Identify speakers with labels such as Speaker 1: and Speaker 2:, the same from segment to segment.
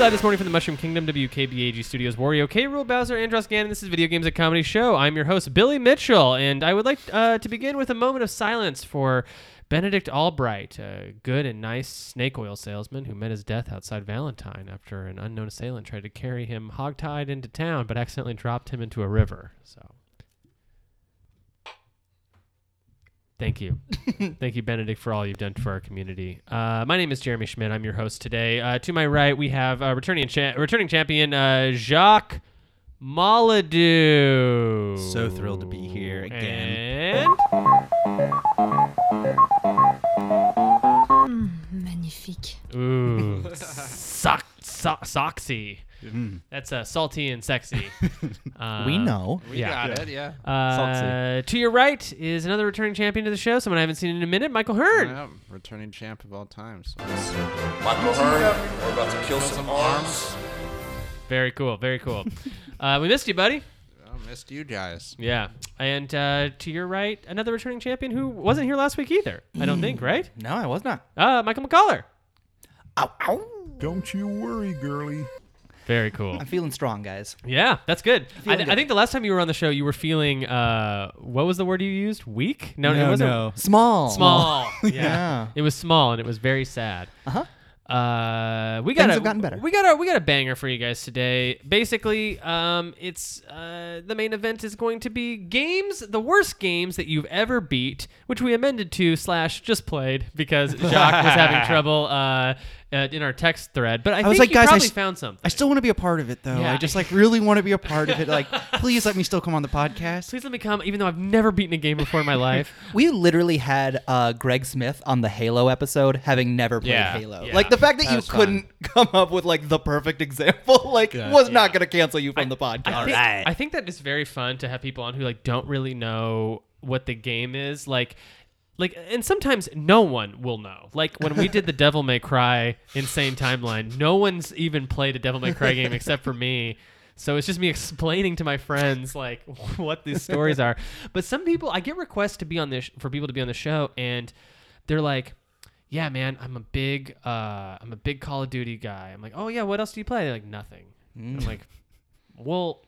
Speaker 1: live this morning from the Mushroom Kingdom, WKBAG Studios, Wario K. Rule, Bowser, Andros Gannon. This is Video Games at Comedy Show. I'm your host, Billy Mitchell, and I would like uh, to begin with a moment of silence for Benedict Albright, a good and nice snake oil salesman who met his death outside Valentine after an unknown assailant tried to carry him hogtied into town but accidentally dropped him into a river. So. Thank you. Thank you, Benedict, for all you've done for our community. Uh, my name is Jeremy Schmidt. I'm your host today. Uh, to my right, we have uh, returning cha- returning champion uh, Jacques Maladou.
Speaker 2: So thrilled to be here again.
Speaker 1: And
Speaker 3: Magnifique.
Speaker 1: ooh, sock, so- soxy.
Speaker 2: Mm.
Speaker 1: That's uh, salty and sexy. Uh,
Speaker 2: we know.
Speaker 4: We
Speaker 1: Yeah.
Speaker 4: got it, yeah.
Speaker 1: Uh, to your right is another returning champion to the show, someone I haven't seen in a minute, Michael Hearn.
Speaker 4: Yeah, returning champ of all time. So
Speaker 5: Michael Hearn, we're about to kill some arms.
Speaker 1: Very cool, very cool. uh, we missed you, buddy.
Speaker 4: I missed you guys.
Speaker 1: Yeah. And uh, to your right, another returning champion who wasn't here last week either. I don't think, right?
Speaker 2: No, I was not.
Speaker 1: Uh, Michael McCollar.
Speaker 2: Ow, ow.
Speaker 6: Don't you worry, girly.
Speaker 1: Very cool.
Speaker 2: I'm feeling strong, guys.
Speaker 1: Yeah, that's good. I,
Speaker 2: Feeling
Speaker 1: I
Speaker 2: good.
Speaker 1: think the last time you were on the show, you were feeling, uh, what was the word you used? Weak? No, it wasn't.
Speaker 2: Small.
Speaker 1: Small. yeah.
Speaker 2: Yeah.
Speaker 1: It was small and it was very sad.
Speaker 2: Uh-huh.
Speaker 1: Uh, we got
Speaker 2: Things
Speaker 1: a,
Speaker 2: have gotten better.
Speaker 1: We got a we got a banger for you guys today. Basically, um, it's uh, the main event is going to be games, the worst games that you've ever beat, which we amended to slash just played because Jacques was having trouble uh, uh, in our text thread. But I, think
Speaker 2: was like,
Speaker 1: you
Speaker 2: "Guys, I
Speaker 1: probably
Speaker 2: s-
Speaker 1: found something.
Speaker 2: I still want to be a part of it though.
Speaker 1: Yeah.
Speaker 2: I just like really want to be a part of it. Like, please let me still come on the podcast.
Speaker 1: Please let me come, even though I've never beaten a game before in my life.
Speaker 7: We literally had uh, Greg Smith on the Halo episode, having never played
Speaker 1: Yeah,
Speaker 7: Halo.
Speaker 1: yeah.
Speaker 7: Like the fact that, you
Speaker 4: was fun.
Speaker 7: couldn't come up with like the perfect example, like was not going to cancel you from the podcast.
Speaker 1: I think, I think that it's very fun to have people on who like don't really know what the game is like. Like and sometimes no one will know. Like when we did the Devil May Cry insane timeline, no one's even played a Devil May Cry game except for me. So it's just me explaining to my friends like what these stories are. But some people, I get requests to be on this for people to be on the show, and they're like, yeah, man, I'm a big, uh, I'm a big Call of Duty guy. I'm like, oh yeah, what else do you play? They're like, nothing. I'm like, well,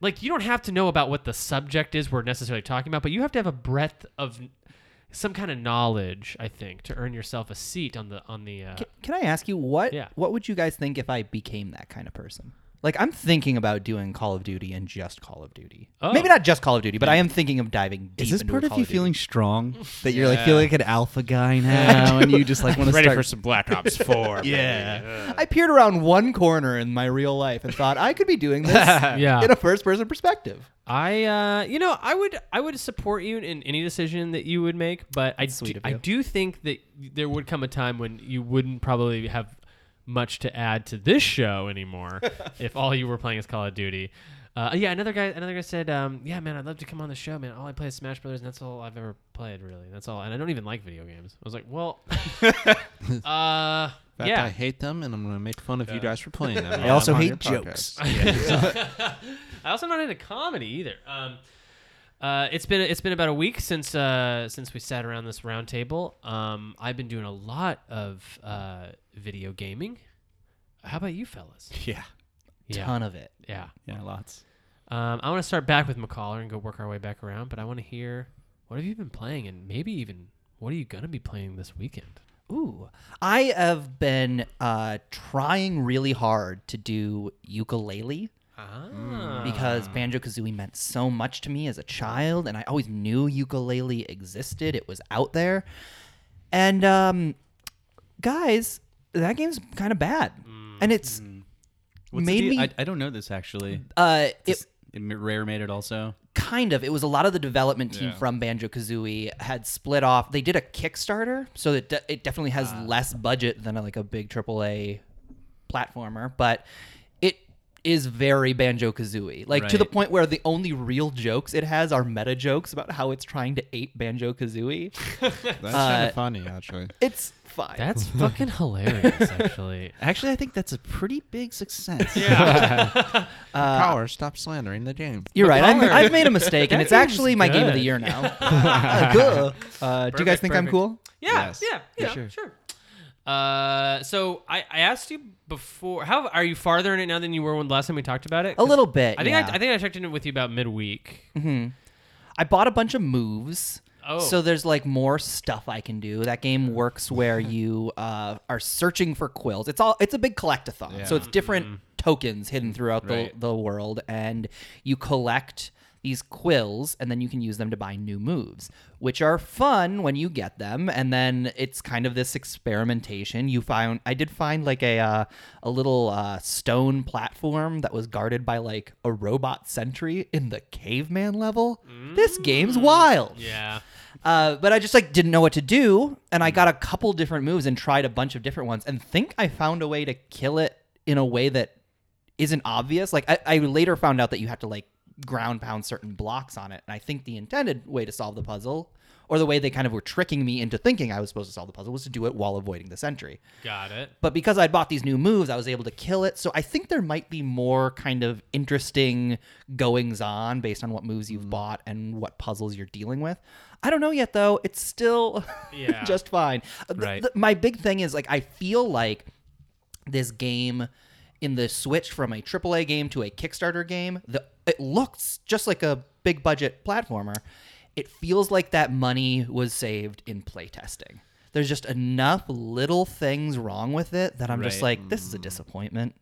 Speaker 1: like you don't have to know about what the subject is we're necessarily talking about, but you have to have a breadth of some kind of knowledge, I think, to earn yourself a seat on the on the. Uh,
Speaker 7: Can, can I ask you what
Speaker 1: Yeah.
Speaker 7: what would you guys think if I became that kind of person? Like I'm thinking about doing Call of Duty and just Call of Duty.
Speaker 1: Oh.
Speaker 7: Maybe not just Call of Duty, but I am thinking of diving deep
Speaker 2: Is this
Speaker 7: into
Speaker 2: part
Speaker 7: a
Speaker 2: of
Speaker 7: Call
Speaker 2: you
Speaker 7: Duty.
Speaker 2: feeling strong? That you're like feeling like an alpha guy now, and you just like want to
Speaker 5: Ready
Speaker 2: start.
Speaker 5: for some Black Ops 4.
Speaker 2: yeah.
Speaker 7: I peered around one corner in my real life and thought I could be doing this
Speaker 1: Yeah.
Speaker 7: in a first person perspective.
Speaker 1: I, uh, you know, I would I would support you in any decision that you would make, but I
Speaker 7: sweet
Speaker 1: do,
Speaker 7: of
Speaker 1: I
Speaker 7: you.
Speaker 1: do think that there would come a time when you wouldn't probably have much to add to this show anymore if all you were playing is Call of Duty. Uh, yeah, another guy, another guy said, um, "Yeah, man, I'd love to come on the show, man. All I play is Smash Brothers, and that's all I've ever played, really. That's all, and I don't even like video games." I was like, "Well, uh,
Speaker 4: In fact, I
Speaker 1: yeah,
Speaker 4: hate them, and I'm gonna make fun of you guys for playing them.
Speaker 2: I also
Speaker 4: I'm on
Speaker 2: hate
Speaker 4: your podcast.
Speaker 2: jokes.
Speaker 1: I also not into comedy either. Um, uh, it's been it's been about a week since uh, since we sat around this round table. Um, I've been doing a lot of uh, video gaming. How about you, fellas?
Speaker 2: Yeah.
Speaker 1: Yeah,
Speaker 7: Ton of it.
Speaker 1: yeah.
Speaker 2: Yeah. Lots.
Speaker 1: Um, I want to start back with McCollar and go work our way back around. But I want to hear what have you been playing, and maybe even what are you gonna be playing this weekend?
Speaker 7: Ooh, I have been uh, trying really hard to do ukulele
Speaker 1: Ah,
Speaker 7: because banjo kazooie meant so much to me as a child, and I always knew ukulele existed. It was out there, and um, guys, that game's kind of bad, and it's
Speaker 1: Mm.
Speaker 8: What's the
Speaker 7: made me.
Speaker 8: deal- I, I don't know this actually.
Speaker 7: uh, it,
Speaker 8: It, Rare made it also.
Speaker 7: kind of it was a lot of the development team from banjo kazooie had split off they did a kickstarter so it, de- it definitely has
Speaker 1: Ah.
Speaker 7: less budget than a, like a big aaa platformer but it is very banjo kazooie like to the
Speaker 8: Right.
Speaker 7: point where the only real jokes it has are meta jokes about how it's trying to ape banjo kazooie
Speaker 4: That's kind of funny, actually.
Speaker 7: it's fine
Speaker 1: that's fucking hilarious, actually.
Speaker 2: Actually, I think that's a pretty big success.
Speaker 4: Power, stop slandering the game.
Speaker 7: you're right I've, I've made a mistake and
Speaker 1: That
Speaker 7: it's
Speaker 1: game's
Speaker 7: actually my game of the
Speaker 1: good.
Speaker 7: year now cool uh, do you guys
Speaker 1: Perfect,
Speaker 7: think i'm
Speaker 1: perfect.
Speaker 7: cool
Speaker 1: Yeah,
Speaker 4: Yes.
Speaker 1: yeah, yeah, sure. Uh, so I, I asked you before. How are you farther in it now than you were when the last time we talked about it?
Speaker 7: A little Mm-hmm. bit.
Speaker 1: I think
Speaker 7: yeah.
Speaker 1: I, I think I checked in with you about midweek.
Speaker 7: I bought a bunch of moves.
Speaker 1: Oh.
Speaker 7: So there's like more stuff I can do. That game works where you uh, are searching for quills. It's all it's a big collectathon. So it's different tokens hidden throughout
Speaker 8: Right.
Speaker 7: the, the world and you collect these quills and then you can use them to buy new moves, which are fun when you get them. And then it's kind of this experimentation. You found I did find like a uh, a little uh, stone platform that was guarded by like a robot sentry in the caveman level. This game's wild.
Speaker 1: Yeah.
Speaker 7: Uh, but I just like didn't know what to do, and I got a couple different moves and tried a bunch of different ones, and think I found a way to kill it in a way that isn't obvious. Like I, I later found out that you have to like ground pound certain blocks on it, and I think the intended way to solve the puzzle, or the way they kind of were tricking me into thinking I was supposed to solve the puzzle, was to do it while avoiding the sentry.
Speaker 1: Got it.
Speaker 7: But because I bought these new moves, I was able to kill it. So I think there might be more kind of interesting goings on based on what moves you've bought and what puzzles you're dealing with. I don't know yet, though. It's still
Speaker 1: Yeah.
Speaker 7: just fine. Uh, th-
Speaker 8: Right.
Speaker 7: th- my big thing is like, I feel like this game in the switch from a AAA game to a Kickstarter game, the, it looks just like a big budget platformer. It feels like that money was saved in playtesting. There's just enough little things wrong with it that I'm just
Speaker 8: Right. Hmm.
Speaker 7: like, this is a disappointment.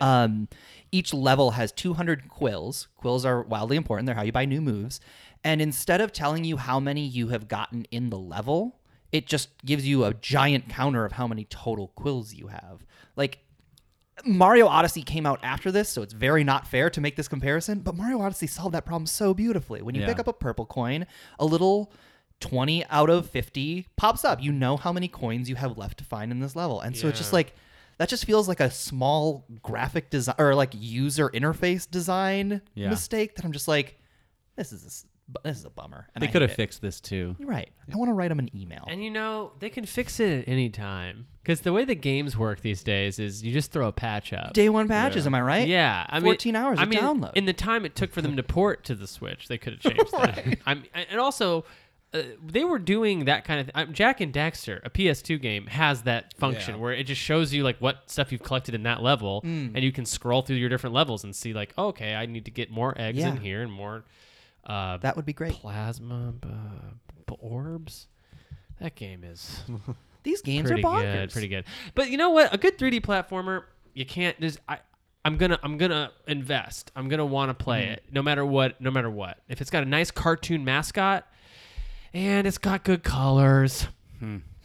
Speaker 7: Um, each level has 200 quills. Quills are wildly important. They're how you buy new moves. And instead of telling you how many you have gotten in the level, it just gives you a giant counter of how many total quills you have. Like Mario Odyssey came out after this, so it's very not fair to make this comparison, but Mario Odyssey solved that problem so beautifully. When you
Speaker 8: Yeah.
Speaker 7: pick up a purple coin, a little 20 out of 50 pops up. You know how many coins you have left to find in this level. And so it's just
Speaker 1: Yeah.
Speaker 7: like that just feels like a small graphic design or like user interface design
Speaker 8: Yeah.
Speaker 7: mistake that I'm just like this is a, s- bu- this is a bummer. And
Speaker 8: They
Speaker 7: I
Speaker 8: could
Speaker 7: hate
Speaker 8: have
Speaker 7: it.
Speaker 8: fixed this too.
Speaker 7: You're right. I want to write them an email.
Speaker 1: And you know they can fix it at any time because the way the games work these days is you just throw a patch up.
Speaker 7: Day one patches, am I right?
Speaker 1: Yeah, I mean,
Speaker 7: 14 Eh, hours
Speaker 1: I
Speaker 7: of
Speaker 1: mean,
Speaker 7: download.
Speaker 1: In the time it took for them to port to the Switch, they could have changed that. I'm, and also, uh, they were doing that kind of. um, Jack and Daxter, a PS2 game, has that function where it just shows you like what stuff you've collected in that level,
Speaker 7: Mm.
Speaker 1: and you can scroll through your different levels and see like, oh, okay, I need to get more eggs in
Speaker 7: Yeah.
Speaker 1: here and more uh,
Speaker 7: That would be great.
Speaker 1: plasma uh, b- orbs. That game is
Speaker 7: These games
Speaker 1: pretty
Speaker 7: are bonkers.
Speaker 1: good, pretty good. But you know what? A good 3D platformer, you can't. There's I. I'm gonna I'm gonna invest. I'm gonna want to
Speaker 7: Mm-hmm.
Speaker 1: play it, no matter what, no matter what. If it's got a nice cartoon mascot, and it's got good colors,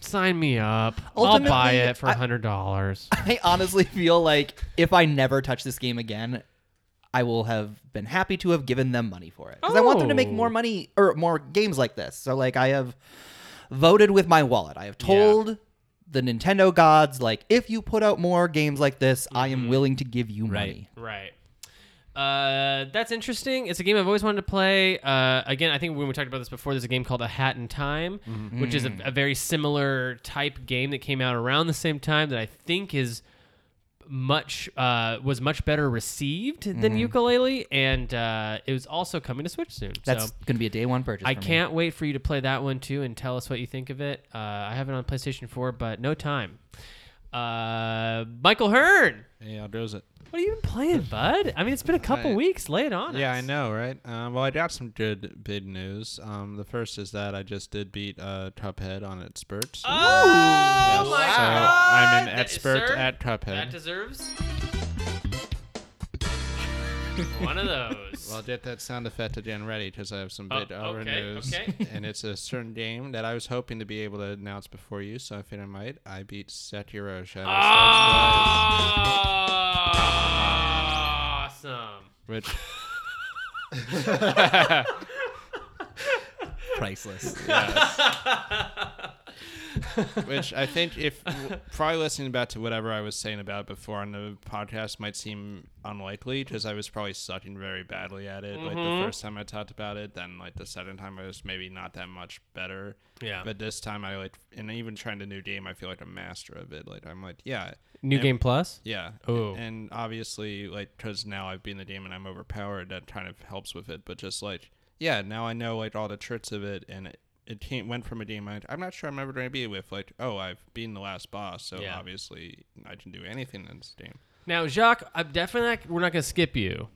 Speaker 1: sign me up. I'll buy
Speaker 7: Hmm. Ultimately,
Speaker 1: it for
Speaker 7: I-
Speaker 1: hundred dollars.
Speaker 7: I honestly feel like if I never touch this game again, I will have been happy to have given them money for it because I want them to make
Speaker 1: Oh.
Speaker 7: more money or more games like this. So like I have voted with my wallet. I have told the Nintendo gods like if you put out more games like this, I am willing to give you money.
Speaker 1: Right. Uh, that's interesting. It's a game I've always wanted to play. Uh, again, I think when we talked about this before, there's a game called A Hat in Time,
Speaker 7: Mm-hmm.
Speaker 1: which is a,
Speaker 7: Mm.
Speaker 1: a very similar type game that came out around the same time that I think is much uh, was much better received
Speaker 7: Mm-hmm.
Speaker 1: than Ukulele, and uh, it was also coming to Switch soon.
Speaker 7: That's
Speaker 1: so.
Speaker 7: going to be a day one purchase.
Speaker 1: I
Speaker 7: for me.
Speaker 1: can't wait for you to play that one too and tell us what you think of it. Uh, I have it on PlayStation 4, but no time. Uh, Michael Hearn,
Speaker 4: Yeah, does it.
Speaker 1: what have you been playing, bud? I mean, it's been a couple
Speaker 4: I-
Speaker 1: weeks. Lay it on
Speaker 4: Yeah,
Speaker 1: us.
Speaker 4: I know, right? Um, well, I got some good big news. Um, the first is that I just did beat uh, Cuphead on its spurts.
Speaker 1: Oh
Speaker 4: Yes,
Speaker 1: my
Speaker 4: so
Speaker 1: god!
Speaker 4: I'm an
Speaker 1: That-
Speaker 4: expert
Speaker 1: sir,
Speaker 4: at
Speaker 1: That
Speaker 4: Cuphead.
Speaker 1: deserves one of those.
Speaker 4: well, get that sound effect again ready because I have some
Speaker 1: Oh,
Speaker 4: big other
Speaker 1: okay,
Speaker 4: news.
Speaker 1: okay.
Speaker 4: and it's a certain game that I was hoping to be able to announce before you, so I figured I might. I beat Sekiro Shadow
Speaker 1: Ah!
Speaker 4: Star
Speaker 1: awesome.
Speaker 4: Twice, which
Speaker 2: Priceless.
Speaker 4: which I think if probably listening back to whatever I was saying about it before on the podcast might seem unlikely because I was probably sucking very badly at it. Like
Speaker 1: Mm-hmm.
Speaker 4: the first time I talked about it, then like the second time I was maybe not that much better.
Speaker 1: Yeah.
Speaker 4: But this time I like, and even trying the new game, I feel like a master of it. Like I'm like, yeah,
Speaker 1: New game plus.
Speaker 4: yeah.
Speaker 1: Oh.
Speaker 4: And obviously, like, because now I've been the game and I'm overpowered, that kind of helps with it. But just like, yeah, now I know like all the tricks of it, and it, it came, went from a game I, I'm not sure I'm ever going to be with, like, oh, I've been the last boss, so
Speaker 1: Yeah.
Speaker 4: obviously I can do anything in this game.
Speaker 1: Now, Jacques, I'm definitely not, we're not going to skip you,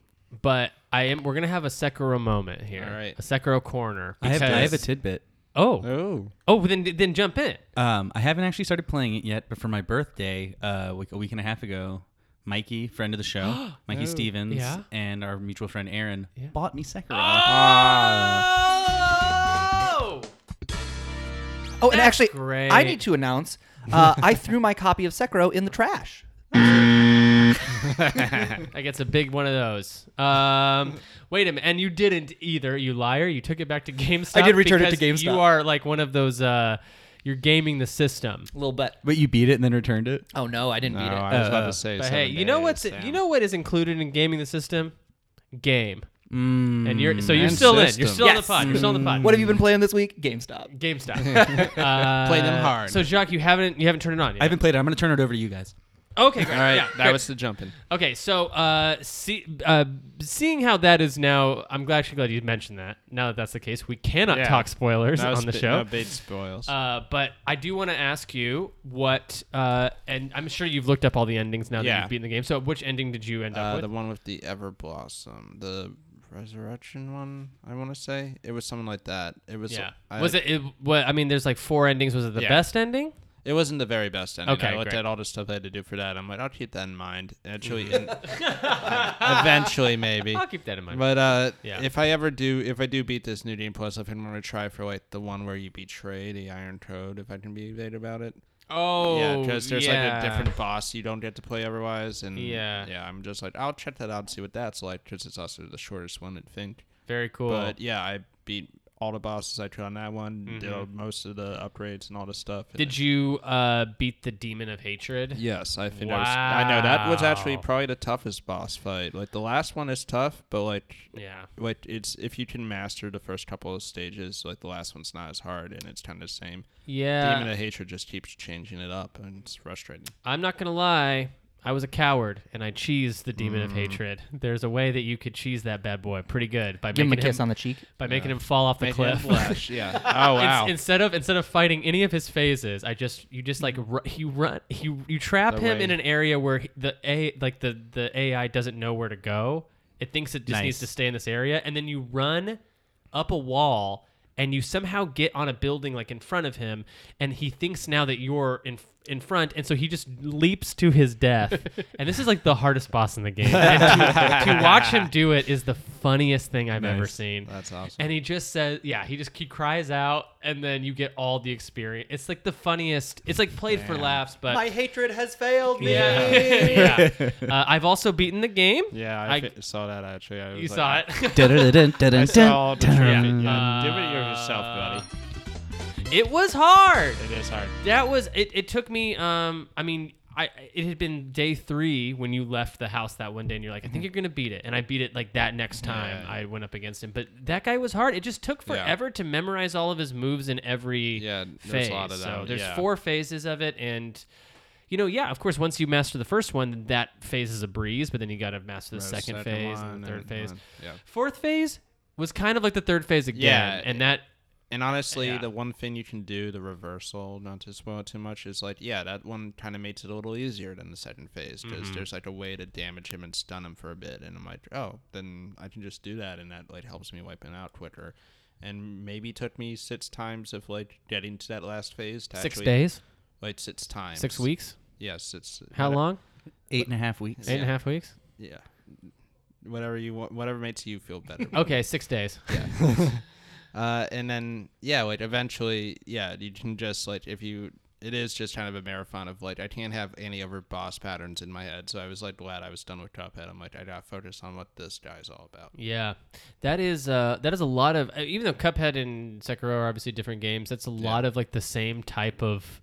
Speaker 1: but I am. We're going to have a Sekiro moment here.
Speaker 4: All right.
Speaker 1: a Sekiro corner.
Speaker 8: I have, I
Speaker 1: because-
Speaker 8: have a tidbit.
Speaker 1: oh,
Speaker 4: Oh.
Speaker 1: oh, then then jump in.
Speaker 8: Um, I haven't actually started playing it yet, but for my birthday, uh, like a week and a half ago, Mikey, friend of the show,
Speaker 4: Oh,
Speaker 8: Mikey Stevens,
Speaker 1: Yeah.
Speaker 8: and our mutual friend Aaron bought me Sekiro.
Speaker 1: Oh,
Speaker 7: Oh, and
Speaker 1: That's
Speaker 7: actually,
Speaker 1: great.
Speaker 7: I need to announce uh, I threw my copy of Sekiro in the trash.
Speaker 1: I gets a big one of those. Um, wait a minute, and you didn't either, you liar! You took it back to GameStop.
Speaker 7: I did return it to
Speaker 1: because You
Speaker 7: GameStop.
Speaker 1: are like one of those. Uh, you're gaming the system.
Speaker 7: A little bit.
Speaker 2: But you beat it and then returned it.
Speaker 7: Oh no, I didn't
Speaker 4: No,
Speaker 7: beat it.
Speaker 4: I was about
Speaker 8: Uh,
Speaker 4: to say.
Speaker 1: But
Speaker 4: seven
Speaker 1: hey, you know
Speaker 4: days,
Speaker 1: what's
Speaker 4: damn.
Speaker 1: you know what is included in gaming the system? Game.
Speaker 8: Mm.
Speaker 1: And you're so you're
Speaker 4: And
Speaker 1: still in. You're
Speaker 4: system.
Speaker 1: still in the
Speaker 7: Yes.
Speaker 1: pod. You're still in the pod.
Speaker 7: What have you been playing this week? GameStop.
Speaker 1: GameStop. uh,
Speaker 4: Play them hard.
Speaker 1: So Jacques, you haven't you haven't turned it on yet.
Speaker 8: I haven't played it. I'm going to turn it over to you guys.
Speaker 1: Okay, great.
Speaker 4: All right,
Speaker 1: yeah,
Speaker 4: that
Speaker 1: great.
Speaker 4: was the jumping.
Speaker 1: okay. So uh, see, uh, seeing how that is now, I'm glad- actually glad you mentioned that. Now that that's the case, we cannot
Speaker 4: Yeah.
Speaker 1: talk spoilers
Speaker 4: That was
Speaker 1: on the
Speaker 4: bi-
Speaker 1: show.
Speaker 4: No big spoils.
Speaker 1: Uh, but I do want to ask you what, uh, and I'm sure you've looked up all the endings now that
Speaker 4: Yeah.
Speaker 1: you've beaten the game. So which ending did you end up
Speaker 4: Uh,
Speaker 1: with?
Speaker 4: the one with the ever blossom, the resurrection one. I want to say it was something like that. It was.
Speaker 1: yeah.
Speaker 4: I-
Speaker 1: was it, it? What I mean, there's like four endings. Was it the
Speaker 4: Yeah.
Speaker 1: best ending?
Speaker 4: It wasn't the very best ending.
Speaker 1: Okay,
Speaker 4: I looked
Speaker 1: great.
Speaker 4: at all the stuff I had to do for that. I'm like, I'll keep that in mind. Actually, in, eventually, maybe.
Speaker 1: I'll keep that in mind.
Speaker 4: But uh,
Speaker 1: Yeah.
Speaker 4: if I ever do, if I do beat this new game plus, if I'm gonna try for like the one where you betray the Iron Toad, if I can be vague about it.
Speaker 1: oh,
Speaker 4: yeah, because there's
Speaker 1: yeah.
Speaker 4: like a different boss you don't get to play otherwise, and
Speaker 1: Yeah.
Speaker 4: yeah, I'm just like, I'll check that out and see what that's like, because it's also the shortest one, I think.
Speaker 1: Very cool.
Speaker 4: But yeah, I beat all the bosses I could on that one. Did all- most of the upgrades and all the stuff. and
Speaker 1: Mm-hmm. Did you uh, beat the demon of hatred?
Speaker 4: Yes, I think I was. I know that was actually
Speaker 1: Wow.
Speaker 4: probably the toughest boss fight. Like the last one is tough, but like,
Speaker 1: Yeah.
Speaker 4: like it's if you can master the first couple of stages, like the last one's not as hard, and it's kind of the same.
Speaker 1: Yeah.
Speaker 4: Demon of Hatred just keeps changing it up, and it's frustrating.
Speaker 1: I'm not gonna lie. I was a coward and I cheesed the demon
Speaker 4: Mm.
Speaker 1: of hatred. There's a way that you could cheese that bad boy pretty good by
Speaker 7: Give him a
Speaker 1: making
Speaker 7: kiss on the cheek.
Speaker 1: by making him fall off the
Speaker 4: Make him
Speaker 1: cliff.
Speaker 4: blush, yeah. Oh
Speaker 1: Ins-
Speaker 4: wow.
Speaker 1: instead of instead of fighting any of his phases, I just you just like ru- you run you you trap
Speaker 4: The
Speaker 1: him
Speaker 4: way-
Speaker 1: in an area where he- the a like the the AI doesn't know where to go. It thinks it just needs
Speaker 8: Nice.
Speaker 1: to stay in this area, and then you run up a wall and you somehow get on a building like in front of him, and he thinks now that you're in in front, and so he just leaps to his death. and this is like the hardest boss in the game. And to, to watch him do it is the funniest thing I've ever seen.
Speaker 4: That's awesome.
Speaker 1: And he just says, yeah, he just he cries out, and then you get all the experience. It's like the funniest. It's like played for laughs, but
Speaker 7: hatred has failed me.
Speaker 1: yeah, yeah. Uh, I've also beaten the game.
Speaker 4: yeah, I,
Speaker 1: I-
Speaker 4: fi- saw that actually. I was
Speaker 1: you
Speaker 4: like,
Speaker 1: saw
Speaker 4: I-
Speaker 1: it.
Speaker 4: I saw the trophy. Yeah.
Speaker 1: Uh,
Speaker 4: Do it yourself, buddy.
Speaker 1: it was hard.
Speaker 4: It is hard.
Speaker 1: That was it. It took me. Um, I mean. I, it had been day three when you left the house that one day, and you're like, "I think you're gonna beat it," and I beat it like that next time
Speaker 4: Mm-hmm. Yeah.
Speaker 1: I went up against him. But that guy was hard. It just took
Speaker 4: Yeah.
Speaker 1: forever to memorize all of his moves in every
Speaker 4: Yeah,
Speaker 1: phase.
Speaker 4: there's a lot of that.
Speaker 1: So there's
Speaker 4: yeah.
Speaker 1: four phases of it, and you know, yeah, of course, once you master the first one, that phase is a breeze. But then you got to master the
Speaker 4: There's
Speaker 1: second, phase
Speaker 4: one
Speaker 1: and the third phase.
Speaker 4: one. Yeah.
Speaker 1: Fourth phase was kind of like the third phase again,
Speaker 4: Yeah,
Speaker 1: and that
Speaker 4: And honestly,
Speaker 1: Yeah.
Speaker 4: the one thing you can do, the reversal, not to spoil it too much, is like, yeah, that one kind of makes it a little easier than the second phase because there's like a way to damage him and stun him for a bit. And I'm like, oh, then I can just do that, and that like helps me wipe him out quicker. And maybe took me six times of like getting to that last phase. To
Speaker 1: six
Speaker 4: actually-
Speaker 1: days,
Speaker 4: Like six times.
Speaker 1: six weeks.
Speaker 4: Yes, it's
Speaker 1: How
Speaker 4: whatever-
Speaker 1: long?
Speaker 8: Eight and a half weeks.
Speaker 1: Eight and a
Speaker 4: Yeah.
Speaker 1: half weeks.
Speaker 4: Yeah, whatever you want, whatever makes you feel better.
Speaker 1: Okay, six days.
Speaker 4: Uh, and then yeah, like eventually, yeah, you can just like if you, it is just kind of a marathon of like I can't have any other boss patterns in my head, so I was like glad I was done with Cuphead. I'm like I got focused on what this guy's all about.
Speaker 1: Yeah, that is uh, that is a lot of uh, even though Cuphead and Sekiro are obviously different games. That's a lot of like the same type of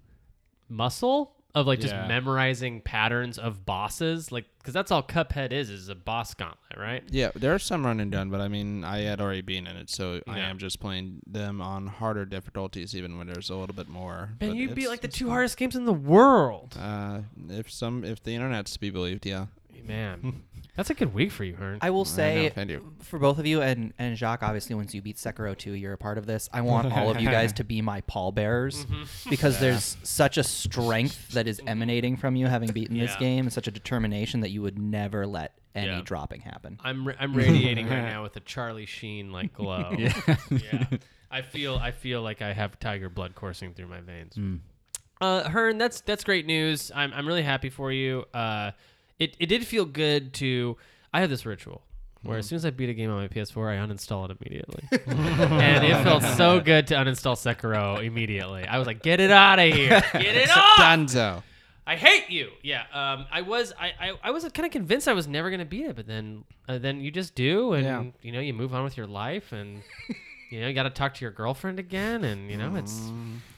Speaker 1: muscle of like just
Speaker 4: Yeah.
Speaker 1: memorizing patterns of bosses, like because that's all Cuphead is is a boss gauntlet, right?
Speaker 4: Yeah, there are some run and done, but I mean I had already been in it, so I
Speaker 1: Yeah.
Speaker 4: am just playing them on harder difficulties, even when there's a little bit more.
Speaker 1: Man,
Speaker 4: but
Speaker 1: you'd be
Speaker 4: it's-
Speaker 1: like the two hardest games in the world,
Speaker 4: Uh, if some, if the internet's to be believed, yeah.
Speaker 1: man. That's a good week for you, Hearn.
Speaker 7: I will say
Speaker 4: thank you.
Speaker 7: for both of you and and Jacques, obviously, once you beat Sekiro 2, you're a part of this. I want all of you guys to be my pallbearers
Speaker 1: Mm-hmm.
Speaker 7: because there's such a strength that is emanating from you having beaten this
Speaker 1: Yeah.
Speaker 7: game and such a determination that you would never let any
Speaker 1: Yeah.
Speaker 7: dropping happen.
Speaker 1: I'm ra- I'm radiating right now with a Charlie Sheen like glow. yeah. I feel I feel like I have tiger blood coursing through my veins. Uh, Hearn, that's that's great news. I'm I'm really happy for you. Uh, it it did feel good to. I have this ritual where as soon as I beat a game on my PS4, I uninstall it immediately, and it felt so good to uninstall Sekiro immediately. I was like, get it out of here, get it off.
Speaker 4: Dunzo.
Speaker 1: I hate you. Yeah. Um. I was. I. I, I was kind of convinced I was never gonna beat it, but then, uh, then you just do, and
Speaker 4: Yeah.
Speaker 1: you know, you move on with your life, and you know, you got to talk to your girlfriend again, and you know, it's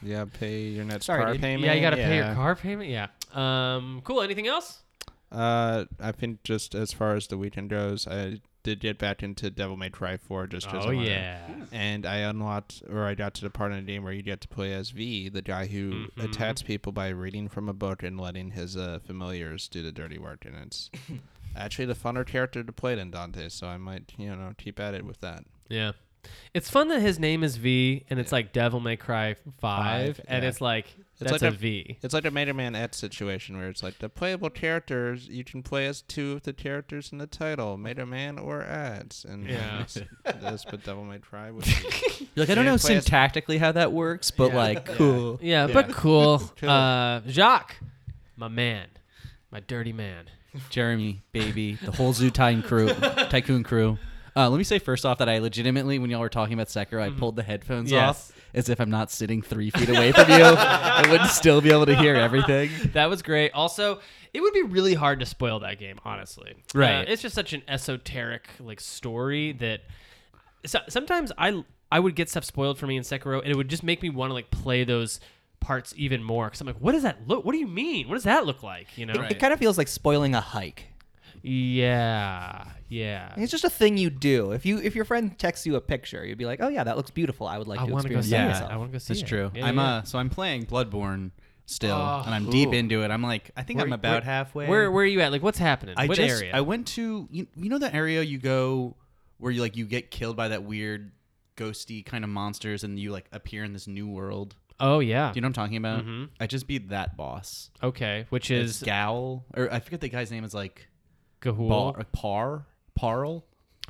Speaker 4: Yeah, Mm, pay your next
Speaker 7: Sorry,
Speaker 4: car
Speaker 7: dude.
Speaker 4: Mm, payment.
Speaker 1: yeah, you got to pay your
Speaker 4: yeah.
Speaker 1: car payment. Yeah. Um. Cool. Anything else?
Speaker 4: Uh, I think just as far as the weekend goes, I did get back into Devil May Cry 4 just as
Speaker 1: Oh
Speaker 4: I wanted.
Speaker 1: yeah.
Speaker 4: And I unlocked, or I got to the part in the game where you get to play as V, the guy who
Speaker 1: Mm-hmm.
Speaker 4: attacks people by reading from a book and letting his uh, familiars do the dirty work. And it's actually the funner character to play than Dante, so I might, you know, keep at it with that.
Speaker 1: Yeah. It's fun that his name is V, and it's like Devil May Cry Five,
Speaker 4: Five,
Speaker 1: and
Speaker 4: yeah.
Speaker 1: it's like that's
Speaker 4: like
Speaker 1: a
Speaker 4: a-
Speaker 1: V.
Speaker 4: It's like a Mega Man X situation where it's like the playable characters, you can play as two of the characters in the title, Mega Man or X. And
Speaker 1: Yeah.
Speaker 4: it's this, but Devil May Cry would be.
Speaker 2: You're like, I don't
Speaker 4: don't know
Speaker 2: know
Speaker 4: play as-
Speaker 2: syntactically how that works, but like, cool.
Speaker 1: Yeah, but cool.
Speaker 4: Cool.
Speaker 1: Uh, Jacques, my man, my dirty man.
Speaker 8: Jeremy, baby, the whole Zoo Tycoon crew, Tycoon crew. Uh, let me say first off that I legitimately, when y'all were talking about Sekiro,
Speaker 4: Mm-hmm.
Speaker 8: I pulled the headphones
Speaker 1: Yes.
Speaker 8: off as if I'm not sitting three feet away from you. I wouldn't still be able to hear everything.
Speaker 1: That was great. Also, it would be really hard to spoil that game, honestly.
Speaker 8: Right.
Speaker 1: Uh, it's just such an esoteric like story that so, sometimes I I would get stuff spoiled for me in Sekiro, and it would just make me want to like play those parts even more because I'm like, what does that look? What do you mean? What does that look like? You know?
Speaker 7: It kind of feels like spoiling a hike.
Speaker 1: yeah. Yeah.
Speaker 7: It's just a thing you do. If you if your friend texts you a picture, you'd be like, "Oh yeah, that looks beautiful. I would like
Speaker 1: I
Speaker 7: to
Speaker 1: want to go
Speaker 7: experience
Speaker 1: see
Speaker 7: that
Speaker 8: Yeah.
Speaker 7: myself."
Speaker 1: it. I want to go see
Speaker 8: That's
Speaker 1: it.
Speaker 8: true.
Speaker 1: Yeah,
Speaker 8: I'm
Speaker 1: yeah.
Speaker 8: uh, so I'm playing Bloodborne still,
Speaker 1: Oh,
Speaker 8: and I'm deep into it. I'm like, I think I'm about halfway.
Speaker 1: Where Where are you at? Like, what's happening?
Speaker 8: I
Speaker 1: what
Speaker 8: just
Speaker 1: area?
Speaker 8: I went to you, you know the area you go where you like you get killed by that weird ghosty kind of monsters and you like appear in this new world.
Speaker 1: oh yeah.
Speaker 8: Do you know what I'm talking about? I just beat that boss.
Speaker 1: okay. Which
Speaker 8: Is
Speaker 1: Mm-hmm. is
Speaker 8: Gowl or I forget the guy's name is like Bar,
Speaker 1: Gahul
Speaker 8: Par Parl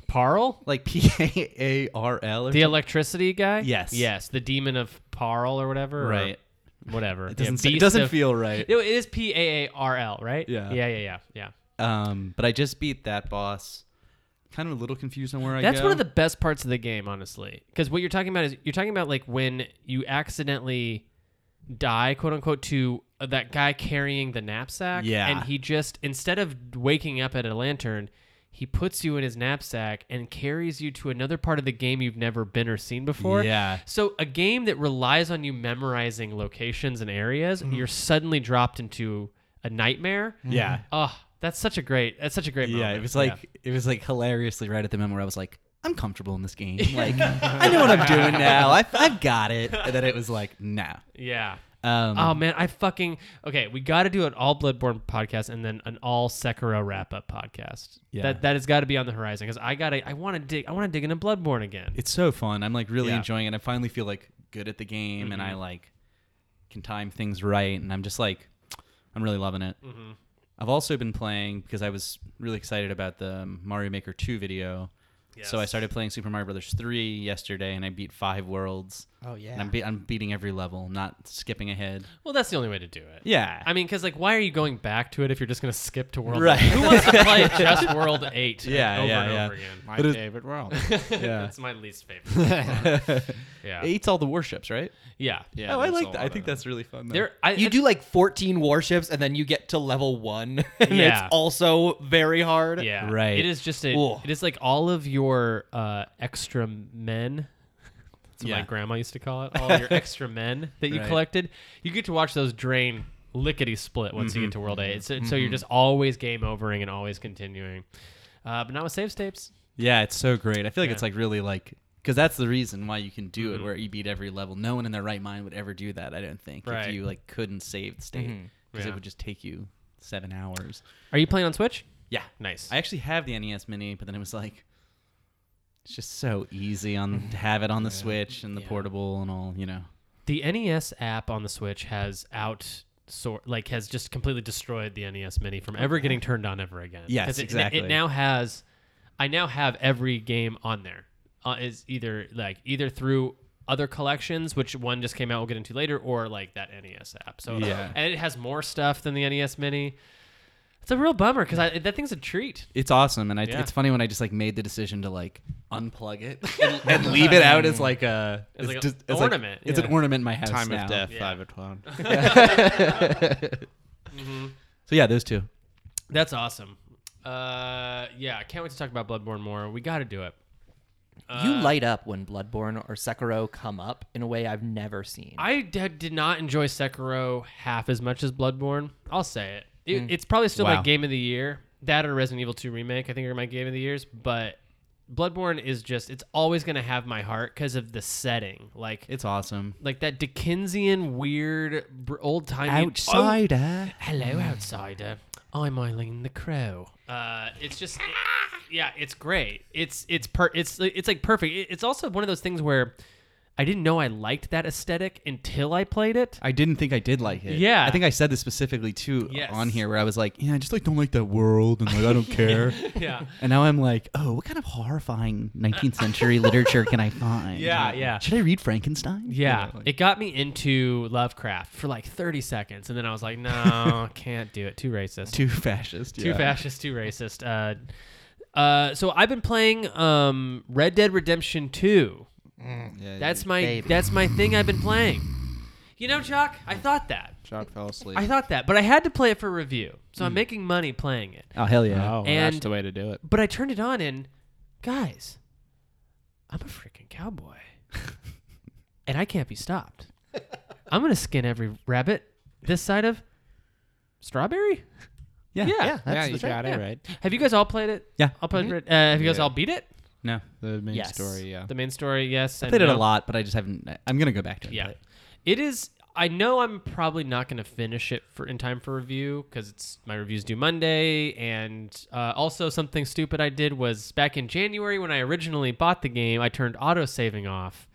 Speaker 1: Parl.
Speaker 8: like P A A R L or
Speaker 1: The
Speaker 8: something.
Speaker 1: electricity guy?
Speaker 8: Yes.
Speaker 1: Yes. The demon of Parl or whatever. or
Speaker 8: Right.
Speaker 1: whatever.
Speaker 8: It doesn't,
Speaker 1: Yeah,
Speaker 8: say- it
Speaker 1: beast
Speaker 8: doesn't
Speaker 1: of-
Speaker 8: feel right.
Speaker 1: No, it is P A A R L, right?
Speaker 8: Yeah.
Speaker 1: Yeah, yeah, yeah. Yeah.
Speaker 8: Um, but I just beat that boss. Kind of a little confused on where I.
Speaker 1: That's
Speaker 8: go.
Speaker 1: one of the best parts of the game, honestly. Because what you're talking about is you're talking about like when you accidentally die, quote unquote, to uh, that guy carrying the knapsack.
Speaker 8: Yeah.
Speaker 1: And he just, instead of waking up at a lantern, he puts you in his knapsack and carries you to another part of the game you've never been or seen before.
Speaker 8: Yeah.
Speaker 1: So a game that relies on you memorizing locations and areas, you're suddenly dropped into a nightmare.
Speaker 8: Mm-hmm. Yeah.
Speaker 1: Oh, that's such a great. That's such a great.
Speaker 8: Yeah,
Speaker 1: moment.
Speaker 8: it was like it was like hilariously right at the moment where I was like, I'm comfortable in this game. Like I know what I'm doing now. I've, I've got it. And then it was like, nah.
Speaker 1: Yeah.
Speaker 8: Um,
Speaker 1: Oh man, I fucking okay. We got to do an all Bloodborne podcast and then an all Sekiro wrap up podcast.
Speaker 8: Yeah.
Speaker 1: That that has got to be on the horizon because I gotta. I want to dig. I want to dig into Bloodborne again.
Speaker 8: it's so fun. I'm like really
Speaker 1: Yeah.
Speaker 8: enjoying it. I finally feel like good at the game, and I like can time things right. And I'm just like, I'm really loving it. I've also been playing because I was really excited about the Mario Maker 2 video. So I started playing Super Mario Brothers 3 yesterday, and I beat five worlds.
Speaker 7: Oh yeah.
Speaker 8: And I'm, be- I'm beating every level, not skipping ahead.
Speaker 1: well, that's the only way to do it.
Speaker 8: Yeah.
Speaker 1: I mean, because like, why are you going back to it if you're just gonna skip to World?
Speaker 8: Right.
Speaker 1: Eight? Who wants to play just World Eight?
Speaker 8: Yeah,
Speaker 1: over
Speaker 8: yeah,
Speaker 1: and
Speaker 8: yeah.
Speaker 1: over again.
Speaker 4: My
Speaker 8: But it-
Speaker 4: favorite world.
Speaker 8: yeah.
Speaker 1: That's my least favorite. yeah.
Speaker 8: It eats all the warships, right?
Speaker 1: Yeah.
Speaker 4: Yeah,
Speaker 8: oh, I
Speaker 4: that's
Speaker 8: like
Speaker 4: a
Speaker 8: that. I
Speaker 4: lot
Speaker 8: think
Speaker 4: of
Speaker 8: that's really fun. Though.
Speaker 1: There, I,
Speaker 7: you do like 14 warships and then you get to level 1 and
Speaker 1: Yeah.
Speaker 7: it's also very hard.
Speaker 1: Yeah.
Speaker 8: Right.
Speaker 1: It is just a.
Speaker 7: Ooh.
Speaker 1: It is like all of your uh, extra men. That's what my
Speaker 8: Yeah.
Speaker 1: grandma used to call it. All your extra men that you
Speaker 8: Right.
Speaker 1: collected. You get to watch those drain lickety split once you get
Speaker 8: Mm-hmm.
Speaker 1: to World Eight. It's, So you're just always game overing and always continuing. Uh, but not with save states.
Speaker 8: Yeah, it's so great. I feel like
Speaker 1: Yeah. Mm-hmm.
Speaker 8: it's like really like because that's the reason why you can do it where you beat every level. No one in their right mind would ever do that. I don't think
Speaker 1: Right. Mm-hmm.
Speaker 8: if you like couldn't save the state because
Speaker 1: Yeah.
Speaker 8: it would just take you seven hours.
Speaker 1: Are you playing on Switch?
Speaker 8: Yeah.
Speaker 1: Nice.
Speaker 8: I actually have the NES Mini, but then it was like, it's just so easy on to have it on the Switch and the portable and all, you know.
Speaker 1: the NES app on the Switch has out sort like has just completely destroyed the NES Mini from ever getting turned on ever again.
Speaker 8: Yes,
Speaker 1: 'Cause it,
Speaker 8: exactly.
Speaker 1: It now has, I now have every game on there. Uh, is either like either through other collections, which one just came out, we'll get into later, or like that NES app. So uh,
Speaker 8: Yeah.
Speaker 1: and it has more stuff than the NES Mini. It's a real bummer because that thing's a treat.
Speaker 8: It's awesome, and I,
Speaker 1: Yeah.
Speaker 8: it's funny when I just like made the decision to like unplug it and, and leave it out as like a
Speaker 1: Mm. As like a
Speaker 8: just- like-
Speaker 1: ornament,
Speaker 8: it's
Speaker 1: yeah.
Speaker 8: an ornament in my house.
Speaker 4: Time
Speaker 8: now.
Speaker 4: of death,
Speaker 1: Yeah.
Speaker 4: five o'clock.
Speaker 8: So yeah, those two.
Speaker 1: That's awesome. Uh, yeah, I can't wait to talk about Bloodborne more. We got to do it.
Speaker 7: you
Speaker 1: Uh,
Speaker 7: light up when Bloodborne or Sekiro come up in a way I've never seen.
Speaker 1: I d- did not enjoy Sekiro half as much as Bloodborne. I'll say it. It- It's probably still my
Speaker 8: Wow.
Speaker 1: game of the year. That or Resident Evil 2 remake, I think, are my game of the years. But Bloodborne is just—it's always going to have my heart because of the setting. Like
Speaker 8: It's awesome.
Speaker 1: like that Dickensian weird old timey
Speaker 8: Outsider.
Speaker 1: Hello, outsider. Mm. I'm Eileen the Crow. Uh, it's just, it- yeah, it's great. It's it's per it's it's like perfect. It- It's also one of those things where I didn't know I liked that aesthetic until I played it.
Speaker 8: I didn't think I did like it.
Speaker 1: Yeah.
Speaker 8: I think I said this specifically too
Speaker 1: Yes.
Speaker 8: on here, where I was like, yeah, I just like don't like that world, and like I don't care.
Speaker 1: Yeah.
Speaker 8: And now I'm like, oh, what kind of horrifying 19th century literature can I find?
Speaker 1: Yeah, yeah.
Speaker 8: Should I read Frankenstein?
Speaker 1: Yeah,
Speaker 8: You know, like-
Speaker 1: it got me into Lovecraft for like 30 seconds, and then I was like, no, can't do it. Too racist.
Speaker 8: too fascist.
Speaker 1: too
Speaker 8: yeah.
Speaker 1: fascist, too racist. Uh, uh, so I've been playing um, Red Dead Redemption 2. that's my
Speaker 7: baby.
Speaker 1: that's my thing I've been playing. You know, Chuck, I thought that.
Speaker 4: Chuck fell asleep.
Speaker 1: I thought that, but I had to play it for review. So I'm making money playing it.
Speaker 8: Oh hell yeah!
Speaker 4: oh,
Speaker 1: and-
Speaker 4: that's the way to do it.
Speaker 1: But I turned it on and guys, I'm a freaking cowboy. and I can't be stopped. I'm going to skin every rabbit this side of strawberry.
Speaker 8: Yeah,
Speaker 1: Yeah.
Speaker 4: Yeah,
Speaker 8: that's
Speaker 4: you
Speaker 8: the
Speaker 4: got
Speaker 1: yeah.
Speaker 4: it right.
Speaker 1: Have you guys all played it?
Speaker 8: Yeah.
Speaker 1: I'll play it. Uh, have you guys
Speaker 4: Yeah. Oh.
Speaker 1: all beat it?
Speaker 8: No,
Speaker 4: The main
Speaker 7: Yes.
Speaker 4: story, yeah.
Speaker 1: The main story, yes.
Speaker 8: I played it a lot, but I just haven't. I'm gonna go back to it.
Speaker 1: Uh, Yeah, it is. I know I'm probably not going to finish it for in time for review because it's my reviews due Monday, and uh, also something stupid I did was back in January when I originally bought the game, I turned auto saving off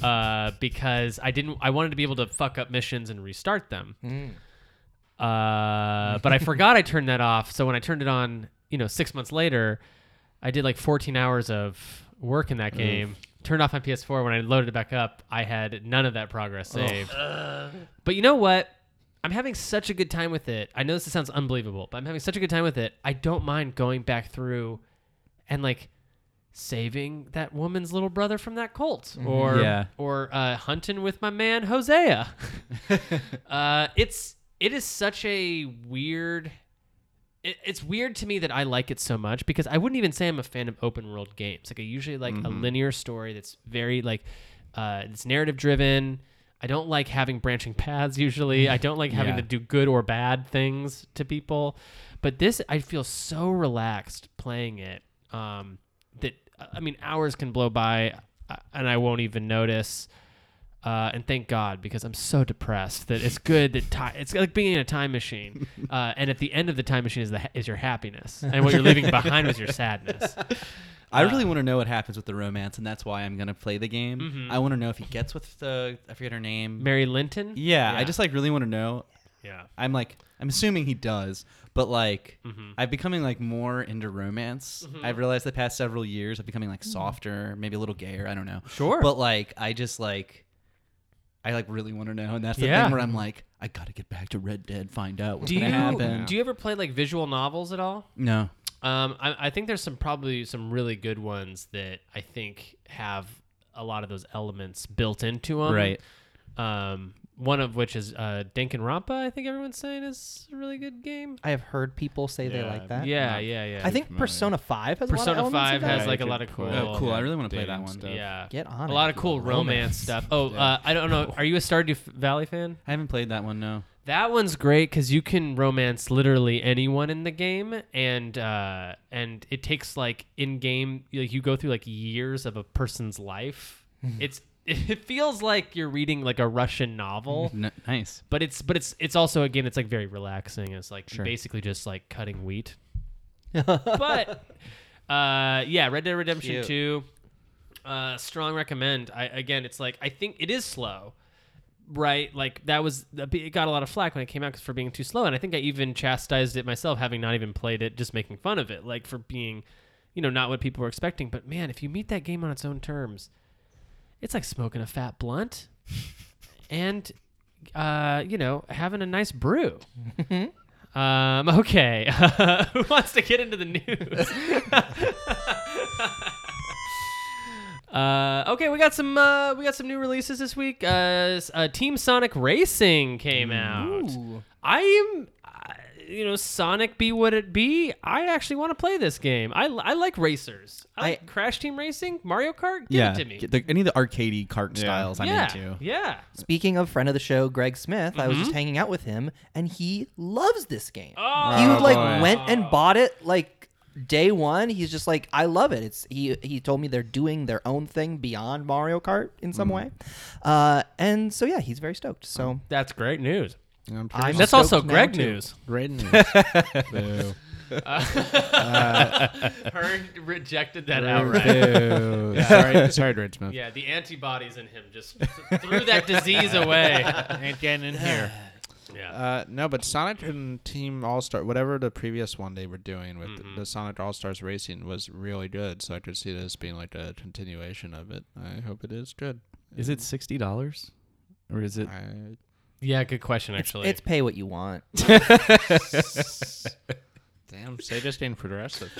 Speaker 1: uh, because I didn't. I wanted to be able to fuck up missions and restart them.
Speaker 7: Hmm.
Speaker 1: Uh, but I forgot I turned that off. So when I turned it on, you know, six months later, I did like 14 hours of work in that game. Turned off my PS4 when I loaded it back up. I had none of that progress saved. But you know what? I'm having such a good time with it. I know this sounds unbelievable, but I'm having such a good time with it. I don't mind going back through and like saving that woman's little brother from that cult or
Speaker 8: Yeah.
Speaker 1: or uh, hunting with my man Hosea. uh, it's it is such a weird it, it's weird to me that I like it so much because I wouldn't even say I'm a fan of open world games. Like I usually like a linear story that's very like uh, it's narrative driven. I don't like having branching paths usually. I don't like having
Speaker 8: Yeah.
Speaker 1: to do good or bad things to people. But this, I feel so relaxed playing it um, that I mean hours can blow by uh, and I won't even notice. Uh, and thank God because I'm so depressed that it's good that ti it's like being in a time machine. Uh, and at the end of the time machine is the ha- is your happiness, and what you're leaving behind was your sadness.
Speaker 8: I really
Speaker 1: Uh,
Speaker 8: want to know what happens with the romance, and that's why I'm gonna play the game.
Speaker 1: Mm-hmm.
Speaker 8: I want to know if he gets with the I forget her name.
Speaker 1: Mary Linton.
Speaker 8: yeah, I just like really want to know.
Speaker 1: yeah.
Speaker 8: I'm like I'm assuming he does, but like
Speaker 1: Mm-hmm.
Speaker 8: I've becoming like more into romance. I've realized the past several years I'm becoming like softer, maybe a little gayer. I don't know.
Speaker 1: Sure.
Speaker 8: But like I just like I like really want to know, and that's the
Speaker 1: Yeah.
Speaker 8: thing where I'm like I gotta get back to Red Dead, find out what's
Speaker 1: Do you Um,
Speaker 8: gonna happen.
Speaker 1: do you ever play like visual novels at all?
Speaker 8: no.
Speaker 1: Um, I, I think there's some probably some really good ones that I think have a lot of those elements built into them.
Speaker 8: Right.
Speaker 1: Um, one of which is uh, Danganronpa. I think everyone's saying is a really good game.
Speaker 7: I have heard people say they
Speaker 4: Yeah,
Speaker 7: like that.
Speaker 1: Yeah, yeah, yeah.
Speaker 7: I think Persona Five has a lot
Speaker 1: Persona
Speaker 7: of elements
Speaker 1: Five
Speaker 7: of that.
Speaker 1: has like a
Speaker 4: you
Speaker 1: lot of
Speaker 4: could
Speaker 1: cool.
Speaker 4: put-
Speaker 8: Oh, cool. I really want to play
Speaker 4: Dating
Speaker 8: that one.
Speaker 4: stuff.
Speaker 1: Yeah.
Speaker 7: Get on
Speaker 1: a
Speaker 7: it.
Speaker 1: lot of cool romance
Speaker 7: Romance.
Speaker 1: stuff. Oh, uh, I don't know. Are you a Stardew Valley fan?
Speaker 8: I haven't played that one. No.
Speaker 1: That one's great because you can romance literally anyone in the game, and uh, and it takes like in game, like you go through like years of a person's life. it's it feels like you're reading like a Russian novel,
Speaker 8: N- nice.
Speaker 1: but it's but it's it's also a game that's like very relaxing. It's like basically just like cutting wheat. but uh, yeah, Red Dead Redemption
Speaker 7: Cute.
Speaker 1: Two, uh, strong recommend. I again, it's like I think it is slow, right? Like that was it got a lot of flack when it came out 'cause for being too slow, and I think I even chastised it myself, having not even played it, just making fun of it, like for being, you know, not what people were expecting. But man, if you meet that game on its own terms, it's like smoking a fat blunt, and uh, you know, having a nice brew. Um, okay. Who wants to get into the news? uh, okay, we got some uh, we got some new releases this week. Uh, s- uh, Team Sonic Racing came out. I'm uh, you know, Sonic be what it be. I actually want to play this game. I, I like racers. I,
Speaker 7: I-
Speaker 1: like Crash Team Racing, Mario Kart, give
Speaker 8: yeah,
Speaker 1: it to me.
Speaker 8: get the- any of the arcadey cart styles I'm
Speaker 1: yeah.
Speaker 8: into.
Speaker 1: Yeah.
Speaker 7: Speaking of friend of the show, Greg Smith, I was just hanging out with him, and he loves this game.
Speaker 1: Mm-hmm. Oh.
Speaker 7: he like
Speaker 8: boy.
Speaker 7: went and bought it like day one. He's just like, I love it. It's he. He told me they're doing their own thing beyond Mario Kart in some way, uh, and so yeah, he's very stoked. So
Speaker 1: That's great news.
Speaker 4: I'm
Speaker 7: I'm
Speaker 1: That's
Speaker 7: stoked
Speaker 1: also
Speaker 7: now,
Speaker 1: Greg
Speaker 7: too.
Speaker 1: news.
Speaker 4: Great news. Boo.
Speaker 1: Hearn rejected that outright.
Speaker 4: Boo. Sorry, sorry, Dred Smith.
Speaker 1: Yeah, the antibodies in him just threw that disease away.
Speaker 4: Ain't getting in here.
Speaker 1: Yeah.
Speaker 4: Uh, no, but Sonic and Team All Star, whatever the previous one they were doing with the Sonic All Stars Racing was really good. So I could see this being like a continuation of it. I hope it is good.
Speaker 8: Is it sixty dollars, or is it?
Speaker 4: I,
Speaker 1: Yeah, good question, actually.
Speaker 7: It's pay what you want.
Speaker 4: damn, say just getting progressive.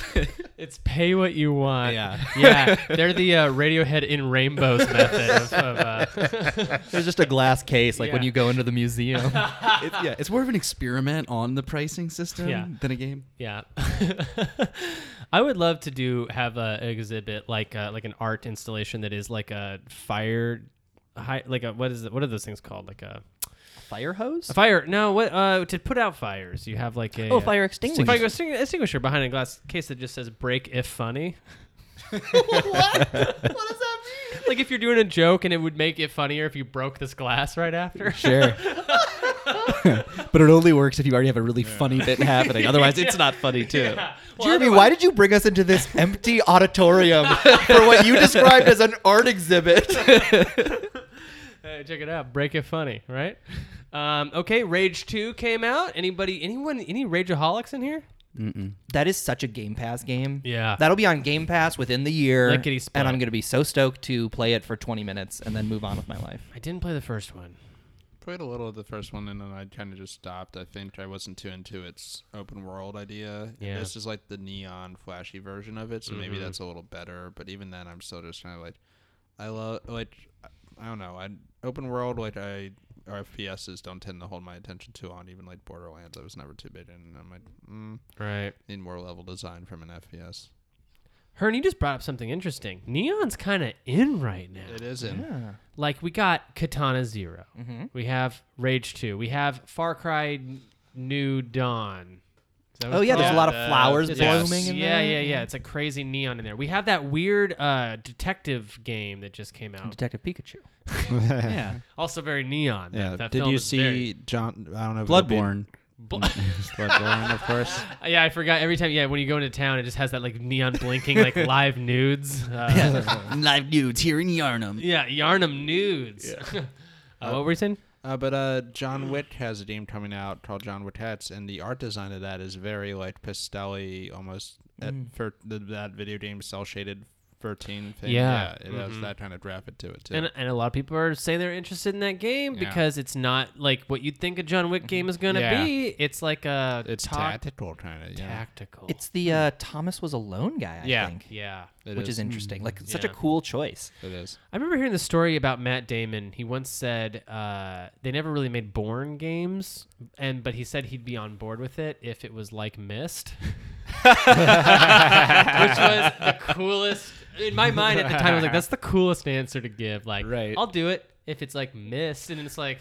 Speaker 1: It's pay what you want.
Speaker 8: Yeah.
Speaker 1: Yeah. They're the uh, Radiohead in Rainbows method of, of uh,
Speaker 7: There's just a glass case, like
Speaker 1: when Yeah. you
Speaker 7: go into the museum.
Speaker 8: it- yeah, it's more of an experiment on the pricing system
Speaker 1: Yeah.
Speaker 8: than a game.
Speaker 1: yeah. I would love to do have a exhibit like uh, like an art installation that is like a fire hi, like a what is it, what are those things called? Like a
Speaker 7: Fire hose.
Speaker 1: A fire? No, what uh, to put out fires? You have like a
Speaker 7: Oh,
Speaker 1: uh,
Speaker 7: fire extinguisher.
Speaker 1: Fire extingu- extinguisher behind a glass case that just says "break if funny." what? What does that mean? Like if you're doing a joke and it would make it funnier if you broke this glass right after.
Speaker 2: Sure. but it only works if you already have a really funny bit happening. Otherwise, it's not funny too.
Speaker 7: Jeremy, why did you bring us into this empty auditorium for what you described as an art exhibit?
Speaker 1: Hey, check it out. Break it funny, right? Um, okay, Rage Two came out. Anybody? Anyone? Any rageaholics in here?
Speaker 7: That is such a Game Pass game.
Speaker 1: Yeah.
Speaker 7: That'll be on Game Pass within the year.
Speaker 1: Lickety split.
Speaker 7: and I'm going to be so stoked to play it for 20 minutes and then move on with my life.
Speaker 1: I didn't play the first one.
Speaker 4: Played a little of the first one and then I kind of just stopped. I think I wasn't too into its open world idea.
Speaker 1: Yeah. Mm-hmm.
Speaker 4: This is like the neon flashy version of it, so maybe that's a little better. But even then, I'm still just kind of like, I love like, I don't know. I open world like I RFPSs don't tend to hold my attention too on even like Borderlands. I was never too big in. and I'm like, mm,
Speaker 1: Right.
Speaker 4: need more level design from an FPS.
Speaker 1: Hearn, you just brought up something interesting. Neon's kind of in right now.
Speaker 4: It isn't.
Speaker 1: like we got Katana 0
Speaker 7: Mm-hmm.
Speaker 1: we have Rage Two, we have Far Cry New Dawn. Is that what
Speaker 7: Oh,
Speaker 1: it's
Speaker 7: yeah. There's
Speaker 1: called?
Speaker 7: a lot of
Speaker 4: Yeah,
Speaker 7: flowers
Speaker 4: it's-
Speaker 7: blooming in
Speaker 1: yeah,
Speaker 7: there.
Speaker 1: yeah, yeah. It's a crazy neon in there. We have that weird uh, detective game that just came out.
Speaker 7: Detective Pikachu.
Speaker 8: Yeah,
Speaker 1: Also very neon. That-
Speaker 4: Yeah.
Speaker 1: that
Speaker 4: Did
Speaker 1: film
Speaker 4: you
Speaker 1: is very-
Speaker 4: see John? I don't know. if it'll be-
Speaker 8: Bloodborne.
Speaker 4: Bloodborne, of course.
Speaker 1: uh, Yeah, I forgot. Every time, yeah, when you go into town, it just has that like neon blinking like live nudes. Uh,
Speaker 8: Live nudes here in Yarnum.
Speaker 1: yeah, Yarnum nudes. uh, what were you saying?
Speaker 4: Uh, but uh, John Wick has a game coming out called John Wick Hats, and the art design of that is very like pastelly, almost at for the, that video game cell shaded thirteen thing.
Speaker 1: Yeah.
Speaker 4: it
Speaker 7: Mm-hmm.
Speaker 4: has that kind of graphic to it too.
Speaker 1: And, and a lot of people are saying they're interested in that game
Speaker 4: Yeah. Mm-hmm.
Speaker 1: because it's not like what you'd think a John Wick game is going to
Speaker 4: Yeah.
Speaker 1: be. It's like a
Speaker 4: it's
Speaker 1: tac-
Speaker 4: tactical kind of yeah.
Speaker 1: tactical.
Speaker 7: It's the uh, Thomas Was Alone guy, I
Speaker 4: Yeah.
Speaker 7: think.
Speaker 1: yeah.
Speaker 4: It
Speaker 7: Which is, interesting. Like, such a
Speaker 1: Yeah.
Speaker 7: cool choice.
Speaker 4: it is.
Speaker 1: I remember hearing the story about Matt Damon. He once said uh, they never really made Born games, and but he said he'd be on board with it if it was like Mist, which was the coolest. In my mind at the time, I was like, "That's the coolest answer to give." Like,
Speaker 8: Right.
Speaker 1: I'll do it if it's like Mist, and it's like.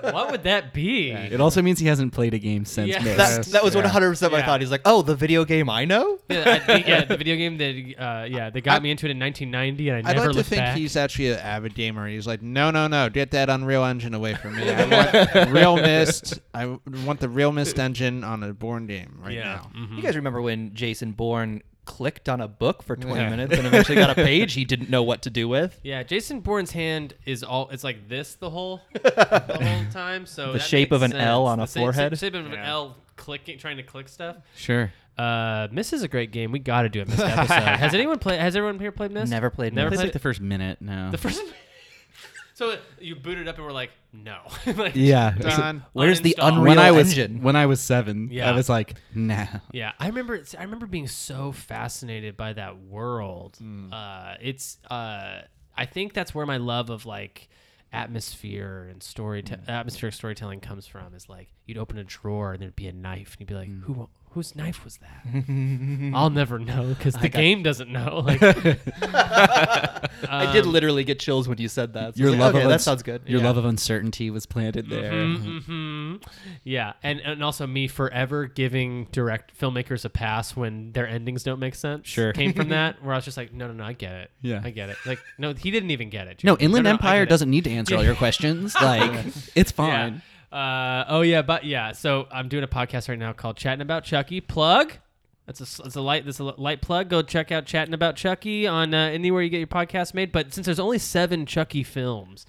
Speaker 1: what would that be?
Speaker 8: It also means he hasn't played a game since.
Speaker 1: Yeah.
Speaker 8: Mist.
Speaker 7: That, that was 100% my
Speaker 1: Yeah.
Speaker 7: thought. He's like, oh, the video game I know?
Speaker 1: Yeah, I think, yeah, the video game that uh, yeah they got me into it in 1990, and I
Speaker 4: I'd
Speaker 1: never
Speaker 4: like to
Speaker 1: looked
Speaker 4: think
Speaker 1: back.
Speaker 4: he's actually an avid gamer. He's like, no, no, no, get that Unreal Engine away from me. I want Real Mist. I want the Real Mist engine on a born game right
Speaker 1: yeah,
Speaker 4: now.
Speaker 1: mhm.
Speaker 7: You guys remember when Jason Bourne clicked on a book for 20
Speaker 4: Yeah.
Speaker 7: minutes and eventually got a page he didn't know what to do with?
Speaker 1: yeah. Jason Bourne's hand is all it's like this the whole the whole time. So
Speaker 7: The
Speaker 1: that
Speaker 7: shape
Speaker 1: makes
Speaker 7: of an
Speaker 1: sense.
Speaker 7: L on
Speaker 1: The
Speaker 7: a
Speaker 1: same-
Speaker 7: forehead?
Speaker 1: Shape of an L clicking, trying to click stuff.
Speaker 8: Sure.
Speaker 1: Uh, Miss is a great game. We got to do a Miss episode. has anyone played? Has everyone here played Miss?
Speaker 7: Never played
Speaker 1: Never
Speaker 7: Myst.
Speaker 8: It's
Speaker 1: played it?
Speaker 8: like the first minute. No.
Speaker 1: The first. so you booted up and we're like, no. Like,
Speaker 2: Yeah.
Speaker 4: Done.
Speaker 7: Where's the
Speaker 1: uninstall.
Speaker 7: Unreal
Speaker 8: when I was
Speaker 7: Engine?
Speaker 8: when I was seven,
Speaker 1: Yeah.
Speaker 8: I was like, nah.
Speaker 1: Yeah, I remember. it's- I remember being so fascinated by that world. Uh, it's. Uh, I think that's where my love of like atmosphere and story atmospheric storytelling comes from. Is like you'd open a drawer and there'd be a knife, and you'd be like, "Who? Whose knife was that?" I'll never know because the game doesn't know. Like,
Speaker 7: I did literally get chills when you said that. So I
Speaker 8: Your
Speaker 7: was like,
Speaker 8: love
Speaker 7: okay,
Speaker 8: of
Speaker 7: that
Speaker 8: uns-
Speaker 7: sounds good.
Speaker 8: Your love of uncertainty was planted there.
Speaker 7: Mm-hmm.
Speaker 1: hmm yeah, and and also me forever giving direct filmmakers a pass when their endings don't make sense.
Speaker 8: Sure.
Speaker 1: came from that where I was just like, no, no, no, I get it.
Speaker 8: Yeah.
Speaker 1: I get it. Like, no, he didn't even get it.
Speaker 8: No,
Speaker 1: Jamie.
Speaker 8: Inland
Speaker 1: no, I
Speaker 8: Empire
Speaker 1: get it.
Speaker 8: doesn't need to answer all your questions. Like, it's
Speaker 1: Yeah.
Speaker 8: fine.
Speaker 1: Uh, oh yeah, but yeah. So I'm doing a podcast right now called Chatting About Chucky. Plug. That's a s- that's a light that's a li- light plug. Go check out Chatting About Chucky on uh, anywhere you get your podcast made. But since there's only seven Chucky films,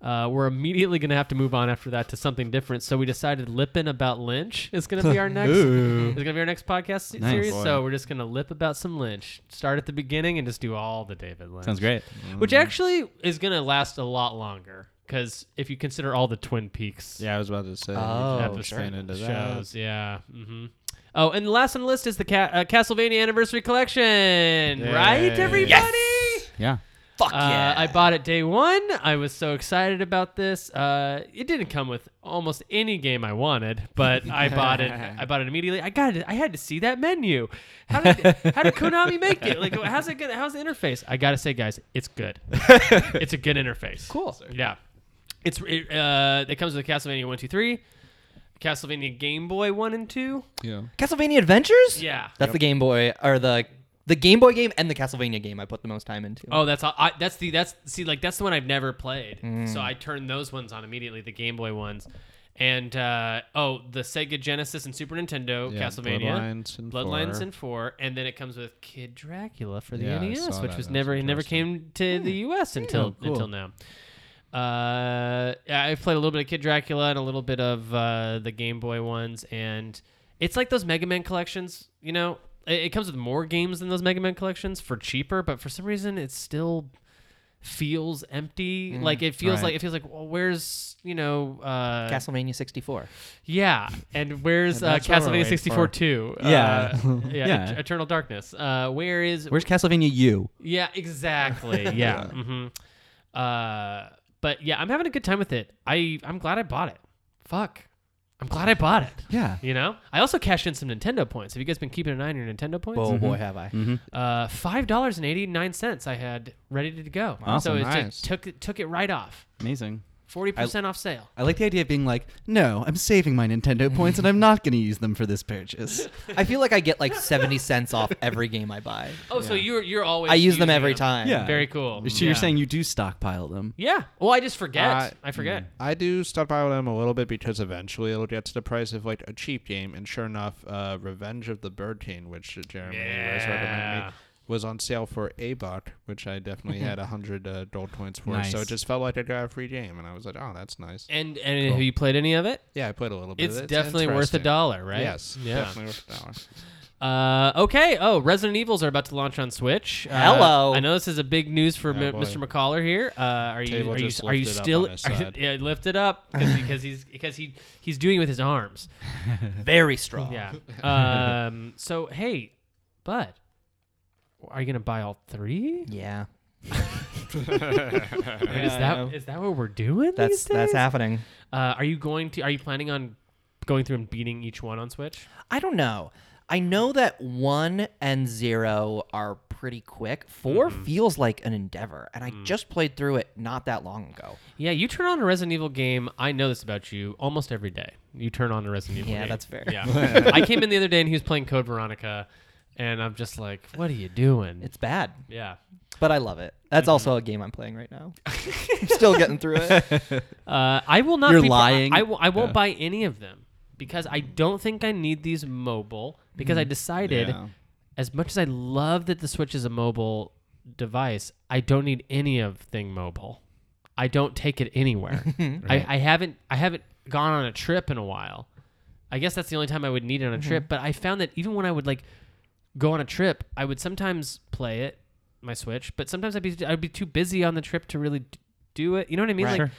Speaker 1: uh, we're immediately gonna have to move on after that to something different. So we decided Lippin about Lynch is gonna be our next. is gonna be our next podcast se-
Speaker 8: Nice.
Speaker 1: series.
Speaker 8: Boy.
Speaker 1: So we're just gonna lip about some Lynch. Start at the beginning and just do all the David Lynch
Speaker 8: Sounds great.
Speaker 1: which actually is going to last a lot longer because if you consider all the Twin Peaks
Speaker 4: Yeah, I was about to say.
Speaker 7: Oh,
Speaker 4: Have to
Speaker 7: sure.
Speaker 4: fan into that.
Speaker 1: shows, yeah. hmm Oh, and the last on the list is the Ca- uh, Castlevania Anniversary Collection, right,
Speaker 4: Yay.
Speaker 1: everybody?
Speaker 8: Yeah.
Speaker 7: Fuck
Speaker 1: Uh,
Speaker 7: yeah.
Speaker 1: I bought it day one. I was so excited about this. Uh, it didn't come with almost any game I wanted, but I bought it. I bought it immediately. I got it. I had to see that menu. How did how did Konami make it? Like, how's it gonna? How's the interface? I gotta say, guys, it's good. it's a good interface. Cool. Yeah, it's it, uh, it comes with Castlevania one, two, three, Castlevania Game Boy one and two.
Speaker 4: Yeah.
Speaker 7: Castlevania Adventures?
Speaker 1: Yeah.
Speaker 7: That's the Game Boy, or the the Game Boy game and the Castlevania game I put the most time into.
Speaker 1: Oh, that's all- I, that's the that's see like that's the one I've never played. So I turned those ones on immediately, the Game Boy ones, and uh, oh, the Sega Genesis and Super Nintendo
Speaker 4: Yeah,
Speaker 1: Castlevania
Speaker 4: Bloodlines and
Speaker 1: Bloodlines
Speaker 4: four.
Speaker 1: and four, and then it comes with Kid Dracula for the
Speaker 4: Yeah, I
Speaker 1: NES,
Speaker 4: saw
Speaker 1: which
Speaker 4: that.
Speaker 1: was
Speaker 4: That's
Speaker 1: never it never came
Speaker 4: interesting.
Speaker 1: to the U.S. until until now. Uh, I played a little bit of Kid Dracula and a little bit of uh, the Game Boy ones, and it's like those Mega Man collections. You know, it, it comes with more games than those Mega Man collections for cheaper, but for some reason, it still feels empty.
Speaker 4: Mm,
Speaker 1: like it feels
Speaker 8: right.
Speaker 1: like it feels like well, where's you know, uh,
Speaker 7: Castlevania 64.
Speaker 1: yeah, and where's uh,
Speaker 4: that's what we're
Speaker 1: Castlevania
Speaker 4: waiting
Speaker 1: sixty four two?
Speaker 8: Yeah.
Speaker 1: uh, yeah,
Speaker 8: Yeah.
Speaker 1: Et- Eternal Darkness. Uh, where is
Speaker 8: Where's Castlevania U?
Speaker 1: yeah, exactly. Yeah. hmm Uh, but yeah, I'm having a good time with it. I I'm glad I bought it. Fuck, I'm glad I bought it.
Speaker 8: Yeah.
Speaker 1: You know, I also cashed in some Nintendo points. Have you guys been keeping an eye on your Nintendo points?
Speaker 8: Mm-hmm.
Speaker 7: Oh boy, have I.
Speaker 1: Uh, five dollars and eighty nine cents. I had ready to go.
Speaker 8: Awesome.
Speaker 1: so it
Speaker 4: Nice.
Speaker 1: just took it- took it right off.
Speaker 8: Amazing.
Speaker 1: Forty percent off sale.
Speaker 8: I like the idea of being like, no, I'm saving my Nintendo points and I'm not going to use them for this purchase.
Speaker 7: I feel like I get like 70 cents off every game I buy.
Speaker 1: Oh, so you're you're always
Speaker 7: I use them
Speaker 1: using
Speaker 7: every time.
Speaker 8: Yeah.
Speaker 1: Very cool.
Speaker 8: So
Speaker 1: Yeah.
Speaker 8: you're saying you do stockpile them?
Speaker 1: Yeah. Well, I just forget.
Speaker 4: Uh,
Speaker 1: I forget.
Speaker 4: I do stop by with them a little bit because eventually it'll get to the price of like a cheap game, and sure enough, uh, Revenge of the Bird King, which Jeremy was recommending
Speaker 1: Yeah.
Speaker 4: me, was on sale for a buck, which I definitely had a hundred uh, gold coins for. So
Speaker 8: Nice.
Speaker 4: it just felt like I got a free game, and I was like, oh, that's nice.
Speaker 1: And and have you played any of it?
Speaker 4: Yeah, I played a little bit.
Speaker 1: It's, definitely worth a
Speaker 4: interesting.
Speaker 1: dollar, right?
Speaker 4: Yes,
Speaker 1: Yeah.
Speaker 4: definitely worth a dollar.
Speaker 1: Uh, okay. Oh, Resident Evils are about to launch on Switch. Uh,
Speaker 7: Hello.
Speaker 1: I know this is a big news for M-
Speaker 4: Oh, boy.
Speaker 1: Mr. McCaller here. Uh, are you
Speaker 4: Table
Speaker 1: are you
Speaker 4: just
Speaker 1: are you
Speaker 4: lifted up
Speaker 1: still
Speaker 4: on his side.
Speaker 1: yeah lift it up 'cause- because he's because he he's doing it with his arms.
Speaker 7: Very
Speaker 4: Oh.
Speaker 7: strong.
Speaker 1: Yeah. Um. So hey, bud, are you gonna buy all three?
Speaker 7: Yeah.
Speaker 1: I mean, is
Speaker 7: I
Speaker 1: that
Speaker 7: know.
Speaker 1: is that what we're doing? these
Speaker 7: That's that's
Speaker 1: days?
Speaker 7: happening.
Speaker 1: Uh, are you going to? Are you planning on going through and beating each one on Switch?
Speaker 7: I don't know. I know that one and zero are pretty quick. 4 feels like an endeavor, and I just played through it not that long ago.
Speaker 1: Yeah, you turn on a Resident Evil game. I know this about you almost every day. You turn on a Resident Evil
Speaker 7: Yeah,
Speaker 1: game.
Speaker 7: that's fair.
Speaker 1: Yeah. I came in the other day and he was playing Code Veronica, and I'm just like, what are you doing?
Speaker 7: It's bad,
Speaker 1: yeah.
Speaker 7: but I love it. That's also a game I'm playing right now. I'm still getting through it.
Speaker 1: Uh, I will not
Speaker 8: You're
Speaker 1: be,
Speaker 8: lying.
Speaker 1: I, will, I won't buy any of them because I don't think I need these mobile because
Speaker 8: Hmm.
Speaker 1: I decided
Speaker 4: Yeah.
Speaker 1: as much as I love that the Switch is a mobile device, I don't need any of thing mobile. I don't take it anywhere. I, I haven't I haven't gone on a trip in a while. I guess that's the only time I would need it on a trip, but I found that even when I would like go on a trip, I would sometimes play it my Switch, but sometimes I'd be I'd be too busy on the trip to really d- do it. You know what I mean? Like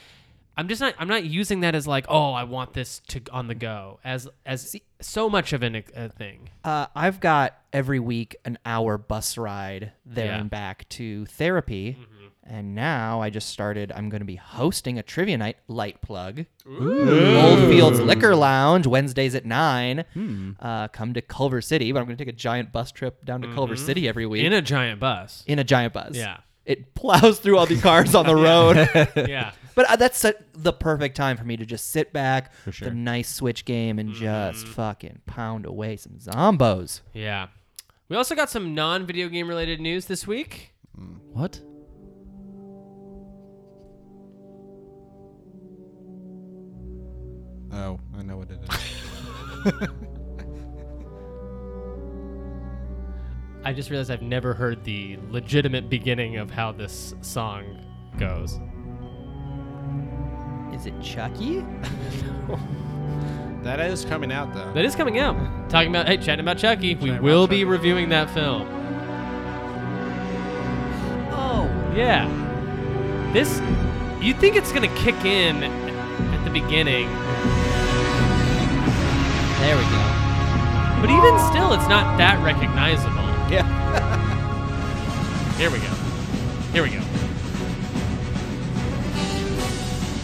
Speaker 1: I'm just not I'm not using that as like, oh, I want this to on the go as as so much of an, a thing.
Speaker 7: Uh, I've got every week an hour bus ride there
Speaker 1: Yeah. Mm-hmm.
Speaker 7: and back to therapy. And now I just started. I'm going to be hosting a trivia night light plug. Oldfield's Liquor Lounge, Wednesdays at 9. Uh, come to Culver City, but I'm going to take a giant bus trip down to Culver City every week
Speaker 1: Mm-hmm. In
Speaker 7: in a,
Speaker 1: a giant bus.
Speaker 7: giant bus.
Speaker 1: Yeah.
Speaker 7: It plows through all the cars on the road.
Speaker 1: yeah.
Speaker 7: But uh, that's uh, the perfect time for me to just sit back, the nice Switch game, and
Speaker 1: Mm-hmm.
Speaker 7: just fucking pound away some zombos.
Speaker 1: Yeah. We also got some non video game related news this week.
Speaker 8: What?
Speaker 4: Oh, I know what it is.
Speaker 1: I just realized I've never heard the legitimate beginning of how this song goes.
Speaker 7: Is it Chucky?
Speaker 4: that is coming out though.
Speaker 1: That is coming out. Talking about, hey, chatting about Chucky. we will be reviewing that film.
Speaker 7: Oh,
Speaker 1: Yeah. This, you think it's going to kick in at the beginning,
Speaker 7: there we go.
Speaker 1: but even still, it's not that recognizable.
Speaker 7: Yeah.
Speaker 1: Here we go. Here we go.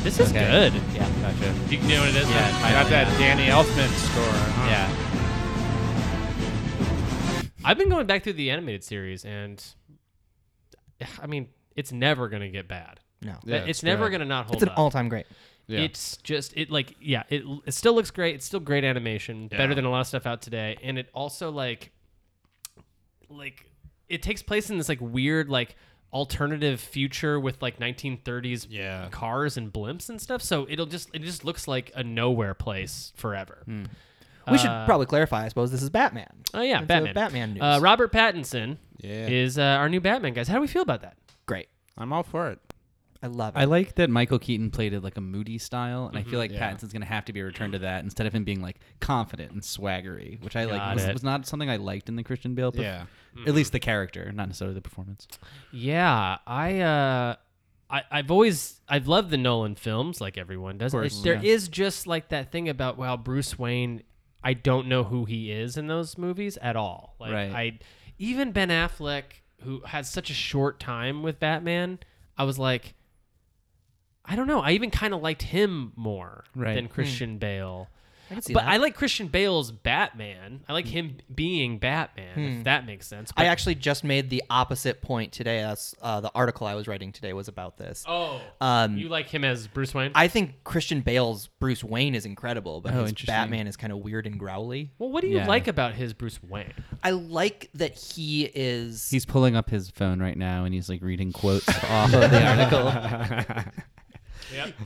Speaker 1: This is
Speaker 8: Okay.
Speaker 1: good.
Speaker 8: Yeah, gotcha.
Speaker 1: Do you know what it is?
Speaker 8: Yeah,
Speaker 1: Matt?
Speaker 8: I
Speaker 4: Got that Danny Elfman score. huh?
Speaker 8: Yeah.
Speaker 1: I've been going back through the animated series, and I mean, it's never gonna get bad.
Speaker 7: No.
Speaker 4: Yeah,
Speaker 1: it's,
Speaker 4: it's
Speaker 1: never
Speaker 4: great.
Speaker 1: gonna not hold
Speaker 7: It's an
Speaker 1: up.
Speaker 7: all time great.
Speaker 4: Yeah.
Speaker 1: It's just it like yeah, it it still looks great. It's still great animation, better
Speaker 4: Yeah.
Speaker 1: than a lot of stuff out today, and it also like like it takes place in this like weird like alternative future with like 1930s
Speaker 4: Yeah.
Speaker 1: cars and blimps and stuff so it'll just it just looks like a nowhere place forever
Speaker 7: We should probably clarify, I suppose, this is Batman.
Speaker 1: oh yeah
Speaker 7: It's a
Speaker 1: batman
Speaker 7: Batman news.
Speaker 1: uh, robert pattinson
Speaker 4: Yeah.
Speaker 1: is uh, our new batman guys how do we feel about that
Speaker 7: great.
Speaker 4: I'm all for it.
Speaker 7: I love it.
Speaker 8: I like that Michael Keaton played it like a moody style, and I
Speaker 1: Mm-hmm.
Speaker 8: feel like
Speaker 4: Yeah.
Speaker 8: Pattinson's gonna have to be returned to that instead of him being like confident and swaggery, which I
Speaker 1: Got
Speaker 8: like was,
Speaker 1: it. Mm-hmm.
Speaker 8: was not something I liked in the Christian Bale. But
Speaker 4: Yeah.
Speaker 8: At least the character, not necessarily the performance.
Speaker 1: Yeah, I, uh, I, I've always, I've loved the Nolan films, like everyone does. It- There is just like that thing about wow, Bruce Wayne. I don't know who he is in those movies at all. Like
Speaker 8: Right.
Speaker 1: I, even Ben Affleck, who has such a short time with Batman, I was like, I don't know. I even kind of liked him more
Speaker 8: Right.
Speaker 1: than Christian Bale.
Speaker 7: I can Hmm. see
Speaker 1: But
Speaker 7: that.
Speaker 1: I like Christian Bale's Batman. I like him being Batman, if that makes sense. But,
Speaker 7: Hmm. I actually just made the opposite point today. That's uh, the article I was writing today was about this.
Speaker 1: oh,
Speaker 7: Um,
Speaker 1: you like him as Bruce Wayne?
Speaker 7: I think Christian Bale's Bruce Wayne is incredible, but
Speaker 8: Oh,
Speaker 7: his
Speaker 8: interesting.
Speaker 7: Batman is kind of weird and growly.
Speaker 1: Well, what do you
Speaker 8: Yeah.
Speaker 1: like about his Bruce Wayne?
Speaker 7: I like that he is.
Speaker 8: He's pulling up his phone right now, and he's like reading quotes off of the article.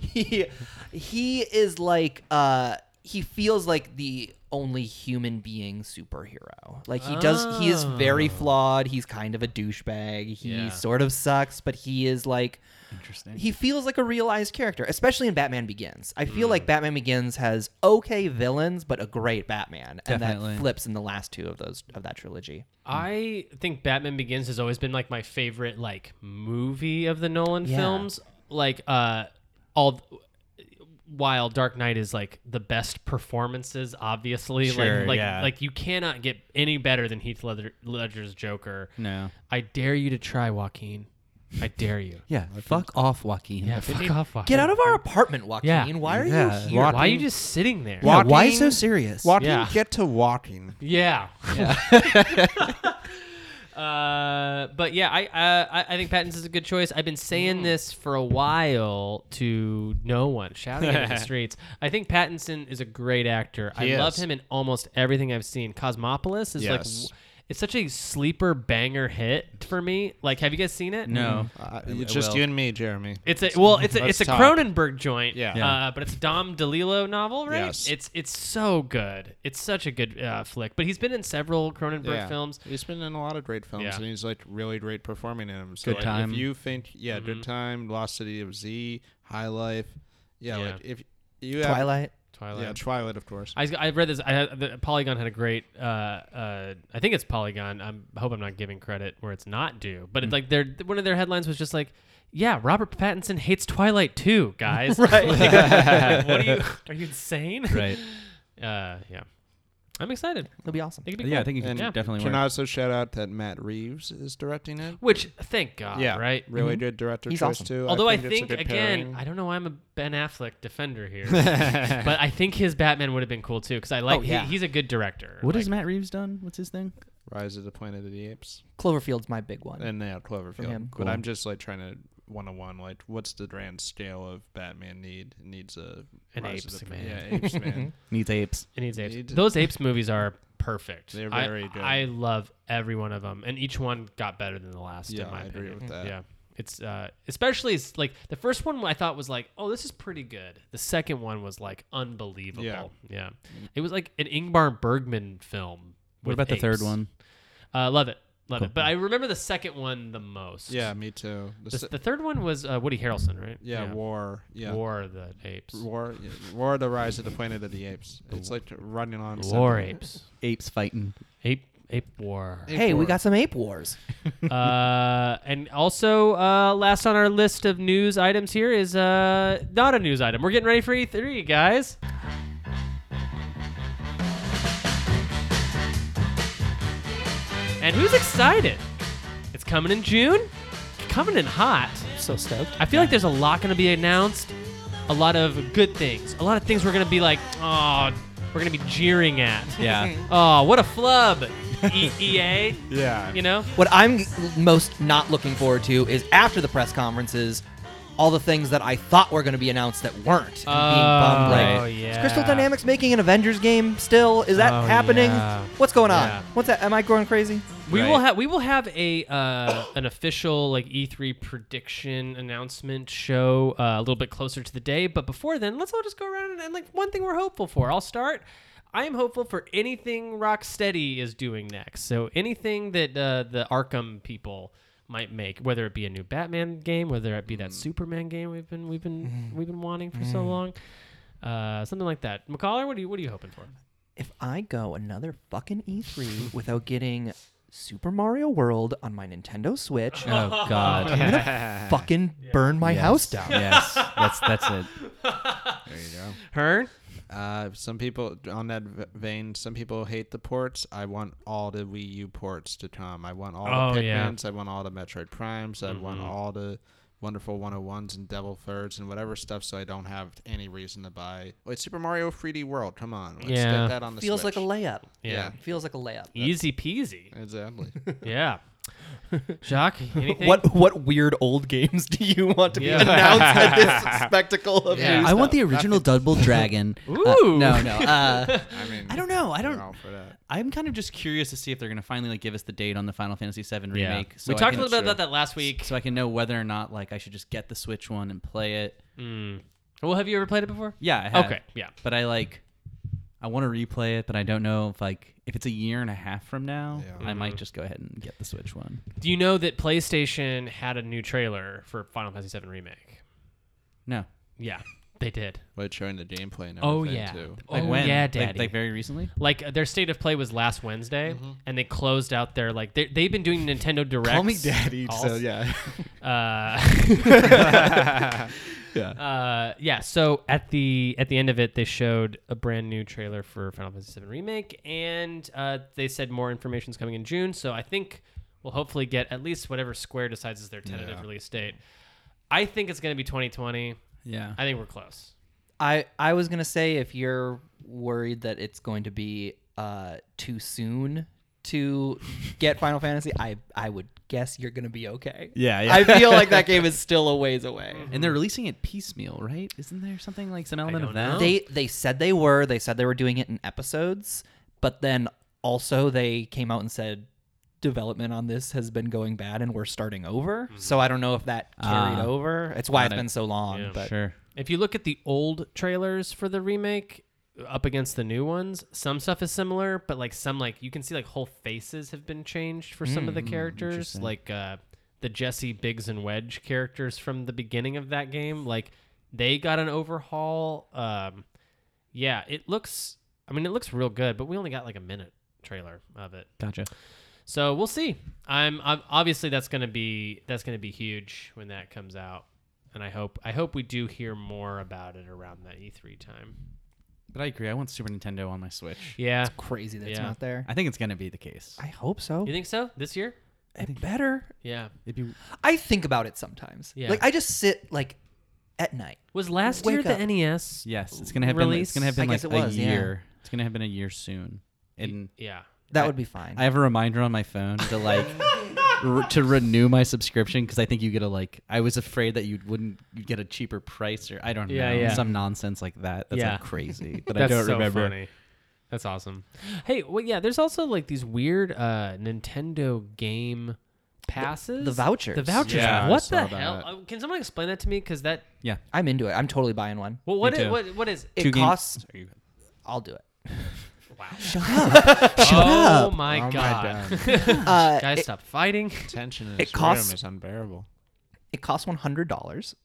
Speaker 7: he he is like uh he feels like the only human being superhero. Like he does he is very flawed. He's kind of a douchebag. He
Speaker 1: Yeah.
Speaker 7: sort of sucks, but he is like interesting. He feels like a realized character, especially in Batman Begins. I feel like Batman Begins has okay villains but a great Batman and
Speaker 8: Definitely.
Speaker 7: that flips in the last two of those of that trilogy.
Speaker 1: I think Batman Begins has always been like my favorite like movie of the Nolan
Speaker 7: Yeah.
Speaker 1: films. Like uh all while Dark Knight is like the best performances obviously
Speaker 8: Sure,
Speaker 1: like like
Speaker 8: yeah.
Speaker 1: like you cannot get any better than Heath Ledger, Ledger's Joker.
Speaker 8: no,
Speaker 1: I dare you to try Joaquin. I dare you.
Speaker 8: Yeah, fuck off, Joaquin.
Speaker 1: Yeah, fuck off. Walker.
Speaker 7: Get out of our apartment, Joaquin.
Speaker 1: Yeah.
Speaker 7: Why are
Speaker 8: Yeah.
Speaker 7: you here?
Speaker 1: Why are you just sitting there?
Speaker 4: Walking-
Speaker 8: why so serious?
Speaker 4: Walking,
Speaker 1: Yeah.
Speaker 4: get to walking.
Speaker 1: Yeah. uh, but yeah, I, uh, I I think Pattinson's a good choice. I've been
Speaker 4: Mm.
Speaker 1: saying this for a while to no one, shouting it in the streets. I think Pattinson is a great actor. I
Speaker 4: He
Speaker 1: love
Speaker 4: is.
Speaker 1: him in almost everything I've seen. Cosmopolis is like.
Speaker 4: Yes.
Speaker 1: w- It's such a sleeper banger hit for me. Like, have you guys seen it?
Speaker 8: No,
Speaker 4: it's just you and uh, me, Jeremy.
Speaker 1: It's a well, it's a it's
Speaker 4: Let's
Speaker 1: a
Speaker 4: talk.
Speaker 1: Cronenberg joint.
Speaker 4: Yeah.
Speaker 1: Uh, but it's a Dom DeLillo novel, right?
Speaker 4: Yes.
Speaker 1: It's it's so good. It's such a good uh, flick. But he's been in several Cronenberg films.
Speaker 4: He's been in a lot of great films,
Speaker 1: Yeah.
Speaker 4: and he's like really great performing in them. So
Speaker 8: Good
Speaker 4: like,
Speaker 8: Time.
Speaker 4: If you think, yeah,
Speaker 1: Mm-hmm.
Speaker 4: good time, Lost City of Z, High Life, yeah,
Speaker 1: Yeah.
Speaker 4: like if you have,
Speaker 7: Twilight.
Speaker 1: Twilight.
Speaker 4: yeah, Twilight, of course.
Speaker 1: I, I read this. I had, the, Polygon had a great. Uh, uh, I think it's Polygon. I'm, I hope I'm not giving credit where it's not due. But it, like their one of their headlines was just like, "Yeah, Robert Pattinson hates Twilight too, guys." right? what are you? Are you insane?
Speaker 8: right.
Speaker 1: Uh, yeah. I'm excited.
Speaker 7: It'll be awesome.
Speaker 1: It could be
Speaker 8: Yeah, I
Speaker 1: cool.
Speaker 8: think you could
Speaker 4: And
Speaker 1: Yeah.
Speaker 8: definitely
Speaker 4: Can
Speaker 8: work.
Speaker 4: I also shout out that Matt Reeves is directing it?
Speaker 1: Which, thank God, Ah, right?
Speaker 4: Really good director
Speaker 7: He's
Speaker 4: choice
Speaker 7: awesome.
Speaker 4: too.
Speaker 1: Although I
Speaker 4: it's a
Speaker 1: think,
Speaker 4: good
Speaker 1: again,
Speaker 4: pairing.
Speaker 1: I don't know why I'm a Ben Affleck defender here, but I think his Batman would have been cool too because I like
Speaker 7: Oh, yeah.
Speaker 1: he, he's a good director.
Speaker 8: What
Speaker 1: like,
Speaker 8: has Matt Reeves done? What's his thing?
Speaker 4: Rise of the Planet of the Apes,
Speaker 7: Cloverfield's my big one.
Speaker 4: and now Cloverfield.
Speaker 7: him.
Speaker 4: But I'm just like trying to one on one, like what's the grand scale of Batman need? It needs a
Speaker 1: An
Speaker 4: Rise of
Speaker 1: apes
Speaker 4: the-
Speaker 1: man.
Speaker 4: Yeah, apes man.
Speaker 8: Needs apes.
Speaker 1: It needs apes.
Speaker 4: Need-
Speaker 1: Those apes movies are perfect.
Speaker 4: They're
Speaker 1: I-
Speaker 4: very good.
Speaker 1: I love every one of them, and each one got better than the last.
Speaker 4: Yeah,
Speaker 1: in my
Speaker 4: I agree
Speaker 1: opinion.
Speaker 4: with that.
Speaker 1: Yeah, it's uh, especially it's like the first one I thought was like, oh, this is pretty good. The second one was like unbelievable.
Speaker 4: Yeah.
Speaker 1: it was like an Ingmar Bergman film.
Speaker 8: What
Speaker 1: with
Speaker 8: about the third
Speaker 1: apes.
Speaker 8: one?
Speaker 1: Uh, love it, love it. But I remember the second one the most.
Speaker 4: Yeah, me too. The
Speaker 1: The,
Speaker 4: se-
Speaker 1: the third one was uh, Woody Harrelson, right?
Speaker 4: yeah, war. Yeah.
Speaker 1: War of the Apes.
Speaker 4: War, yeah, War of the Rise of the Planet of the Apes. It's like running on.
Speaker 1: War
Speaker 4: something.
Speaker 1: apes.
Speaker 8: Apes fighting.
Speaker 1: Ape ape war.
Speaker 7: hey, we got some ape wars.
Speaker 1: uh, and also, uh, last on our list of news items here is uh, not a news item. We're getting ready for E3, guys. And who's excited? It's coming in June. Coming in hot.
Speaker 7: So stoked.
Speaker 1: I feel like there's a lot going to be announced. A lot of good things. A lot of things we're going to be like, oh, we're going to be jeering at.
Speaker 8: Yeah.
Speaker 1: Oh, what a flub, E- EA.
Speaker 4: Yeah.
Speaker 1: You know?
Speaker 7: What I'm most not looking forward to is after the press conferences, all the things that I thought were going to be announced that weren't. And
Speaker 1: Oh,
Speaker 7: being bummed. Like,
Speaker 1: yeah.
Speaker 7: is Crystal Dynamics making an Avengers game still? Is that
Speaker 1: Oh,
Speaker 7: happening?
Speaker 1: yeah.
Speaker 7: What's going on?
Speaker 1: Yeah.
Speaker 7: What's that? Am I going crazy?
Speaker 1: We
Speaker 8: Right.
Speaker 1: will have we will have a uh, an official like E3 prediction announcement show uh, a little bit closer to the day. But before then, let's all just go around and, and like one thing we're hopeful for. I'll start. I am hopeful for anything Rocksteady is doing next. So anything that uh, the Arkham people might make, whether it be a new Batman game, whether it be
Speaker 7: Mm.
Speaker 1: that Superman game we've been we've been we've been wanting for so long, uh, something like that. McCollar, what are you what are you hoping for?
Speaker 7: If I go another fucking E3 without getting Super Mario World on my Nintendo Switch,
Speaker 8: Oh God.
Speaker 7: I'm gonna fucking burn my house down.
Speaker 8: yes. That's that's it.
Speaker 4: There you go.
Speaker 1: Her?
Speaker 4: Uh, some people on that v- vein. Some people hate the ports. I want all the Wii U ports to come. I want all
Speaker 1: Oh,
Speaker 4: the
Speaker 1: yeah. Mm-hmm.
Speaker 4: Pikmins. I want all the Metroid Primes. I want all the wonderful 101s and Devil Thirds and whatever stuff. So I don't have any reason to buy. Wait, Super Mario 3D World. Come on, let's
Speaker 1: Yeah.
Speaker 4: get that on the
Speaker 7: Feels
Speaker 4: Switch.
Speaker 7: like a layup.
Speaker 4: yeah.
Speaker 7: Feels like a layup.
Speaker 1: Easy peasy.
Speaker 4: Exactly.
Speaker 1: Yeah. Jacques, anything?
Speaker 7: What what weird old games do you want to be announced at this spectacle of
Speaker 4: Yeah.
Speaker 7: news?
Speaker 8: I want the original Double Dragon. Uh,
Speaker 1: Ooh.
Speaker 8: no, no. Uh,
Speaker 4: I mean,
Speaker 8: I don't know. I don't.
Speaker 4: all for that.
Speaker 8: I'm kind of just curious to see if they're going to finally like give us the date on the Final Fantasy VII
Speaker 1: Yeah.
Speaker 8: remake. so
Speaker 1: we
Speaker 8: I
Speaker 1: talked a
Speaker 8: can-
Speaker 1: little bit about that last week.
Speaker 8: so I can know whether or not like I should just get the Switch one and play it.
Speaker 1: Mm. Well, have you ever played it before?
Speaker 8: Yeah, I have.
Speaker 1: Okay, yeah.
Speaker 8: But I like I want to replay it, but I don't know if like if it's a year and a half from now,
Speaker 4: Yeah.
Speaker 8: I might just go ahead and get the Switch one.
Speaker 1: Do you know that PlayStation had a new trailer for Final Fantasy VII Remake?
Speaker 8: No.
Speaker 1: Yeah, they did.
Speaker 4: But showing the gameplay and everything
Speaker 1: Oh yeah.
Speaker 4: too.
Speaker 8: Like
Speaker 1: oh
Speaker 8: when?
Speaker 1: yeah,
Speaker 8: Like-
Speaker 1: Daddy.
Speaker 8: Like, very Mm-hmm. recently?
Speaker 1: Like, uh, their state of play was last Wednesday, and they closed out their like they, they've been doing Nintendo Directs.
Speaker 2: Call me daddy. So
Speaker 1: also.
Speaker 2: yeah,
Speaker 1: Uh,
Speaker 2: Yeah.
Speaker 1: Uh, yeah. So at the at the end of it, they showed a brand new trailer for Final Fantasy VII Remake, and uh, they said more information's coming in June. So I think we'll hopefully get at least whatever Square decides is their tentative release date. I think it's going to be 2020.
Speaker 8: Yeah.
Speaker 1: I think we're close.
Speaker 7: I I was gonna say if you're worried that it's going to be uh too soon to get Final Fantasy, I I would guess you're gonna be okay.
Speaker 8: Yeah, yeah.
Speaker 7: I feel like that game is still a ways away.
Speaker 8: and they're releasing it piecemeal, right? Isn't there something like some element
Speaker 1: don't
Speaker 8: of
Speaker 1: know.
Speaker 8: that?
Speaker 7: They they said they were. They said they were doing it in episodes, but then also they came out and said development on this has been going bad and we're starting over. So I don't know if that carried
Speaker 8: Ah.
Speaker 7: over. It's why
Speaker 8: Got
Speaker 7: it's
Speaker 8: it.
Speaker 7: been so long.
Speaker 1: Yeah.
Speaker 7: But
Speaker 8: sure.
Speaker 1: If you look at the old trailers for the remake up against the new ones, some stuff is similar, but like some like you can see like whole faces have been changed for some of the characters, like uh the Jesse Biggs and Wedge characters from the beginning of that game, like they got an overhaul. Um yeah, it looks I mean it looks real good, but we only got like a minute trailer of it.
Speaker 8: Gotcha.
Speaker 1: So we'll see. I'm, I'm obviously that's gonna be that's gonna be huge when that comes out, and I hope I hope we do hear more about it around that E3 time.
Speaker 8: But I agree. I want Super Nintendo on my Switch.
Speaker 1: Yeah,
Speaker 7: crazy that it's
Speaker 1: Yeah.
Speaker 7: not there.
Speaker 8: I think it's gonna be the case.
Speaker 7: I hope so.
Speaker 1: you think so this year?
Speaker 7: It better.
Speaker 1: Yeah,
Speaker 8: It'd be
Speaker 7: I think about it sometimes.
Speaker 1: Yeah.
Speaker 7: Like I just sit like at night.
Speaker 1: was last
Speaker 7: Wake
Speaker 1: year the E
Speaker 7: up.
Speaker 1: NES?
Speaker 8: yes. It's gonna have been. It's gonna have
Speaker 1: Release?
Speaker 8: been
Speaker 7: I guess
Speaker 8: like a
Speaker 7: it was, yeah.
Speaker 8: year. It's gonna have been a year soon. And
Speaker 1: Yeah,
Speaker 7: That would be fine.
Speaker 8: I have a reminder on my phone to like re- to renew my subscription because I think you get a like. I was afraid that you wouldn't you'd get a cheaper price or I don't
Speaker 1: Yeah,
Speaker 8: know
Speaker 1: yeah.
Speaker 8: some nonsense like that. That's
Speaker 1: Yeah.
Speaker 8: like crazy. But I
Speaker 1: that's
Speaker 8: don't
Speaker 1: so
Speaker 8: remember.
Speaker 1: funny. That's awesome. Hey, well, yeah. There's also like these weird uh Nintendo game passes.
Speaker 7: the vouchers.
Speaker 1: The vouchers.
Speaker 4: Yeah, I
Speaker 1: what
Speaker 4: saw
Speaker 1: the hell?
Speaker 4: that.
Speaker 1: Uh, Can someone explain that to me? Because that.
Speaker 8: Yeah,
Speaker 7: I'm into it. I'm totally buying one.
Speaker 1: Well, what,
Speaker 8: Me
Speaker 1: i-
Speaker 8: too.
Speaker 1: what what is
Speaker 7: It
Speaker 8: Two games-
Speaker 7: costs.
Speaker 8: Sorry, you go.
Speaker 7: I'll do it.
Speaker 1: Wow.
Speaker 7: up.
Speaker 1: Oh my god.
Speaker 7: Uh,
Speaker 1: Guys,
Speaker 7: it,
Speaker 1: stop fighting.
Speaker 4: Tension in
Speaker 7: It
Speaker 4: this
Speaker 7: costs-
Speaker 4: room is unbearable.
Speaker 7: it costs one hundred dollars,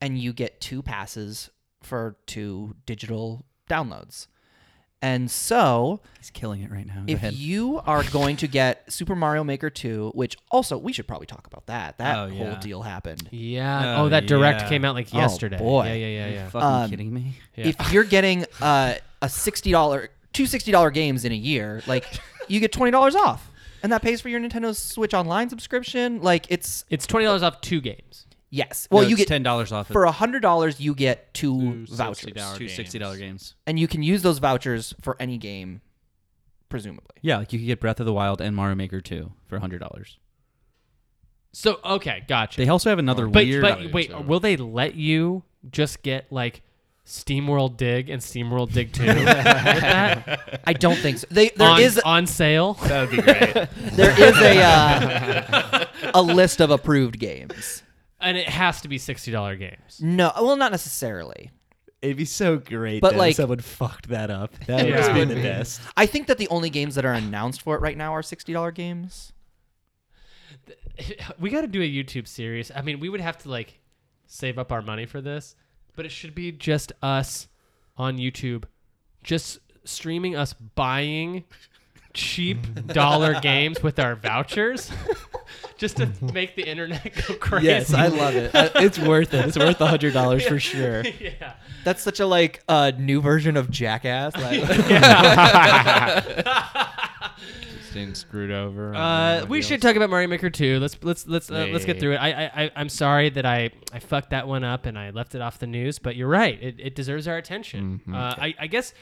Speaker 7: and you get two passes for two digital downloads. And so,
Speaker 8: he's killing it right now. Go
Speaker 7: if
Speaker 8: ahead.
Speaker 7: you are going to get Super Mario Maker Two, which also we should probably talk about that. That
Speaker 8: Oh, yeah.
Speaker 7: whole deal happened.
Speaker 1: Yeah. Oh,
Speaker 8: Oh,
Speaker 1: that direct
Speaker 8: yeah. Oh,
Speaker 1: came out like yesterday.
Speaker 7: boy.
Speaker 1: Yeah, yeah, yeah, yeah.
Speaker 8: fucking
Speaker 7: um,
Speaker 8: kidding me?
Speaker 1: Yeah.
Speaker 7: if you're getting uh, a sixty dollar two sixty dollar games in a year, like you get twenty dollars off, and that pays for your Nintendo Switch Online subscription. Like it's
Speaker 1: It's twenty dollars off two games.
Speaker 7: yes, well
Speaker 8: No,
Speaker 7: you
Speaker 8: it's
Speaker 7: get
Speaker 8: ten dollars off
Speaker 7: for hundred dollars you get two
Speaker 4: Two
Speaker 7: vouchers,
Speaker 4: $60
Speaker 8: two sixty dollar games.
Speaker 7: and you can use those vouchers for any game, presumably.
Speaker 8: Yeah, like you could get Breath of the Wild and Mario Maker Two for hundred dollars.
Speaker 1: So okay, gotcha.
Speaker 8: They also have another
Speaker 1: but
Speaker 8: weird.
Speaker 1: but wait, will they let you just get like SteamWorld Dig and SteamWorld Dig Two with that
Speaker 7: I don't think so. They, there
Speaker 1: on,
Speaker 7: is
Speaker 1: on sale?
Speaker 4: That would be great.
Speaker 7: there is a uh, a list of approved games.
Speaker 1: And it has to be sixty dollar games.
Speaker 7: No, well, not necessarily.
Speaker 2: It'd be so great
Speaker 7: But,
Speaker 2: that if
Speaker 7: like-
Speaker 2: someone fucked that up. That would
Speaker 1: Yeah.
Speaker 2: just be
Speaker 1: Would
Speaker 2: the best.
Speaker 7: I think that the only games that are announced for it right now are sixty dollar games.
Speaker 1: We got to do a YouTube series. I mean, we would have to like save up our money for this, but it should be just us on YouTube, just streaming us buying cheap dollar games with our vouchers, just to make the internet go crazy.
Speaker 2: Yes, I love it.
Speaker 7: Uh,
Speaker 2: I- It's worth it. It's worth the hundred dollars for sure.
Speaker 1: yeah.
Speaker 7: That's such a like uh, new version of Jackass. Like,
Speaker 4: Just being screwed over.
Speaker 1: Uh, we should talk about Mario Maker 2. Let's let's let's uh, let's get
Speaker 4: Yeah.
Speaker 1: through it. I, I I- I'm sorry that I I fucked that one up and I left it off the news, but you're right. It, it deserves our attention.
Speaker 2: Mm-hmm.
Speaker 1: Uh, I I guess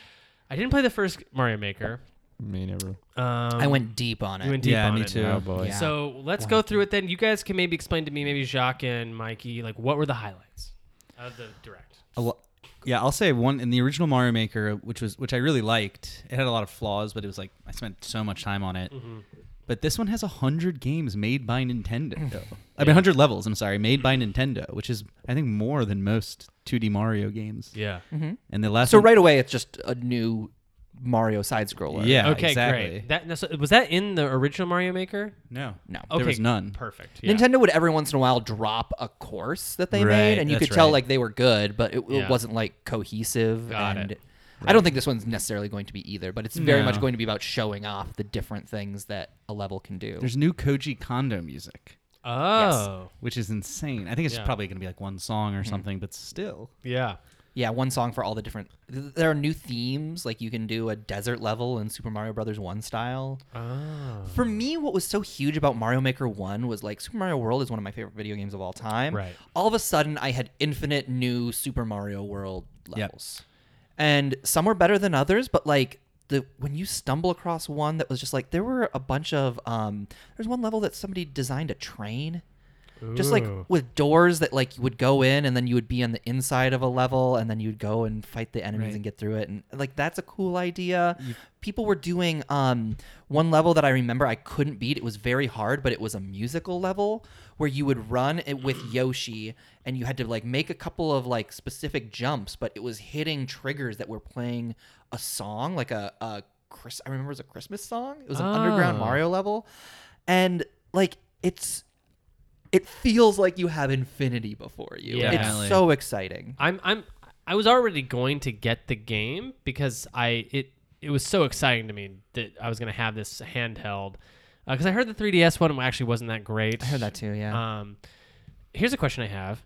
Speaker 1: I didn't play the first Mario Maker.
Speaker 4: Me never.
Speaker 1: Um,
Speaker 7: I went deep on it.
Speaker 1: you went deep
Speaker 8: yeah,
Speaker 1: on
Speaker 8: me
Speaker 1: it.
Speaker 8: too.
Speaker 4: boy.
Speaker 7: Yeah.
Speaker 1: So let's go through it then. You guys can maybe explain to me, maybe Jacques and Mikey, like what were the highlights of the direct?
Speaker 8: A lo- yeah, I'll say one in the original Mario Maker, which was which I really liked. It had a lot of flaws, but it was like I spent so much time on it.
Speaker 1: Mm-hmm.
Speaker 8: But this one has hundred games made by Nintendo. I mean, hundred levels. I'm sorry, made by Nintendo, which is I think more than most 2D Mario games.
Speaker 1: Yeah.
Speaker 7: Mm-hmm.
Speaker 8: And the last
Speaker 7: So
Speaker 8: one-
Speaker 7: right away, it's just a new Mario side scroller.
Speaker 8: yeah,
Speaker 1: Okay,
Speaker 8: exactly.
Speaker 1: great. That no, so was that in the original Mario Maker?
Speaker 8: No,
Speaker 7: No.
Speaker 8: there
Speaker 1: Okay,
Speaker 8: was none.
Speaker 1: Perfect. Yeah.
Speaker 7: Nintendo would every once in a while drop a course that they made,
Speaker 8: Right,
Speaker 7: and you
Speaker 8: that's
Speaker 7: could tell
Speaker 8: right.
Speaker 7: like they were good, but it, it
Speaker 1: Yeah.
Speaker 7: wasn't like cohesive.
Speaker 1: Got
Speaker 7: and
Speaker 1: it.
Speaker 7: I don't think this one's necessarily going to be either, but it's very much
Speaker 8: No.
Speaker 7: going to be about showing off the different things that a level can do.
Speaker 8: There's new Koji Kondo music,
Speaker 1: Oh.
Speaker 8: which is insane. I think it's
Speaker 1: Yeah. Hmm.
Speaker 8: probably going to be like one song or something, but still.
Speaker 1: Yeah.
Speaker 7: Yeah, one song for all the different. th- There are new themes. Like you can do a desert level in Super Mario Brothers One style.
Speaker 1: Oh.
Speaker 7: For me, what was so huge about Mario Maker 1 was like Super Mario World is one of my favorite video games of all time.
Speaker 1: Right.
Speaker 7: All of a sudden, I had infinite new Super Mario World levels. And some were better than others, but like the when you stumble across one that was just like there were a bunch of um there's one level that somebody designed a train just like
Speaker 1: Ooh.
Speaker 7: with doors that like you would go in and then you would be on the inside of a level and then you'd go and fight the enemies and get through it and like that's a cool idea people were doing um one level that i remember i couldn't beat it was very hard but it was a musical level where you would run it with yoshi and you had to like make a couple of like specific jumps but it was hitting triggers that were playing a song like a, a Chris, I remember it was a Christmas song. It was an underground
Speaker 1: Oh.
Speaker 7: Mario level, and like it's it feels like you have infinity before you.
Speaker 1: Yeah.
Speaker 7: It's
Speaker 8: Definitely.
Speaker 7: so exciting.
Speaker 1: I'm I'm I was already going to get the game because I it it was so exciting to me that I was going to have this handheld because I heard the 3DS one actually wasn't that great.
Speaker 7: I heard that too, yeah.
Speaker 1: Um, here's a question I have: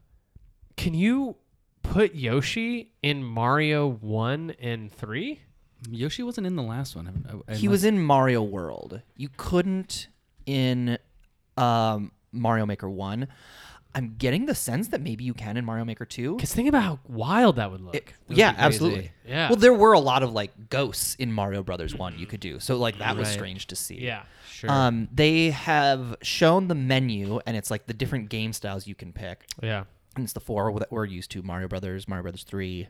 Speaker 1: Can you put Yoshi in Mario One and Three?
Speaker 8: Yoshi wasn't in the last one. I- I- I
Speaker 7: he was
Speaker 8: must-
Speaker 7: in Mario World. You couldn't in um, Mario Maker 1. I'm getting the sense that maybe you can in Mario Maker 2.
Speaker 1: Because think about how wild that would look.
Speaker 7: It- yeah,
Speaker 8: crazy.
Speaker 7: absolutely.
Speaker 1: Yeah.
Speaker 7: Well, there were a lot of like ghosts in Mario Brothers 1 you could do. So like that was
Speaker 8: Right.
Speaker 7: strange to see.
Speaker 1: yeah, sure.
Speaker 7: Um, they have shown the menu and it's like the different game styles you can pick.
Speaker 1: yeah,
Speaker 7: And it's the four that we're used to: Mario Brothers, Mario Brothers Three,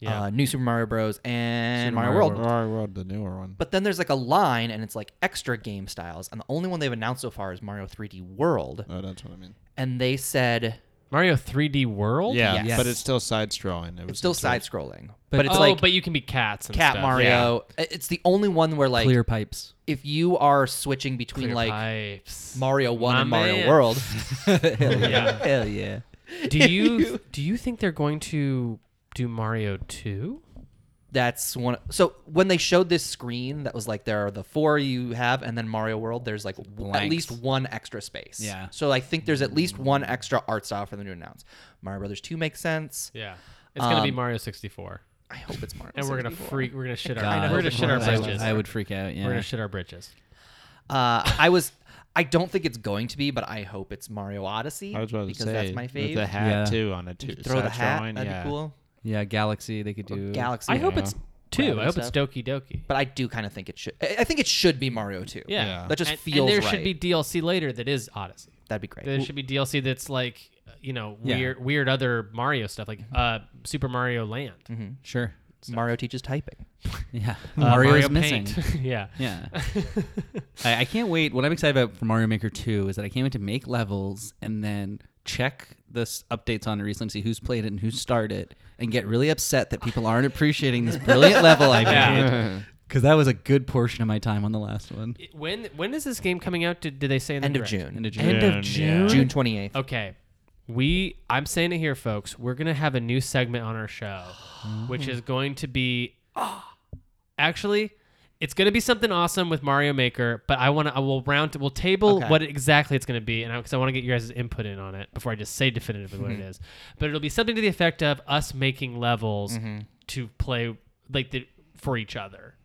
Speaker 1: Yeah.
Speaker 7: uh, New Super Mario Bros, and
Speaker 8: Super
Speaker 7: Mario,
Speaker 8: Mario
Speaker 7: World.
Speaker 4: Mario World, the newer one.
Speaker 7: But then there's like a line, and it's like extra game styles, and the only one they've announced so far is Mario 3D World.
Speaker 4: Oh, that's what I mean.
Speaker 7: And they said
Speaker 1: Mario 3D World.
Speaker 4: Yeah,
Speaker 7: Yes.
Speaker 4: but it's still side scrolling. It was
Speaker 7: it's still
Speaker 4: interesting.
Speaker 7: side scrolling, but it's
Speaker 1: oh,
Speaker 7: like
Speaker 1: but you can be cats. And
Speaker 7: Cat
Speaker 1: stuff.
Speaker 7: Mario. It's the only one where like
Speaker 8: clear pipes.
Speaker 7: if you are switching between
Speaker 1: Clear
Speaker 7: like
Speaker 1: pipes.
Speaker 7: Mario One
Speaker 1: My
Speaker 7: and Mario
Speaker 1: man.
Speaker 7: World,
Speaker 1: yeah.
Speaker 8: Hell yeah.
Speaker 1: Do you do you think they're going to do Mario two?
Speaker 7: that's one. So when they showed this screen, that was like there are the four you have, and then Mario World. There's like w- at
Speaker 8: Blanks.
Speaker 7: least one extra space.
Speaker 8: Yeah.
Speaker 7: So I think there's at least one extra art style for them to announce. Mario Brothers Two makes sense.
Speaker 1: Yeah, it's gonna be
Speaker 7: Um,
Speaker 1: Mario sixty four,
Speaker 7: I hope it's Mario.
Speaker 1: and we're gonna
Speaker 7: 64.
Speaker 1: freak. We're gonna
Speaker 7: Oh
Speaker 1: shit our.
Speaker 8: God,
Speaker 1: We're gonna shit our
Speaker 8: I would-
Speaker 1: bridges.
Speaker 8: I would freak out. Yeah.
Speaker 1: We're gonna shit our bridges.
Speaker 7: Uh, I was. I don't think it's going to be, but I hope it's Mario Odyssey
Speaker 4: I was about to
Speaker 7: because
Speaker 4: say
Speaker 7: that's my
Speaker 4: With the
Speaker 7: favorite.
Speaker 4: hat
Speaker 8: Yeah.
Speaker 4: too on a two.
Speaker 7: Throw the
Speaker 4: side
Speaker 7: hat.
Speaker 4: drawing,
Speaker 7: that'd
Speaker 4: yeah.
Speaker 7: be cool.
Speaker 8: yeah. Galaxy. They could do.
Speaker 7: Galaxy.
Speaker 1: I hope it's two.
Speaker 7: Gravity
Speaker 1: I hope it's
Speaker 7: stuff.
Speaker 1: Doki Doki.
Speaker 7: But I do kind of think it should. I I think it should be Mario Two.
Speaker 1: Yeah.
Speaker 4: Yeah.
Speaker 7: That just
Speaker 1: and,
Speaker 7: feels
Speaker 1: And there
Speaker 7: right.
Speaker 1: should be DLC later that is Odyssey.
Speaker 7: That'd be great.
Speaker 1: There should be DLC that's like uh, you know
Speaker 8: Yeah.
Speaker 1: weird weird other Mario stuff like
Speaker 7: Mm-hmm.
Speaker 1: uh Super Mario Land.
Speaker 8: Sure.
Speaker 7: Mario teaches typing.
Speaker 8: Yeah.
Speaker 1: Uh, Mario
Speaker 8: Mario's missing.
Speaker 1: Paint. yeah.
Speaker 8: Yeah. I, I can't wait. What I'm excited about for Mario Maker 2 is that I can't wait to make levels and then check the s- updates on it recently, see who's played it and who started it, and get really upset that people aren't appreciating this brilliant level I made. Because that was a good portion of my time on the last one.
Speaker 1: It- When when is this game coming out? Did, did they say in the
Speaker 7: End of
Speaker 1: direct?
Speaker 7: June.
Speaker 8: End of June.
Speaker 1: End of
Speaker 4: June,
Speaker 1: June.
Speaker 4: yeah.
Speaker 7: June twenty eighth.
Speaker 1: Okay. We I'm saying it here folks. We're going to have a new segment on our show which is going to be actually it's going to be something awesome with Mario Maker, but I want to I will round we'll table
Speaker 7: Okay.
Speaker 1: what exactly it's going to be and I, cuz I want to get your guys' input in on it before I just say definitively what it
Speaker 7: Mm-hmm.
Speaker 1: is. But it'll be something to the effect of us making levels
Speaker 7: Mm-hmm.
Speaker 1: to play like the for each other.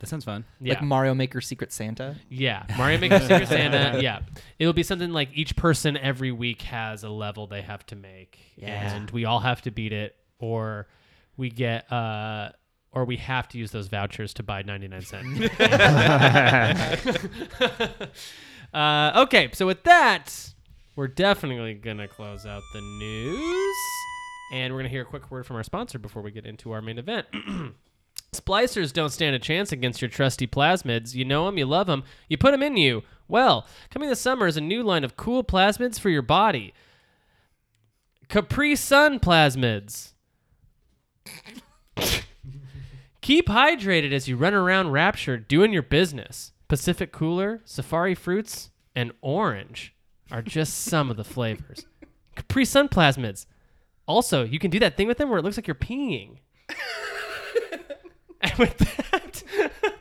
Speaker 8: That sounds fun.
Speaker 1: Yeah.
Speaker 7: Like Mario Maker Secret Santa.
Speaker 1: Yeah, Mario Maker Secret Santa. Yeah, it'll be something like each person every week has a level they have to make,
Speaker 7: Yeah.
Speaker 1: and we all have to beat it, or we get, uh, or we have to use those vouchers to buy ninety nine cent. uh, okay, so with that, we're definitely gonna close out the news, and we're gonna hear a quick word from our sponsor before we get into our main event. Splicers don't stand a chance against your trusty plasmids. You know them, you love them, you put them in you. Well, coming this summer is a new line of cool plasmids for your body Capri Sun plasmids. Keep hydrated as you run around Rapture doing your business. Pacific Cooler, Safari Fruits, and Orange are just some of the flavors. Capri Sun plasmids. Also, you can do that thing with them where it looks like you're peeing. And with that,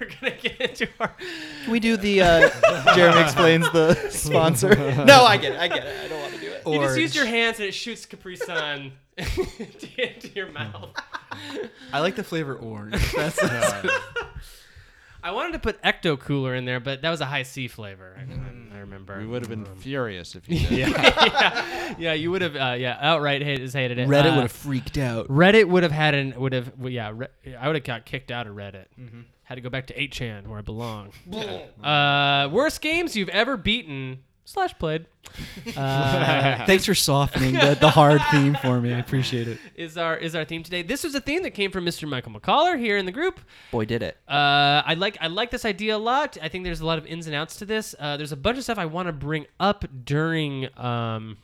Speaker 1: we're gonna get into our.
Speaker 7: Can we do the uh, Jeremy explains the sponsor? no, I get it. I get it. I don't want to do it.
Speaker 1: You
Speaker 2: orange.
Speaker 1: just use your hands and it shoots Capri Sun into your
Speaker 4: Hmm.
Speaker 1: mouth.
Speaker 2: I like the flavor orange. That's
Speaker 1: I wanted to put Ecto Cooler in there, but that was a high C flavor. I, I remember.
Speaker 4: Hmm. We would have been furious if you did.
Speaker 1: yeah, you would have. Uh, yeah, outright hate, just hated it.
Speaker 2: Reddit
Speaker 1: Uh,
Speaker 2: would have freaked out.
Speaker 1: Reddit would have had an would have well, yeah. Re- I would have got kicked out of Reddit.
Speaker 4: Mm-hmm.
Speaker 1: Had to go back to 8chan where I belong. uh, worst games you've ever beaten slash played
Speaker 2: Thanks for softening the, the hard theme for me. I appreciate it.
Speaker 1: is our is our theme today. This was a theme that came from Mr. Michael McCollar here in the group.
Speaker 7: Boy, did it.
Speaker 1: Uh, I like I like this idea a lot. I think there's a lot of ins and outs to this. Uh, there's a bunch of stuff I want to bring up during um,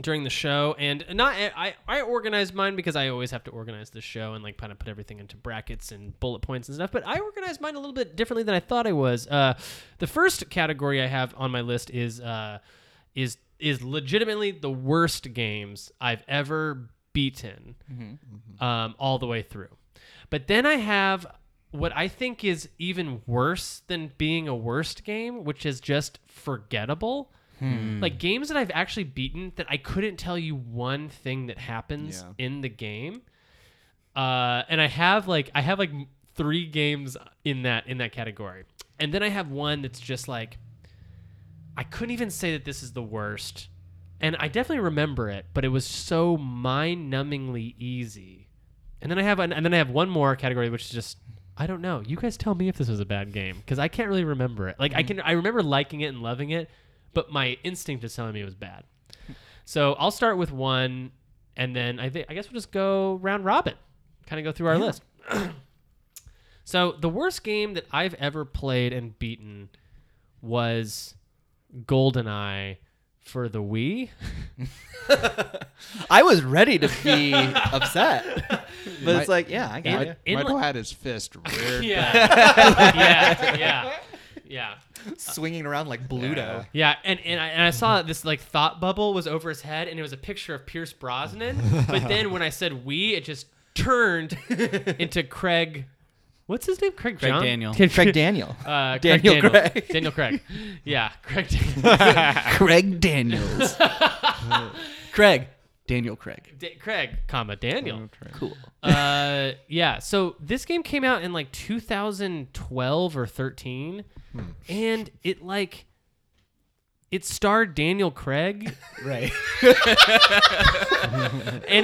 Speaker 1: during the show, and not I I organize mine because I always have to organize the show and like kind of put everything into brackets and bullet points and stuff. But I organize mine a little bit differently than I thought I was. Uh, the first category I have on my list is uh, is is legitimately the worst games I've ever beaten um, all the way through. But then I have what I think is even worse than being a worst game, which is just forgettable. Like games that I've actually beaten that I couldn't tell you one thing that happens in the game. Uh, and I have like I have like m- three games in that in that category. And then I have one that's just like I couldn't even say that this is the worst. And I definitely remember it, but it was so mind-numbingly easy. And then I have an, and then I have one more category which is just I don't know. You guys tell me if this was a bad game because I can't really remember it. Like I can I remember liking it and loving it, but my instinct is telling me it was bad. So I'll start with one, and then I think I guess we'll just go round robin, kind of go through our list. so the worst game that I've ever played and beaten was GoldenEye for the Wii.
Speaker 7: I was ready to be upset, but it's like, yeah, I
Speaker 1: In-
Speaker 7: got it.
Speaker 1: in-
Speaker 4: Michael had his fist reared.
Speaker 1: yeah, yeah, yeah, yeah.
Speaker 7: Swinging around like Bluto.
Speaker 1: Yeah, and and I, and I saw this like thought bubble was over his head, and it was a picture of Pierce Brosnan. but then when I said we, it just turned into Craig. What's his name? Craig,
Speaker 8: Craig
Speaker 1: John?
Speaker 8: Daniel.
Speaker 1: Kid-
Speaker 7: Craig Daniel.
Speaker 1: Uh,
Speaker 7: Daniel
Speaker 1: Craig Daniel.
Speaker 7: Craig.
Speaker 1: Daniel Craig. Yeah, Craig Daniel.
Speaker 8: Craig Daniels. Craig. Daniel Craig.
Speaker 1: Da- Craig, comma
Speaker 4: Mm-hmm.
Speaker 1: Daniel.
Speaker 7: Cool.
Speaker 1: Uh, yeah. So this game came out in like 2012 or 13, and it like it starred Daniel Craig,
Speaker 2: Right.
Speaker 1: and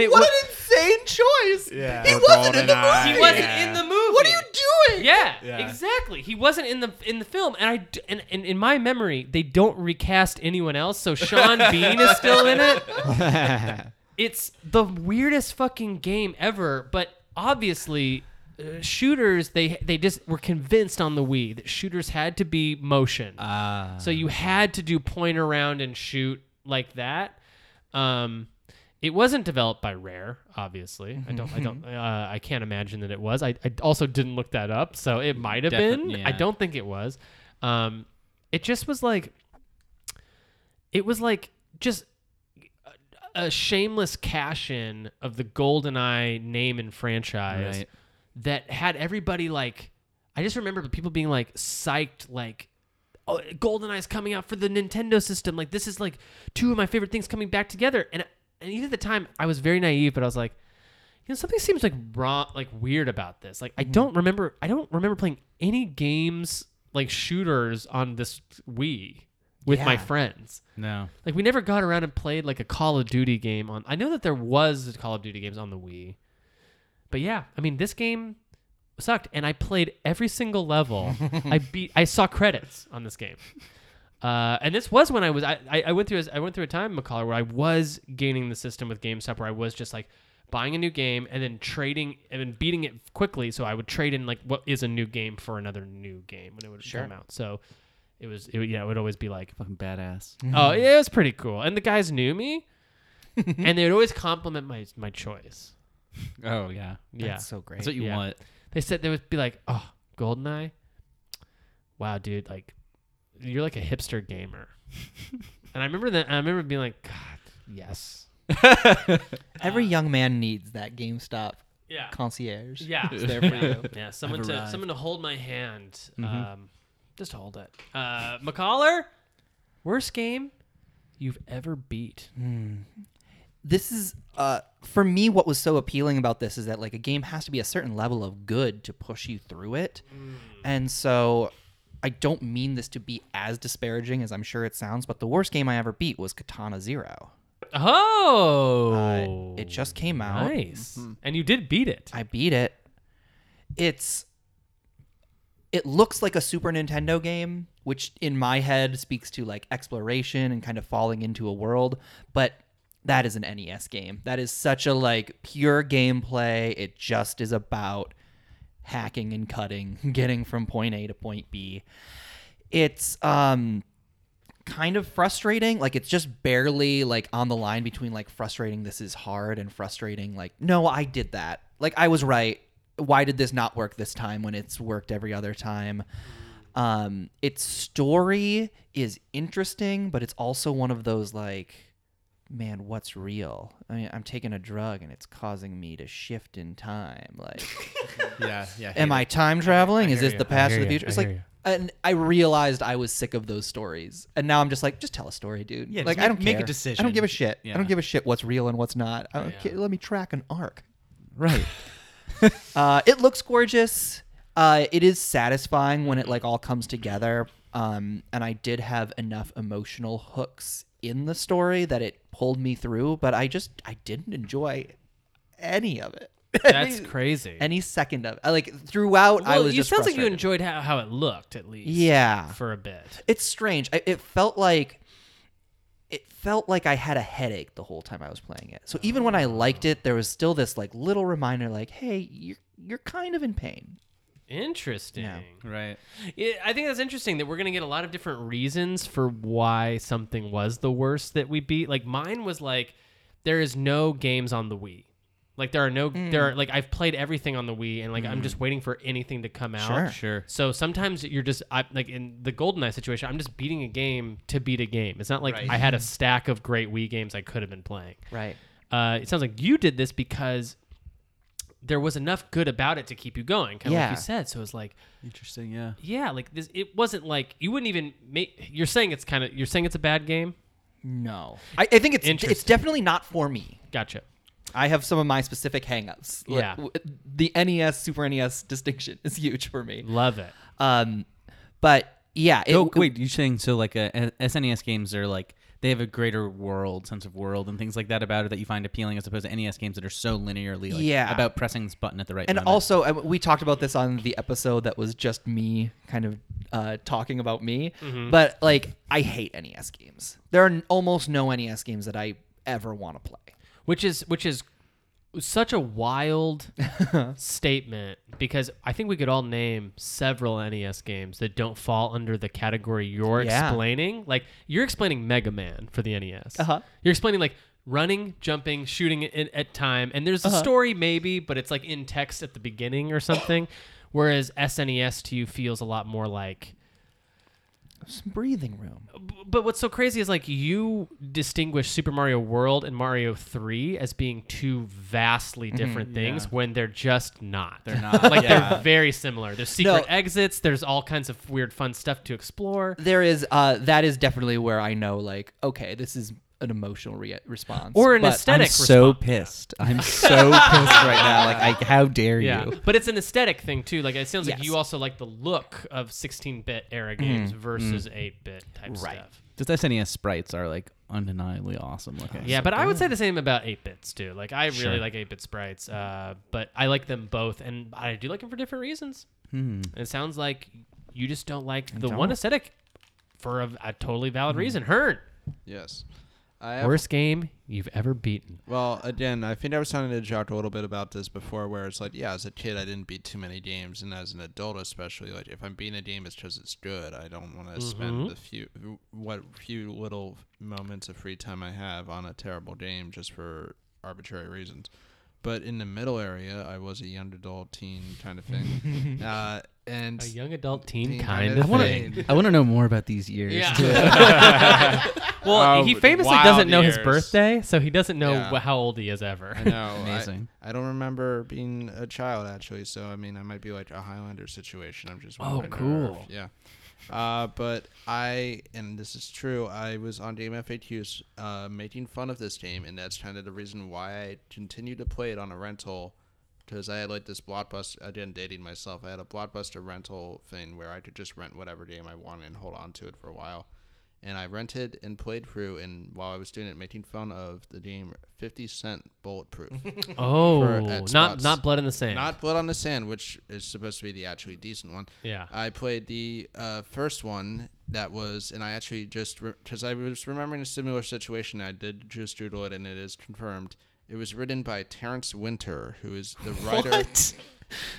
Speaker 1: it
Speaker 7: What
Speaker 1: wa-
Speaker 7: an insane choice!
Speaker 2: Yeah.
Speaker 7: He wasn't in the
Speaker 4: GoldenEye.
Speaker 7: movie.
Speaker 1: he wasn't
Speaker 4: Yeah.
Speaker 1: in the movie.
Speaker 7: What are you doing?
Speaker 1: Yeah,
Speaker 2: Yeah.
Speaker 1: exactly. He wasn't in the in the film, and I d- and, and in my memory, they don't recast anyone else, so Sean Bean is still in it. it's the weirdest fucking game ever, but obviously. Uh, shooters, they they just were convinced on the Wii that shooters had to be motion, so you had to do point around and shoot like that. Um, it wasn't developed by Rare, obviously. I don't, I don't, uh, I can't imagine that it was. I, I also didn't look that up, so it might have
Speaker 8: Defi-
Speaker 1: been.
Speaker 8: yeah.
Speaker 1: I don't think it was. Um, it just was like, it was like just a, a shameless cash in of the GoldenEye name and franchise
Speaker 8: Right.
Speaker 1: that had everybody like. I just remember people being like psyched, like oh, GoldenEye's coming out for the Nintendo system. Like this is like two of my favorite things coming back together. And and even at the time, I was very naive, but I was like, you know, something seems like wrong, like weird about this. Like I don't remember, I don't remember playing any games like shooters on this Wii with my
Speaker 7: Yeah.
Speaker 1: friends.
Speaker 8: No.
Speaker 1: Like we never got around and played like a Call of Duty game on. I know that there was Call of Duty games on the Wii, but yeah, I mean this game sucked, and I played every single level. I beat. I saw credits on this game, uh, and this was when I was. I, I, I went through. I went through a time, McCullough, where I was gaining the system with GameStop, where I was just like buying a new game and then trading and then beating it quickly. So I would trade in like what is a new game for another new game when it would come out. So. It was, it, would- yeah, it would always be like,
Speaker 8: Fucking badass.
Speaker 1: Oh, yeah, it was pretty cool. And the guys knew me, and they would always compliment my my choice.
Speaker 8: Oh, yeah.
Speaker 1: Yeah,
Speaker 7: That's so great.
Speaker 8: That's what you
Speaker 1: Yeah.
Speaker 8: want.
Speaker 1: they said they would be like, "Oh, Goldeneye, wow, dude, like you're like a hipster gamer." and I remember that. I remember being like, "God, yes,
Speaker 7: Every
Speaker 1: uh,
Speaker 7: young man needs that GameStop
Speaker 1: yeah,
Speaker 7: concierge.
Speaker 1: yeah,
Speaker 7: It's there for you.
Speaker 1: yeah." Someone
Speaker 8: I've
Speaker 1: to
Speaker 8: arrived.
Speaker 1: someone to hold my hand. Um, just hold it, uh, McCollar. Worst game you've ever beat.
Speaker 7: this is uh, for me what was so appealing about this is that like a game has to be a certain level of good to push you through it and so i don't mean this to be as disparaging as i'm sure it sounds but the worst game i ever beat was katana zero
Speaker 1: Oh,
Speaker 7: Uh, it just came out
Speaker 1: nice, and you did beat it.
Speaker 7: i beat it it's it looks like a super nintendo game which in my head speaks to like exploration and kind of falling into a world but that is an nes game that is such a like pure gameplay it just is about hacking and cutting getting from point a to point b it's um kind of frustrating like it's just barely like on the line between like frustrating this is hard and frustrating like no i did that like i was right why did this not work this time when it's worked every other time um its story is interesting but it's also one of those like man what's real i mean i'm taking a drug and it's causing me to shift in time like
Speaker 8: Yeah, yeah.
Speaker 7: am I time traveling? Is this
Speaker 1: you.
Speaker 7: the
Speaker 1: I
Speaker 7: past or
Speaker 1: hear
Speaker 7: the
Speaker 1: you.
Speaker 7: future?
Speaker 1: I
Speaker 7: It's
Speaker 1: hear
Speaker 7: like,
Speaker 1: you.
Speaker 7: and I realized I was sick of those stories, and now I'm just like, just tell a story, dude.
Speaker 8: Yeah,
Speaker 7: like
Speaker 8: just
Speaker 7: I
Speaker 8: make-
Speaker 7: don't
Speaker 8: make a
Speaker 7: care. I
Speaker 8: decision.
Speaker 7: don't give a shit. I
Speaker 8: Yeah.
Speaker 7: don't give a shit what's real and what's not. I don't care. Let me track an arc.
Speaker 2: Right.
Speaker 7: Uh, it looks gorgeous. Uh, it is satisfying when it like all comes together. Um, and I did have enough emotional hooks in the story that it pulled me through, but I just I didn't enjoy any of it.
Speaker 1: That's crazy.
Speaker 7: Any second of it. Like throughout, I
Speaker 1: well,
Speaker 7: was
Speaker 1: you
Speaker 7: just
Speaker 1: sounds like you
Speaker 7: frustrated.
Speaker 1: enjoyed how, how it looked at least.
Speaker 7: Yeah.
Speaker 1: for a bit.
Speaker 7: it's strange. I, it felt like it felt like I had a headache the whole time I was playing it. So even when I liked it, there was still this like little reminder, like, "Hey, you're you're kind of in pain."
Speaker 1: Interesting.
Speaker 8: Right.
Speaker 1: Yeah, I think that's interesting that we're going to get a lot of different reasons for why something was the worst that we beat. Like mine was like there is no games on the Wii. Like there are no
Speaker 7: Mm.
Speaker 1: there are like I've played everything on the Wii and like I'm just waiting for anything to come out.
Speaker 7: Sure.
Speaker 8: Sure.
Speaker 1: So sometimes you're just I, like in the GoldenEye situation, I'm just beating a game to beat a game. It's not like I had a stack of great Wii games I could have been playing.
Speaker 7: Right.
Speaker 1: Uh, it sounds like you did this because there was enough good about it to keep you going, kind of like
Speaker 7: Yeah.
Speaker 1: you said. So it's like
Speaker 8: Interesting. Yeah.
Speaker 1: yeah, like this. It wasn't like you wouldn't even make. You're saying it's kind of. You're saying it's a bad game.
Speaker 7: No, I, I think it's it's
Speaker 1: Interesting.
Speaker 7: definitely not for me.
Speaker 1: Gotcha.
Speaker 7: I have some of my specific hangups. Like,
Speaker 1: Yeah.
Speaker 7: w- the NES Super NES distinction is huge for me.
Speaker 1: Love it.
Speaker 7: Um, but yeah, it,
Speaker 8: oh, wait. You're saying so? Like, uh, SNES games are like they have a greater world sense of world and things like that about it that you find appealing as opposed to NES games that are so linearly like,
Speaker 7: Yeah.
Speaker 8: about pressing this button at the right
Speaker 7: And
Speaker 8: moment.
Speaker 7: also, I- we talked about this on the episode that was just me kind of uh, talking about me.
Speaker 1: Mm-hmm.
Speaker 7: But like, I hate NES games. There are n- almost no NES games that I ever want to play.
Speaker 1: Which is which is such a wild statement because I think we could all name several NES games that don't fall under the category you're
Speaker 7: Yeah.
Speaker 1: explaining. Like you're explaining Mega Man for the NES.
Speaker 7: Uh-huh.
Speaker 1: You're explaining like running, jumping, shooting at, at time, and there's a story maybe, but it's like in text at the beginning or something. Whereas SNES to you feels a lot more like
Speaker 7: Some breathing room.
Speaker 1: but what's so crazy is like you distinguish Super Mario World and Mario 3 as being two vastly different things when they're just not. They're
Speaker 8: not,
Speaker 1: like
Speaker 8: yeah.
Speaker 1: they're very similar. There's secret
Speaker 7: No.
Speaker 1: exits, there's all kinds of weird fun stuff to explore.
Speaker 7: There is uh, that is definitely where I know like, okay, this is an emotional re- response
Speaker 1: Or an
Speaker 7: But-
Speaker 1: aesthetic
Speaker 2: I'm so
Speaker 1: response.
Speaker 2: pissed. I'm so pissed right now. Like, I, how dare
Speaker 1: Yeah.
Speaker 2: you?
Speaker 1: But it's an aesthetic thing too. Like it sounds like
Speaker 7: Yes.
Speaker 1: you also like the look of 16-bit era games versus 8-bit type stuff.
Speaker 8: just SNES sprites are like undeniably awesome looking.
Speaker 1: Yeah, but I would say the same about 8 bits too. Like, I really like 8 bit sprites, uh, but I like them both, and I do like them for different reasons. And it sounds like Hmm. you just don't Hmm. like the one aesthetic for a, a totally valid reason. Hearn,
Speaker 4: Yes. I have
Speaker 1: worst game you've ever beaten.
Speaker 4: Well, again, I think I was talking to Jock a little bit about this before, where it's like, yeah, as a kid, I didn't beat too many games, and as an adult, especially, like if I'm beating a game, it's because it's good. I don't want to
Speaker 1: Mm-hmm.
Speaker 4: spend the few what few little moments of free time I have on a terrible game just for arbitrary reasons. But in the middle area, I was a young adult, teen kind of thing, uh, and
Speaker 1: A young adult teen,
Speaker 4: teen
Speaker 1: kind of
Speaker 4: wanna-
Speaker 1: thing.
Speaker 8: I want to know more about these years.
Speaker 1: Yeah. well,
Speaker 4: Oh,
Speaker 1: he famously
Speaker 4: wild
Speaker 1: doesn't know his
Speaker 4: years.
Speaker 1: birthday, so he doesn't know
Speaker 4: Yeah.
Speaker 1: wh- how old he is ever.
Speaker 4: I know. I-
Speaker 8: Amazing.
Speaker 4: I, don't remember being a child actually, so I mean, I might be like a Highlander situation. I'm just
Speaker 1: Oh,
Speaker 4: wondering if-
Speaker 1: cool.
Speaker 4: Yeah. Uh, but I, and this is true, I was on game FAQs uh, making fun of this game, and that's kind of the reason why I continued to play it on a rental. Because I had like this blockbuster, again, dating myself, I had a blockbuster rental thing where I could just rent whatever game I wanted and hold on to it for a while. And I rented and played through, and while I was doing it, making fun of the game 50 Cent Bulletproof.
Speaker 1: Oh,
Speaker 4: for Xbox.
Speaker 1: not not blood in the sand.
Speaker 4: Not Blood on the Sand, which is supposed to be the actually decent one.
Speaker 1: Yeah.
Speaker 4: I played the uh, first one that was, and I actually just, because I was remembering a similar situation, I did just doodle it, and it is confirmed. It was written by Terrence Winter, who is the writer.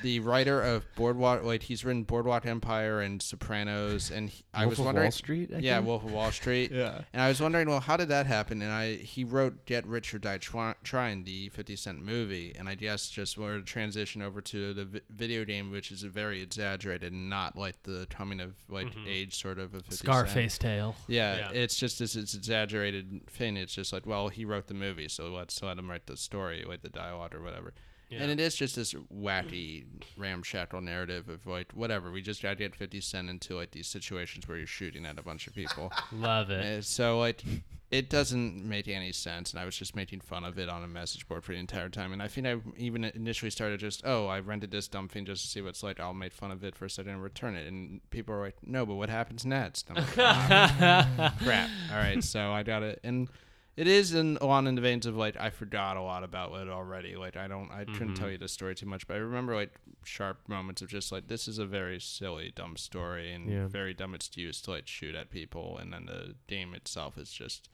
Speaker 4: The writer of Boardwalk, like he's written Boardwalk Empire and Sopranos, and he, I
Speaker 2: Wolf
Speaker 4: was
Speaker 2: of Wall
Speaker 4: wondering,
Speaker 2: Street, I
Speaker 4: yeah,
Speaker 2: think?
Speaker 4: Wolf of Wall Street,
Speaker 2: Yeah.
Speaker 4: and I was wondering, well, how did that happen? And I he wrote Get Rich or Die Twi- Trying, the 50 Cent movie, and I guess just wanted to transition over to the vi- video game, which is very exaggerated and not like the coming of like age sort of a 50 Cent.
Speaker 1: Scarface tale.
Speaker 4: Yeah, it's just this it's exaggerated thing. It's just like, well, he wrote the movie, so let's let him write the story, like the dialogue or whatever. And it is just this wacky, ramshackle narrative of like, whatever. We just got to get 50 Cent into like these situations where you're shooting at a bunch of people.
Speaker 1: Love it.
Speaker 4: Uh, so like it doesn't make any sense and i was just making fun of it on a message board for the entire time and i think i even initially started just oh i rented this dumb thing just to see what it's like i'll make fun of it for a second and return it and people are like no but what happens next I'm like, "Ah, crap all right so i got it and it is in along in the veins of like i forgot a lot about it already like i don't i
Speaker 8: Mm-hmm.
Speaker 4: couldn't tell you the story too much but i remember like sharp moments of just like this is a very silly dumb story and
Speaker 1: Yeah.
Speaker 4: very dumb excuse to like shoot at people and then the game itself is just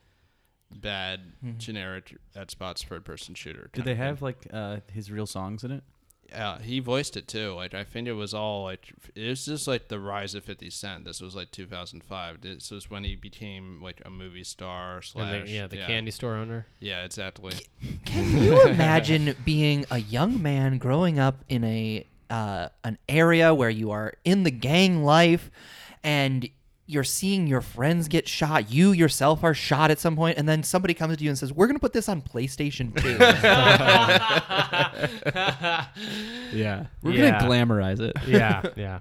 Speaker 4: bad generic at spots third person shooter
Speaker 8: Mm-hmm. Did
Speaker 4: kinda
Speaker 8: they have like uh, his real songs in it?
Speaker 4: yeah, uh, he voiced it too. Like I think it was all like it was just like the rise of Fifty Cent. This was like 2005. This was when he became like a movie star
Speaker 1: And
Speaker 4: slash
Speaker 1: the, yeah, the candy store owner.
Speaker 4: Yeah, exactly.
Speaker 7: Can you imagine being a young man growing up in a uh, an area where you are in the gang life, and you're seeing your friends get shot, you yourself are shot at some point, and then somebody comes to you and says, "We're gonna put this on PlayStation 2.
Speaker 8: Yeah, we're
Speaker 1: Yeah.
Speaker 8: gonna glamorize it.
Speaker 1: yeah, yeah.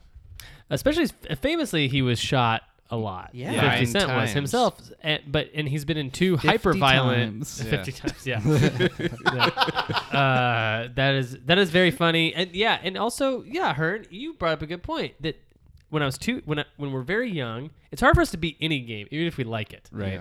Speaker 1: Especially famously, he was shot a lot.
Speaker 7: Yeah.
Speaker 1: Fifty
Speaker 4: Nine
Speaker 1: Cent was
Speaker 4: times.
Speaker 1: himself, and, but and he's been in two hyper violent
Speaker 8: times.
Speaker 1: fifty times. Yeah, Yeah. Uh, that is that is very funny, and yeah, and also yeah, Hearn, you brought up a good point that when I was too when I, when we're very young, it's hard for us to beat any game, even if we like it.
Speaker 8: Right.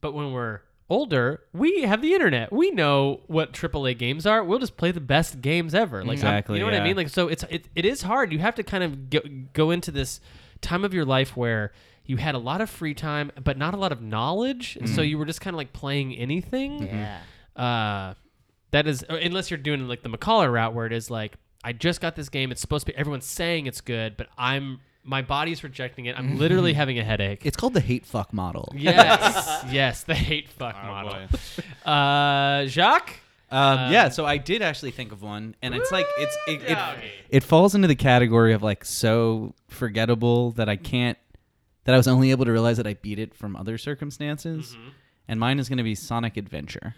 Speaker 1: But when we're older, we have the internet. We know what AAA games are. We'll just play the best games ever. Like I'm-
Speaker 8: Exactly,
Speaker 1: you know what I
Speaker 8: yeah.
Speaker 1: mean? Like so, it's it, it is hard. You have to kind of go, go into this time of your life where you had a lot of free time, but not a lot of knowledge.
Speaker 8: Mm-hmm.
Speaker 1: So you were just kind of like playing anything. Yeah. Uh, that is or unless you're doing like the McCullough route where it is like I just got this game. It's supposed to be everyone's saying it's good, but I'm my body's rejecting it. I'm literally having a headache.
Speaker 2: It's called the hate fuck model.
Speaker 1: Yes, yes, the hate fuck model. Uh, Jacques.
Speaker 8: Um, yeah, so I did actually think of one, and it's like it's it, it, it falls into the category of like so forgettable that I can't that I was only able to realize that I beat it from other circumstances, and mine is going to be Sonic Adventure.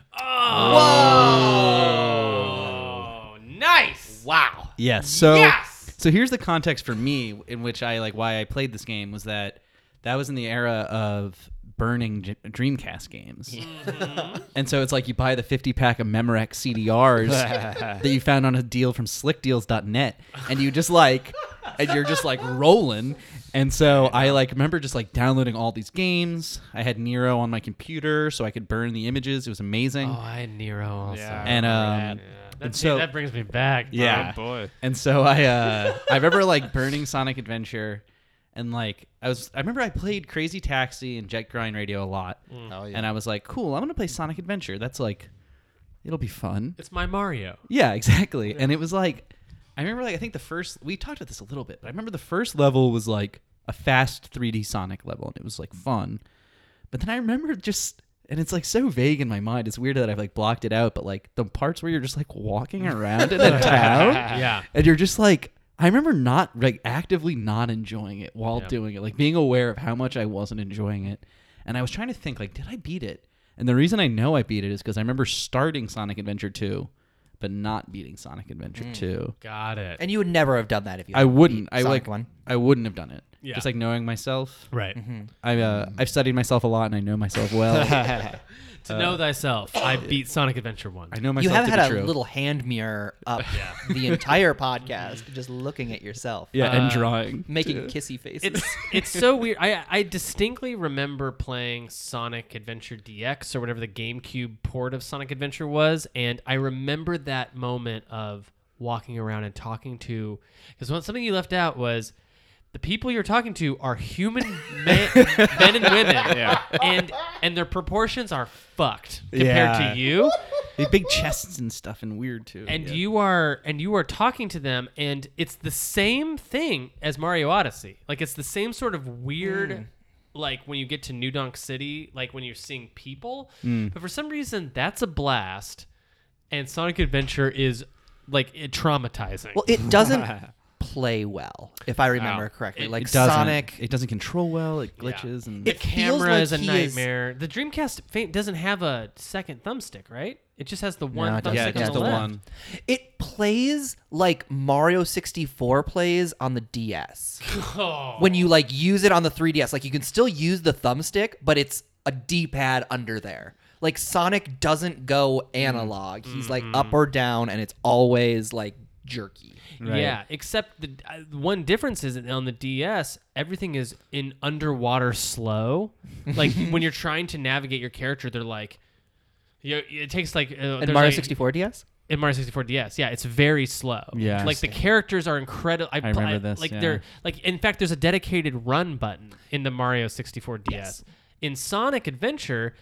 Speaker 1: Oh, nice! Wow.
Speaker 8: Yes. So
Speaker 1: Yes!
Speaker 8: so here's the context for me in which I like why I played this game was that that was in the era of burning J- Dreamcast games. and so it's like you buy the 50 pack of Memorex CDRs that you found on a deal from slickdeals.net and you just like and you're just like rolling. And so I like remember just like downloading all these games. I had Nero on my computer so I could burn the images. It was amazing.
Speaker 1: Oh, I had Nero also.
Speaker 4: Yeah.
Speaker 8: and um
Speaker 1: That's,
Speaker 8: so-
Speaker 1: that brings me back.
Speaker 8: yeah.
Speaker 4: Oh, boy.
Speaker 8: And so I uh, I remember like burning Sonic Adventure and like I was I remember I played Crazy Taxi and Jet Grind Radio a lot.
Speaker 4: Mm.
Speaker 8: And I was like, cool, I'm gonna play Sonic Adventure. That's like it'll be fun.
Speaker 1: It's my Mario.
Speaker 8: Yeah, exactly. And it was like I remember like I think the first we talked about this a little bit, but I remember the first level was like a fast 3D Sonic level and it was like fun. But then I remember just and it's like so vague in my mind. It's weird that I've like blocked it out, but like the parts where you're just like walking around in a town
Speaker 1: Yeah.
Speaker 8: and you're just like I remember not like actively not enjoying it while doing it, like being aware of how much I wasn't enjoying it. And I was trying to think like did I beat it? And the reason I know I beat it is cuz I remember starting Sonic Adventure 2 but not beating
Speaker 7: Mm.
Speaker 8: Sonic Adventure 2.
Speaker 1: Got it.
Speaker 7: and you would never have done that if you.
Speaker 8: I
Speaker 7: hadn't
Speaker 8: wouldn't.
Speaker 7: beat
Speaker 8: I
Speaker 7: Sonic
Speaker 8: like
Speaker 7: one.
Speaker 8: I wouldn't have done it.
Speaker 1: Yeah.
Speaker 8: Just like knowing myself.
Speaker 1: Right.
Speaker 8: I uh, I've studied myself a lot and I know myself well.
Speaker 1: To know thyself, I beat Sonic Adventure 1.
Speaker 8: Uh, I know
Speaker 7: You
Speaker 8: myself
Speaker 7: have
Speaker 8: to
Speaker 7: had a
Speaker 8: be true.
Speaker 7: little hand mirror up the entire podcast, just looking at yourself,
Speaker 8: yeah, and drawing.
Speaker 7: uh, making kissy faces.
Speaker 1: It's it's so weird. I I distinctly remember playing Sonic Adventure DX or whatever the GameCube port of Sonic Adventure was, and I remember that moment of walking around and talking to because something you left out was the people you're talking to are human men, men and women, and and their proportions are fucked compared
Speaker 8: Yeah.
Speaker 1: to you
Speaker 8: They big chests and stuff and weird too.
Speaker 1: and
Speaker 8: Yeah.
Speaker 1: you are and you are talking to them and it's the same thing as mario odyssey like it's the same sort of weird
Speaker 7: Hmm.
Speaker 1: like when you get to new donk city like when you're seeing people
Speaker 7: Hmm.
Speaker 1: but for some reason that's a blast and sonic adventure is like it traumatizing
Speaker 7: well, it doesn't play well, if I remember correctly. like
Speaker 8: It doesn't-
Speaker 7: Sonic,
Speaker 8: It doesn't control well. It glitches and
Speaker 1: the
Speaker 7: it feels
Speaker 1: camera
Speaker 7: like
Speaker 1: is a
Speaker 7: he is-
Speaker 1: nightmare the dreamcast fa- doesn't have a second thumbstick right it just has the one
Speaker 7: No, it doesn't.
Speaker 1: thumbstick
Speaker 8: yeah,
Speaker 7: like
Speaker 8: just
Speaker 1: on the
Speaker 8: the
Speaker 1: left.
Speaker 8: one.
Speaker 7: it plays like Mario 64 plays on the DS. When you like use it on the 3DS, like you can still use the thumbstick, but it's a D-pad under there. Like Sonic doesn't go analog. He's like
Speaker 8: Mm-hmm.
Speaker 7: up or down and it's always like jerky.
Speaker 1: Yeah, except the uh, one difference is that on the DS, everything is in underwater slow. Like when you're trying to navigate your character, they're like, you it takes like uh, there's
Speaker 7: And Mario
Speaker 1: like-
Speaker 7: 64 DS?
Speaker 1: in Mario 64 DS. Yeah, it's very slow.
Speaker 8: Yeah.
Speaker 1: like the characters are incredible. I, pl-
Speaker 8: remember this,
Speaker 1: Like
Speaker 8: yeah.
Speaker 1: they're like in fact, there's a dedicated run button in the Mario 64 DS. In Sonic Adventure.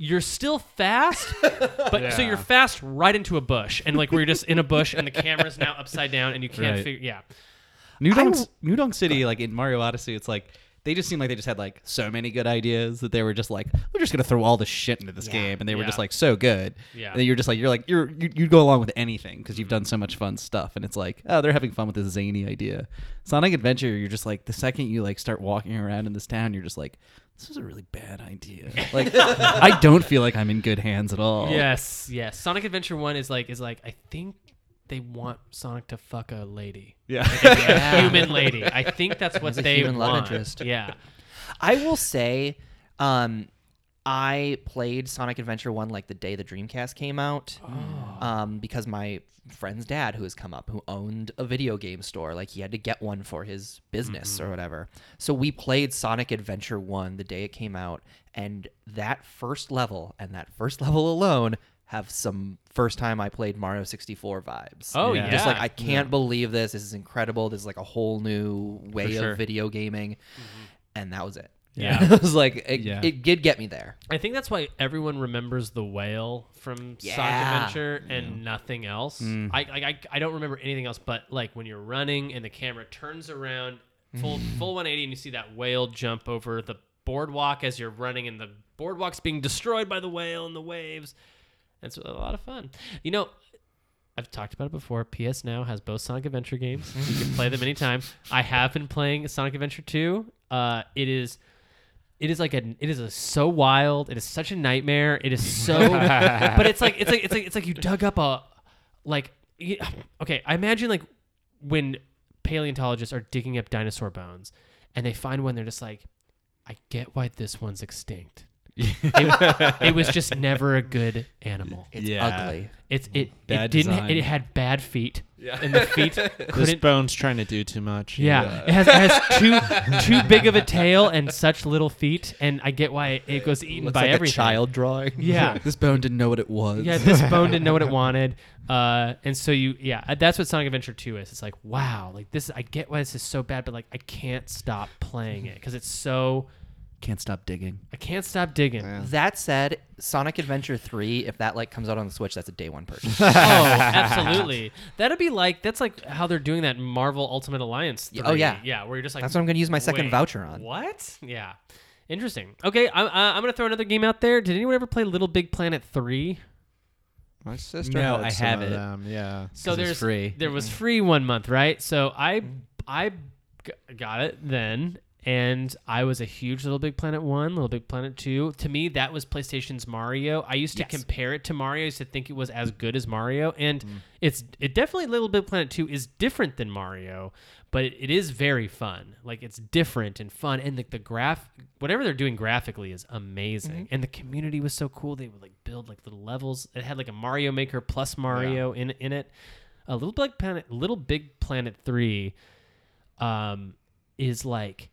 Speaker 1: You're still fast, but so you're fast right into a bush, and like we're just in a bush, and the camera's now upside down, and you can't
Speaker 8: Right.
Speaker 1: figure. Yeah,
Speaker 8: New
Speaker 7: I
Speaker 8: Donk,
Speaker 7: w-
Speaker 8: New Donk City, like in Mario Odyssey, it's like they just seem like they just had like so many good ideas that they were just like, we're just gonna throw all this shit into this game, and they were
Speaker 1: Yeah.
Speaker 8: just like so good.
Speaker 1: Yeah. Mm-hmm.
Speaker 8: and then you're just like, you're like, you're you, you go along with anything because you've done so much fun stuff, and it's like, oh, they're having fun with this zany idea. Sonic Adventure, you're just like, the second you like start walking around in this town, you're just like. This is a really bad idea. Like, I don't feel like I'm in good hands at all.
Speaker 1: Yes, yes. Sonic Adventure One is like is like I think they want Sonic to fuck a lady,
Speaker 8: yeah.
Speaker 1: a human lady. I think that's what
Speaker 7: a
Speaker 1: they
Speaker 7: human love
Speaker 1: want.
Speaker 7: interest.
Speaker 1: Yeah,
Speaker 7: I will say, um, I played Sonic Adventure One like the day the Dreamcast came out,
Speaker 1: Oh.
Speaker 7: um, because my friend's dad, who has come up, who owned a video game store, like he had to get one for his business
Speaker 1: Mm-hmm.
Speaker 7: or whatever. So we played Sonic Adventure One the day it came out, and that first level and that first level alone have some first time I played Mario sixty four vibes.
Speaker 1: Oh,
Speaker 7: just
Speaker 1: yeah.
Speaker 7: like I can't believe this. This is incredible. This is like a whole new way
Speaker 8: sure.
Speaker 7: of video gaming, and that was it.
Speaker 1: Yeah.
Speaker 7: it was like it,
Speaker 8: Yeah.
Speaker 7: it did get me there.
Speaker 1: I think that's why everyone remembers the whale from
Speaker 7: Yeah.
Speaker 1: Sonic Adventure and nothing else. I, I I I don't remember anything else, but like when you're running and the camera turns around full full 180 and you see that whale jump over the boardwalk as you're running and the boardwalk's being destroyed by the whale and the waves. It's a lot of fun. You know, I've talked about it before. PS Now has both Sonic Adventure games. You can play them anytime. I have been playing Sonic Adventure 2. Uh, it is it is like a it is a so wild. It is such a nightmare. It is so but it's like it's like it's like it's like you dug up a like you- okay, I imagine like when paleontologists are digging up dinosaur bones and they find one they're just like I get why this one's extinct. it, it was just never a good animal.
Speaker 7: It's
Speaker 8: Yeah.
Speaker 7: ugly.
Speaker 1: It's it, it
Speaker 8: Bad
Speaker 1: didn't
Speaker 8: design.
Speaker 1: it had bad feet. And the feet
Speaker 4: This
Speaker 1: couldn't
Speaker 4: bone's trying to do too much.
Speaker 1: yeah. It has, it has too too big of a tail and such little feet and I get why it goes eaten by
Speaker 7: like
Speaker 1: everything.
Speaker 7: a child drawing.
Speaker 1: Yeah.
Speaker 8: This bone didn't know what it was.
Speaker 1: Yeah, this bone didn't know what it wanted. Uh, and so you yeah, that's what Sonic Adventure 2 is. It's like, wow, like this I get why this is so bad, but like I can't stop playing it cuz it's so
Speaker 8: Can't stop digging.
Speaker 1: I can't stop digging.
Speaker 7: That said, Sonic Adventure Three, if that like comes out on the Switch, that's a day one purchase.
Speaker 1: oh, absolutely. That'd be like that's like how they're doing that in Marvel Ultimate Alliance. 3.
Speaker 7: oh, yeah.
Speaker 1: yeah. Where you're just like
Speaker 7: that's what I'm going to use my second
Speaker 1: Wait,
Speaker 7: voucher on.
Speaker 1: What? Yeah. Interesting. Okay, I'm, I- I'm gonna throw another game out there. Did anyone ever play Little Big Planet three?
Speaker 4: My sister.
Speaker 8: No,
Speaker 4: had
Speaker 8: I
Speaker 4: some
Speaker 8: have
Speaker 4: of
Speaker 8: it.
Speaker 4: them, Yeah.
Speaker 1: So
Speaker 8: 'Cause it's
Speaker 1: there's
Speaker 8: free.
Speaker 1: There was free one month, right? So I I g- got it then, and I was a huge Little Big Planet 1, Little Big Planet 2. To me, that was PlayStation's Mario. I used to compare it to Mario. I used to think it was as good as Mario. And it's it definitely Little Big Planet 2 is different than Mario, but it, it is very fun. Like it's different and fun and like the graph whatever they're doing graphically is amazing. And the community was so cool. They would like build like little levels. It had like a Mario Maker plus Mario in in it. A Little Big Planet Little Big Planet 3 um, is like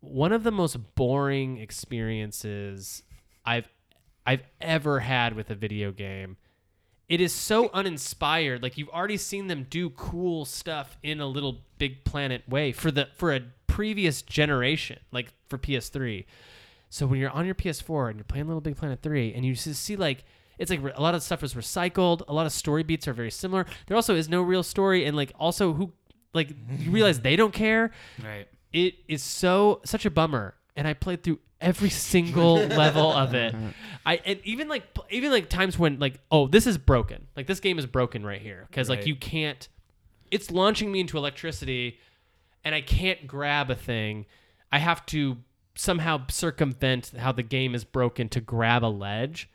Speaker 1: one of the most boring experiences I've I've ever had with a video game. It is so uninspired. Like you've already seen them do cool stuff in a little big planet way for the for a previous generation, like for PS3. So when you're on your PS4 and you're playing Little Big Planet 3 and you just see like it's like re- a lot of stuff is recycled, a lot of story beats are very similar. There also is no real story and like also who like you realize they don't care
Speaker 8: Right.
Speaker 1: it is so such a bummer and i played through every single level of it i and even like even like times when like oh this is broken like this game is broken right here because like
Speaker 8: Right.
Speaker 1: you can't it's launching me into electricity and i can't grab a thing i have to somehow circumvent how the game is broken to grab a ledge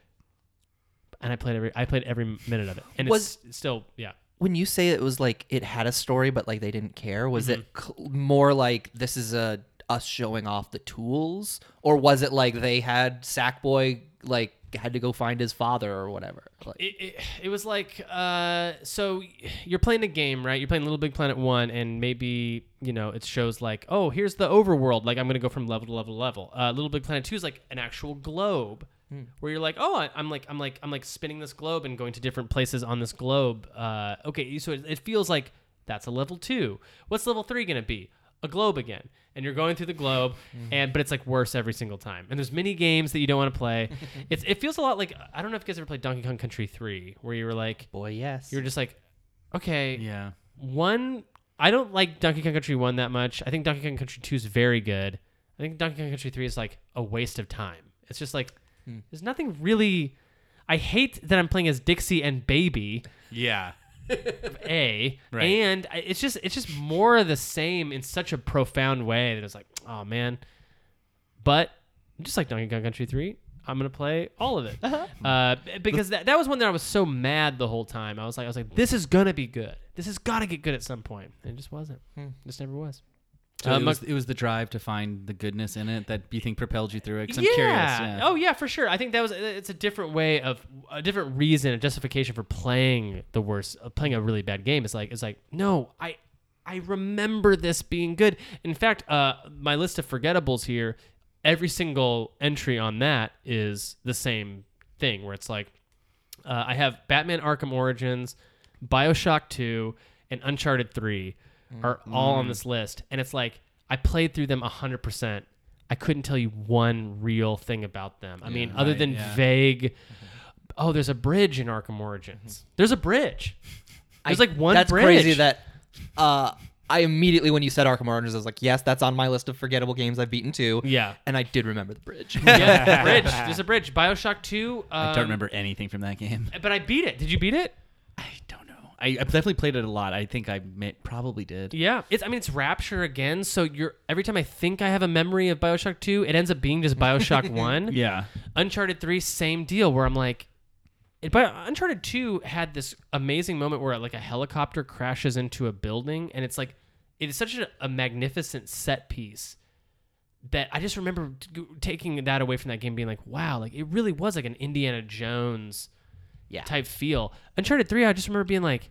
Speaker 1: and i played every i played every minute of it and
Speaker 7: Was-
Speaker 1: it's still yeah
Speaker 7: when you say it was like it had a story but like they didn't care was it cl- more like this is a us showing off the tools or was it like they had sackboy like had to go find his father or whatever like
Speaker 1: it, it, it was like uh, so you're playing a game right you're playing little big planet 1 and maybe you know it shows like oh here's the overworld like i'm gonna go from level to level to level uh, little big planet 2 is like an actual globe where you're like oh I, i'm like i'm like i'm like spinning this globe and going to different places on this globe uh, okay so it, it feels like that's a level 2 what's level 3 gonna be a globe again and you're going through the globe and but it's like worse every single time and there's mini games that you don't want to play it's, it feels a lot like i don't know if you guys ever played donkey kong country 3 where you were like
Speaker 7: boy yes
Speaker 1: you were just like okay
Speaker 8: Yeah.
Speaker 1: one i don't like donkey kong country 1 that much i think donkey kong country 2 is very good i think donkey kong country 3 is like a waste of time it's just like
Speaker 8: Hmm.
Speaker 1: there's nothing really i hate that i'm playing as dixie and baby
Speaker 8: Yeah.
Speaker 1: a
Speaker 8: Right.
Speaker 1: and I- it's just it's just more of the same in such a profound way that it's like oh man but just like donkey kong country 3 i'm gonna play all of it uh, b- because that, that was one that i was so mad the whole time i was like i was like this is gonna be good this has gotta get good at some point and it just wasn't It just never was
Speaker 8: So
Speaker 1: Uh,
Speaker 8: it,
Speaker 1: Mc-
Speaker 8: was, Um, it was the drive to find the goodness in it that you think propelled you through it. 'Cause I'm
Speaker 1: yeah.
Speaker 8: curious. Yeah.
Speaker 1: Oh yeah, for sure. I think that was it's a different way of a different reason, a justification for playing the worst, uh, playing a really bad game. It's like it's like no, I I remember this being good. In fact, uh, my list of forgettables here, every single entry on that is the same thing where it's like uh, I have Batman Arkham Origins, Bioshock 2, and Uncharted 3 are all
Speaker 8: Mm.
Speaker 1: on this list. And it's like, I played through them 100%. I couldn't tell you one real thing about them. I mean, other than vague, oh, there's a bridge in Arkham Origins. There's a bridge. There's like one
Speaker 7: that's
Speaker 1: bridge.
Speaker 7: crazy that uh i immediately when you said arkham origins i was like yes that's on my list of forgettable games i've beaten too
Speaker 1: Yeah.
Speaker 7: and i did remember the bridge
Speaker 1: yeah, there's a bridge. There's a bridge. Bioshock 2. Um,
Speaker 8: I don't remember anything from that game.
Speaker 1: But I beat it. Did you beat it?
Speaker 8: I don't know. I, I definitely played it a lot. I think I may, probably did.
Speaker 1: Yeah, it's. I mean, it's Rapture again. So you're every time I think I have a memory of Bioshock Two, it ends up being just Bioshock One.
Speaker 8: Yeah.
Speaker 1: Uncharted Three, same deal. Where I'm like, it, but Uncharted Two had this amazing moment where like a helicopter crashes into a building, and it's like, it is such a, a magnificent set piece that I just remember t- taking that away from that game, being like, wow, like it really was like an Indiana Jones
Speaker 7: Yeah.
Speaker 1: type feel. Uncharted 3, I just remember being like,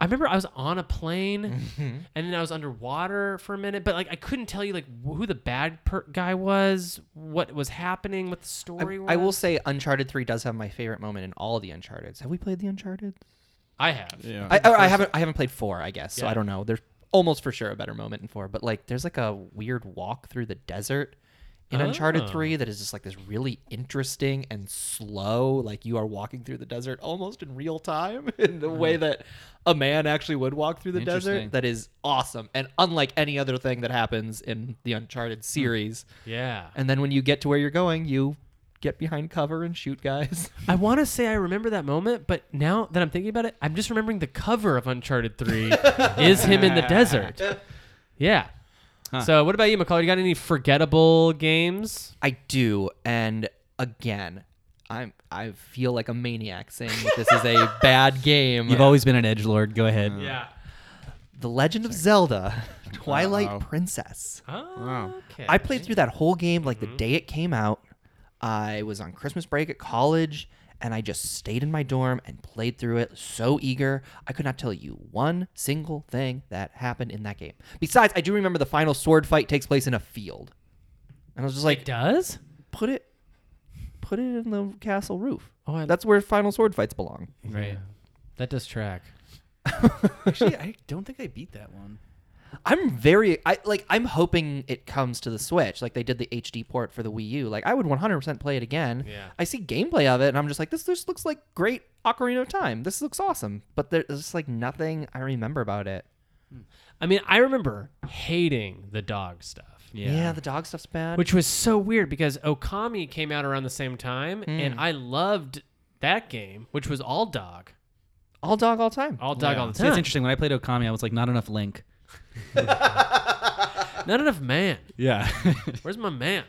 Speaker 1: I remember I was on a plane
Speaker 7: Mm-hmm.
Speaker 1: and then I was underwater for a minute, but like I couldn't tell you like wh- who the bad per- guy was, what was happening, what the story was.
Speaker 7: I, I will say uncharted 3 does have my favorite moment in all the uncharteds have we played the uncharted
Speaker 1: I have.
Speaker 4: Yeah.
Speaker 7: I, I, I haven't I haven't played four, I guess. So
Speaker 1: Yeah.
Speaker 7: I don't know. There's almost for sure a better moment in four, but like there's like a weird walk through the desert in
Speaker 1: Oh.
Speaker 7: Uncharted three that is just like this really interesting and slow. Like you are walking through the desert almost in real time in the way
Speaker 1: Uh-huh.
Speaker 7: that a man actually would walk through the
Speaker 8: Interesting.
Speaker 7: desert. That is awesome and unlike any other thing that happens in the
Speaker 1: Hmm.
Speaker 7: Uncharted series.
Speaker 1: Yeah.
Speaker 7: And then when you get to where you're going, you get behind cover and shoot guys.
Speaker 1: I want to say I remember that moment, but now that I'm thinking about it, I'm just remembering the cover of Uncharted 3 is him in the desert. Yeah. So what about you, McCall? You got any forgettable games?
Speaker 7: I do, and again, I'm I feel like a maniac saying that this is a bad game.
Speaker 8: You've always been an edge lord. Go ahead.
Speaker 1: Yeah.
Speaker 7: the Legend of Zelda, Twilight
Speaker 4: Wow.
Speaker 7: Princess.
Speaker 1: Okay.
Speaker 7: I played through that whole game like the day it came out. I was on Christmas break at college and I just stayed in my dorm and played through it so eager. I could not tell you one single thing that happened in that game. Besides, I do remember the final sword fight takes place in a field. And I was just
Speaker 1: It
Speaker 7: like,
Speaker 1: does.
Speaker 7: put it put it in the castle roof.
Speaker 1: Oh, I-
Speaker 7: That's where final sword fights belong.
Speaker 1: Right. That does track.
Speaker 8: Actually, I don't think I beat that one.
Speaker 7: I'm very I like I'm hoping it comes to the Switch like they did the HD port for the Wii U. Like I would 100% play it again.
Speaker 1: Yeah.
Speaker 7: I see gameplay of it and I'm just like this this looks like great Ocarina of Time. This looks awesome, but there's just like nothing I remember about it.
Speaker 1: I mean, I remember hating the dog stuff.
Speaker 7: Yeah, the dog stuff's bad.
Speaker 1: Which was so weird because Okami came out around the same time, and I loved that game, which was all dog,
Speaker 7: all dog all time.
Speaker 1: all dog all the
Speaker 8: See,
Speaker 1: time.
Speaker 8: it's interesting. When I played Okami, I was like, not enough Link.
Speaker 1: Not enough man.
Speaker 8: Yeah.
Speaker 1: Where's my man?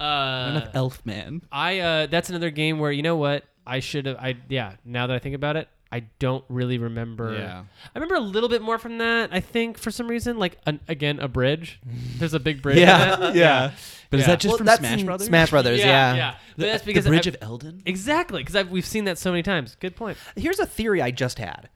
Speaker 1: Uh,
Speaker 8: enough Elf Man.
Speaker 1: I uh, that's another game where you know what I should have. I yeah. Now that I think about it, I don't really remember.
Speaker 4: Yeah.
Speaker 1: I remember a little bit more from that. I think for some reason, like an, again, a bridge. There's a big bridge. in that.
Speaker 8: But is
Speaker 1: Yeah.
Speaker 8: that just
Speaker 7: Well,
Speaker 8: from
Speaker 7: that's
Speaker 8: Smash
Speaker 7: in
Speaker 8: Brothers?
Speaker 7: Smash Brothers, yeah.
Speaker 1: yeah. But that's because
Speaker 8: the Bridge
Speaker 1: I-
Speaker 8: of Elden.
Speaker 1: exactly because we've seen that so many times. Good point.
Speaker 7: Here's a theory I just had.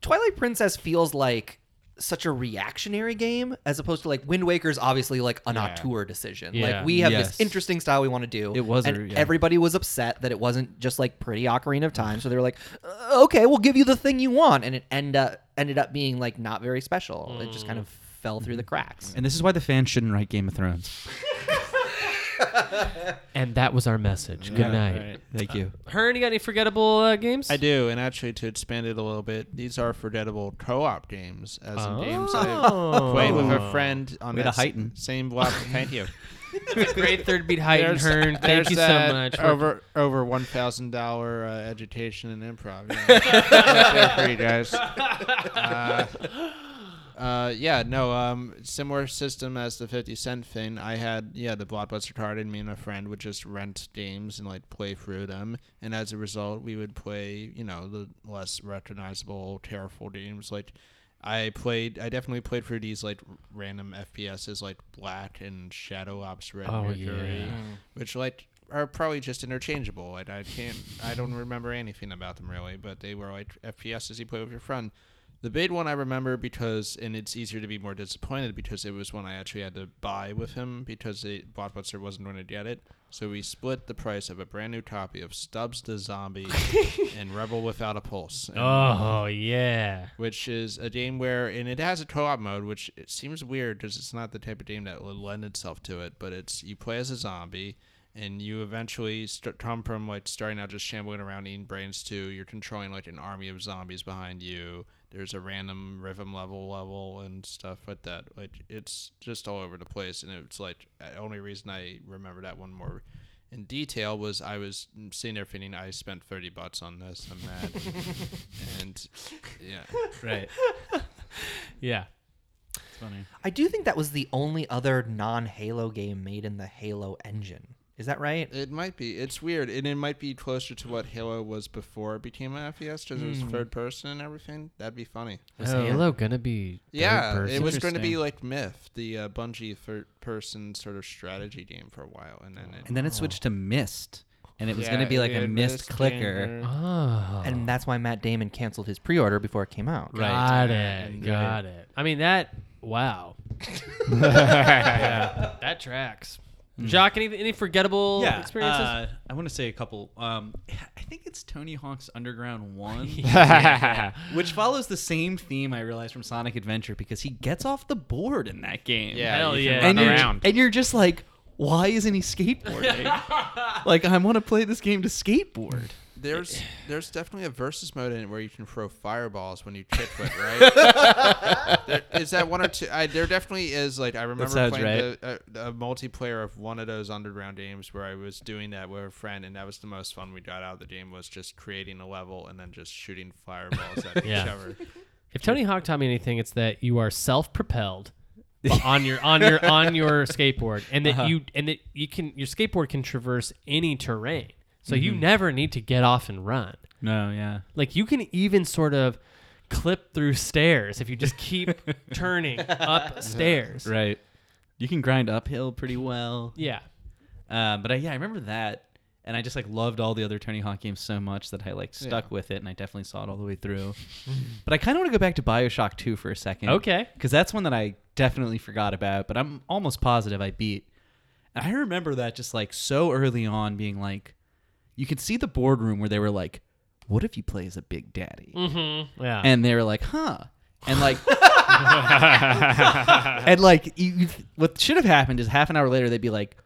Speaker 7: Twilight Princess feels like such a reactionary game as opposed to like Wind Waker's obviously like an auteur decision.
Speaker 1: Yeah.
Speaker 7: Like we have
Speaker 8: Yes.
Speaker 7: this interesting style we want to do.
Speaker 8: It was a-
Speaker 7: and
Speaker 8: yeah.
Speaker 7: everybody was upset that it wasn't just like pretty Ocarina of Time. So they were like, "Uh, okay, we'll give you the thing you want, and it end up ended up being like not very special. It just kind of fell through the cracks.
Speaker 8: Mm. And this is why the fans shouldn't write Game of Thrones.
Speaker 1: And that was our message. Good night.
Speaker 8: Thank you.
Speaker 1: Hearn, you got any forgettable uh, games?
Speaker 4: I do, and actually to expand it a little bit, these are forgettable co-op games as in games
Speaker 1: Oh.
Speaker 4: I played with a friend on
Speaker 8: Way
Speaker 4: that
Speaker 8: to heighten.
Speaker 4: s- same block. Thank you.
Speaker 1: Great third beat height and
Speaker 4: There's-
Speaker 1: Hearn. Thank
Speaker 4: there's
Speaker 1: you so
Speaker 4: that
Speaker 1: much. for-
Speaker 4: Over over one thousand uh, education and improv. Yeah. for you guys. Uh, uh, yeah, no. Um, similar system as the fifty cent thing. I had yeah the blockbuster card, and me and a friend would just rent games and like play through them. And as a result, we would play you know the less recognizable, terrible games like. I played. I definitely played through these like random FPSs, like Black and Shadow Ops Red
Speaker 1: Oh,
Speaker 4: Mercury,
Speaker 1: yeah.
Speaker 4: which like are probably just interchangeable. Like I can't, I don't remember anything about them really, but they were like FPSs you play with your friend. The big one I remember because, and it's easier to be more disappointed because it was one I actually had to buy with him because the Blockbuster wasn't going to get it. So we split the price of a brand new copy of Stubbs the Zombie and Rebel Without a Pulse. And
Speaker 1: Oh yeah.
Speaker 4: which is a game where and it has a co-op mode which it seems weird because it's not the type of game that would lend itself to it but it's you play as a zombie and you eventually st- come from like starting out just shambling around eating brains to you're controlling like an army of zombies behind you there's a random rhythm level level and stuff like that like it's just all over the place and it's like the only reason i remember that one more in detail was i was sitting there thinking i spent 30 bucks on this i'm mad and yeah
Speaker 8: Right.
Speaker 1: Yeah.
Speaker 7: I do think that was the only other non-Halo game made in the Halo engine. Is that
Speaker 8: Uh.
Speaker 7: right?
Speaker 4: It might be. It's weird, and it might be closer to what Halo was before it became an FPS, because it was
Speaker 8: Hmm.
Speaker 4: third person and everything. That'd be funny.
Speaker 1: Was Halo gonna be? third
Speaker 4: yeah,
Speaker 1: person?
Speaker 4: it was going to be
Speaker 8: Interesting.
Speaker 4: like Myth, the uh, Bungie third-person sort of strategy game for a while, and then it,
Speaker 8: And then it switched to Mist, and it was
Speaker 4: Yeah,
Speaker 8: going to be like a
Speaker 4: it
Speaker 8: Mist
Speaker 4: was
Speaker 8: clicker.
Speaker 4: gamer.
Speaker 1: Oh,
Speaker 7: And that's why Matt Damon canceled his pre-order before it came out.
Speaker 8: Right.
Speaker 1: got it. Got it. I mean that. Wow. yeah, that tracks. Jock, any any forgettable experiences?
Speaker 8: uh, I want to say a couple. Um, I think it's Tony Hawk's Underground One, which follows the same theme I realized from Sonic Adventure because he gets off the board in that game.
Speaker 4: Yeah,
Speaker 1: Hell
Speaker 4: you can
Speaker 1: yeah.
Speaker 4: run
Speaker 8: and you're,
Speaker 4: around.
Speaker 8: and you're just like, why isn't he skateboarding? like, I want to play this game to skateboard.
Speaker 4: There's there's definitely a versus mode in it where you can throw fireballs when you kick with, right? there, is that one or two? I, there definitely is. Like I remember
Speaker 8: sounds
Speaker 4: playing
Speaker 8: right.
Speaker 4: the, uh, a, a multiplayer of one of those underground games where I was doing that with a friend, and that was the most fun we got out of the game was just creating a level and then just shooting fireballs at each
Speaker 1: Yeah.
Speaker 4: other.
Speaker 1: if Tony Hawk taught me anything, it's that you are self-propelled but on your on your on your skateboard, and that you and that you can your skateboard can traverse any terrain, so you never need to get off and run.
Speaker 8: No, yeah.
Speaker 1: Like you can even sort of clip through stairs if you just keep turning up stairs.
Speaker 8: Right. You can grind uphill pretty well.
Speaker 1: Yeah.
Speaker 8: Uh, but I, yeah, I remember that, and I just like loved all the other Tony Hawk games so much that I like stuck with it, and I definitely saw it all the way through. but I kind of want to go back to Bioshock Two for a second,
Speaker 1: Okay.
Speaker 8: Because that's one that I definitely forgot about, but I'm almost positive I beat. And I remember that just like so early on, being like, you could see the boardroom where they were like, "What if you play as a Big Daddy?"
Speaker 1: Mm-hmm. Yeah.
Speaker 8: and they were like, huh. And like, and like, you, you- what should have happened is half an hour later they'd be like,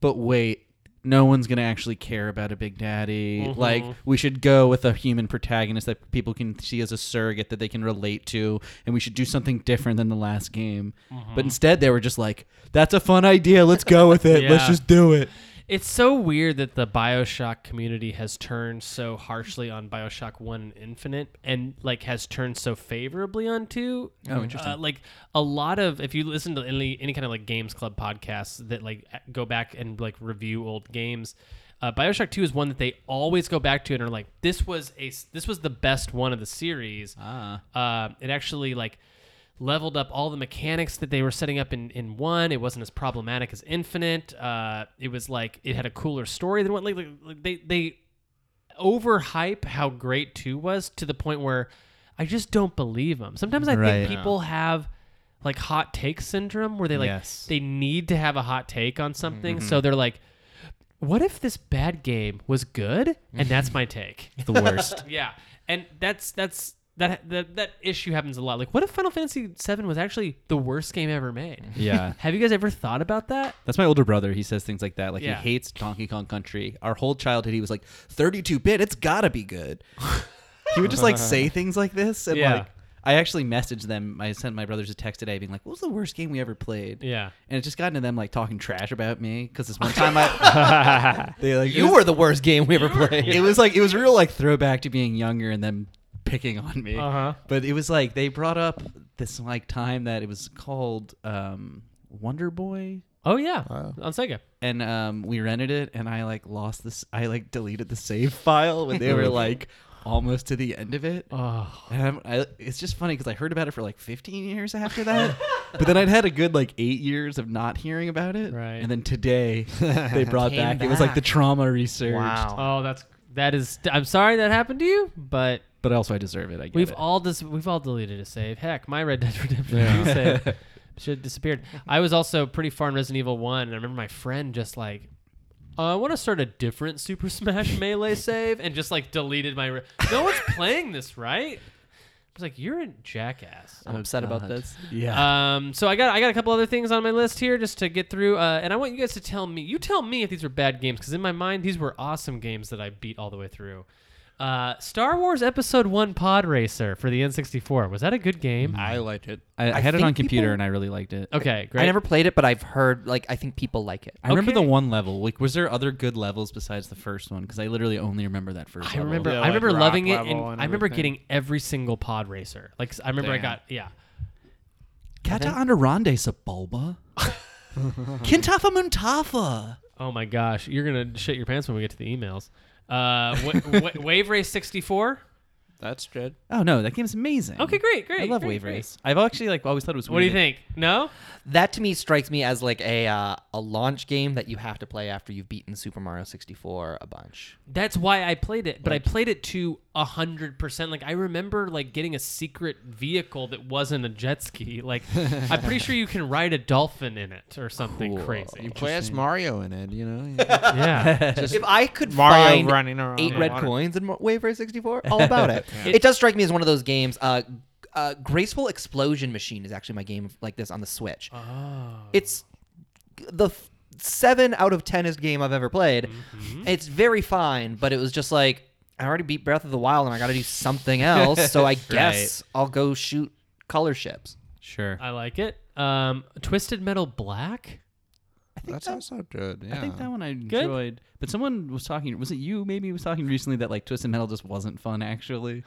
Speaker 8: but wait, no one's gonna actually care about a Big Daddy.
Speaker 1: Mm-hmm.
Speaker 8: Like, we should go with a human protagonist that people can see as a surrogate that they can relate to, and we should do something different than the last game.
Speaker 1: Mm-hmm.
Speaker 8: But instead, they were just like, that's a fun idea. Let's go with it. Let's
Speaker 1: Yeah.
Speaker 8: just do it.
Speaker 1: It's so weird that the Bioshock community has turned so harshly on Bioshock One and Infinite, and like has turned so favorably on two. Oh, interesting. Uh, like a lot of, if you listen to any any kind of like Games Club podcasts that like go back and like review old games, uh, Bioshock Two is one that they always go back to and are like, this was a s- this was the best one of the series. Ah. Uh, it actually like leveled up all the mechanics that they were setting up in, in one. It wasn't as problematic as Infinite. Uh, it was like it had a cooler story than what like, like, like they they overhype how great two was to the point where I just don't believe them. Sometimes I
Speaker 8: Right.
Speaker 1: think people have like hot take syndrome where they like
Speaker 8: Yes.
Speaker 1: they need to have a hot take on something, so they're like. What if this bad game was good? And that's my take.
Speaker 8: The worst.
Speaker 1: Yeah, and that's that's that that that issue happens a lot. Like, what if Final Fantasy VII was actually the worst game ever made?
Speaker 8: yeah.
Speaker 1: Have you guys ever thought about that?
Speaker 8: That's my older brother. He says things like that. Like
Speaker 1: Yeah.
Speaker 8: he hates Donkey Kong Country. Our whole childhood, he was like, "32 bit, it's gotta be good." he would just like say things like this, and
Speaker 1: Yeah.
Speaker 8: like I actually messaged them. I sent my brothers a text today, being like, "What was the worst game we ever played?"
Speaker 1: Yeah.
Speaker 8: and it just got into them like talking trash about me because this one time I, they like it
Speaker 7: You
Speaker 8: was-
Speaker 7: were the worst game we ever played.
Speaker 8: It was like it was real like throwback to being younger and them picking on me.
Speaker 1: Uh-huh.
Speaker 8: But it was like they brought up this like time that it was called um, Wonder Boy
Speaker 1: Oh yeah, on Sega.
Speaker 8: and um, we rented it and i like lost this i like deleted the save file when they were like almost to the end of it
Speaker 1: Oh,
Speaker 8: and I'm, I, it's just funny because i heard about it for like 15 years after that but then i'd had a good like eight years of not hearing about it
Speaker 1: Right.
Speaker 8: and then today they brought
Speaker 7: Came
Speaker 8: back, it was like the
Speaker 7: back.
Speaker 8: trauma research
Speaker 7: Wow.
Speaker 1: oh, that's that is. I'm sorry that happened to you, but
Speaker 8: but also i deserve it i get
Speaker 1: we've
Speaker 8: it.
Speaker 1: all dis- we've all deleted a save. Heck, my Red Dead Redemption 2 save should have disappeared. I was also pretty far in Resident Evil One, and I remember my friend just like. "Uh, I want to start a different Super Smash Melee save and just like deleted my. Re- no one's playing this, right? I was like, "You're a jackass."
Speaker 8: Oh,
Speaker 7: I'm upset about this. Uh,
Speaker 8: yeah
Speaker 1: Um, so I got I got a couple other things on my list here just to get through, uh, and I want you guys to tell me. You tell me if these were bad games because in my mind these were awesome games that I beat all the way through. Uh, Star Wars Episode One Pod Racer for the N64 was that a good
Speaker 8: Mm.
Speaker 1: game?
Speaker 4: I liked it.
Speaker 8: I, I had it
Speaker 7: think
Speaker 8: on computer
Speaker 7: people-
Speaker 8: and i really liked it
Speaker 1: Okay, great.
Speaker 7: I never played it, but I've heard like I think people like it.
Speaker 8: I remember
Speaker 1: Okay.
Speaker 8: the one level. Like, was there other good levels besides the first one? Because I literally only remember that first.
Speaker 1: I
Speaker 8: level.
Speaker 1: remember.
Speaker 4: Yeah,
Speaker 1: I
Speaker 4: like
Speaker 1: remember
Speaker 4: rock
Speaker 1: loving it, and,
Speaker 4: level and
Speaker 1: I remember
Speaker 4: everything.
Speaker 1: getting every single Pod Racer. Like I remember I
Speaker 4: Damn.
Speaker 1: got yeah.
Speaker 8: Kata Anarande Sabulba. Kintafa Muntafa.
Speaker 1: Oh my gosh, you're gonna shit your pants when we get to the emails. Uh, wa- wa- Wave Race 64.
Speaker 4: That's good.
Speaker 8: Oh no, that game's amazing.
Speaker 1: Okay, great, great.
Speaker 8: I love
Speaker 1: great,
Speaker 8: Wave
Speaker 1: great.
Speaker 8: Race. I've actually like always thought it was.
Speaker 1: What do you
Speaker 8: weird
Speaker 1: think? No.
Speaker 7: That to me strikes me as like a uh, a launch game that you have to play after you've beaten Super Mario 64 a bunch.
Speaker 1: That's why I played it, but I played it to a hundred percent. Like I remember, like getting a secret vehicle that wasn't a jet ski. Like I'm pretty sure you can ride a dolphin in it or something crazy.
Speaker 4: You play as Mario in it, you know.
Speaker 1: Yeah,
Speaker 7: if I could
Speaker 4: Mario
Speaker 7: find
Speaker 4: running around
Speaker 7: eight
Speaker 4: on
Speaker 7: red
Speaker 4: water.
Speaker 7: coins in Mo- Wave Race 64, all about it. It does strike me as one of those games. Uh, uh, Graceful Explosion Machine is actually my game like this on the Switch. It's the f- seven out of ten tenest game I've ever played. It's very fine, but it was just like I already beat Breath of the Wild, and I got to do something else. so I guess I'll go shoot color ships.
Speaker 8: Sure.
Speaker 1: I like it. Um, Twisted Metal Black.
Speaker 4: That's also good. Yeah.
Speaker 8: I think that one I enjoyed. But someone was talking. Was it you? Maybe was talking recently that like Twisted Metal just wasn't fun actually.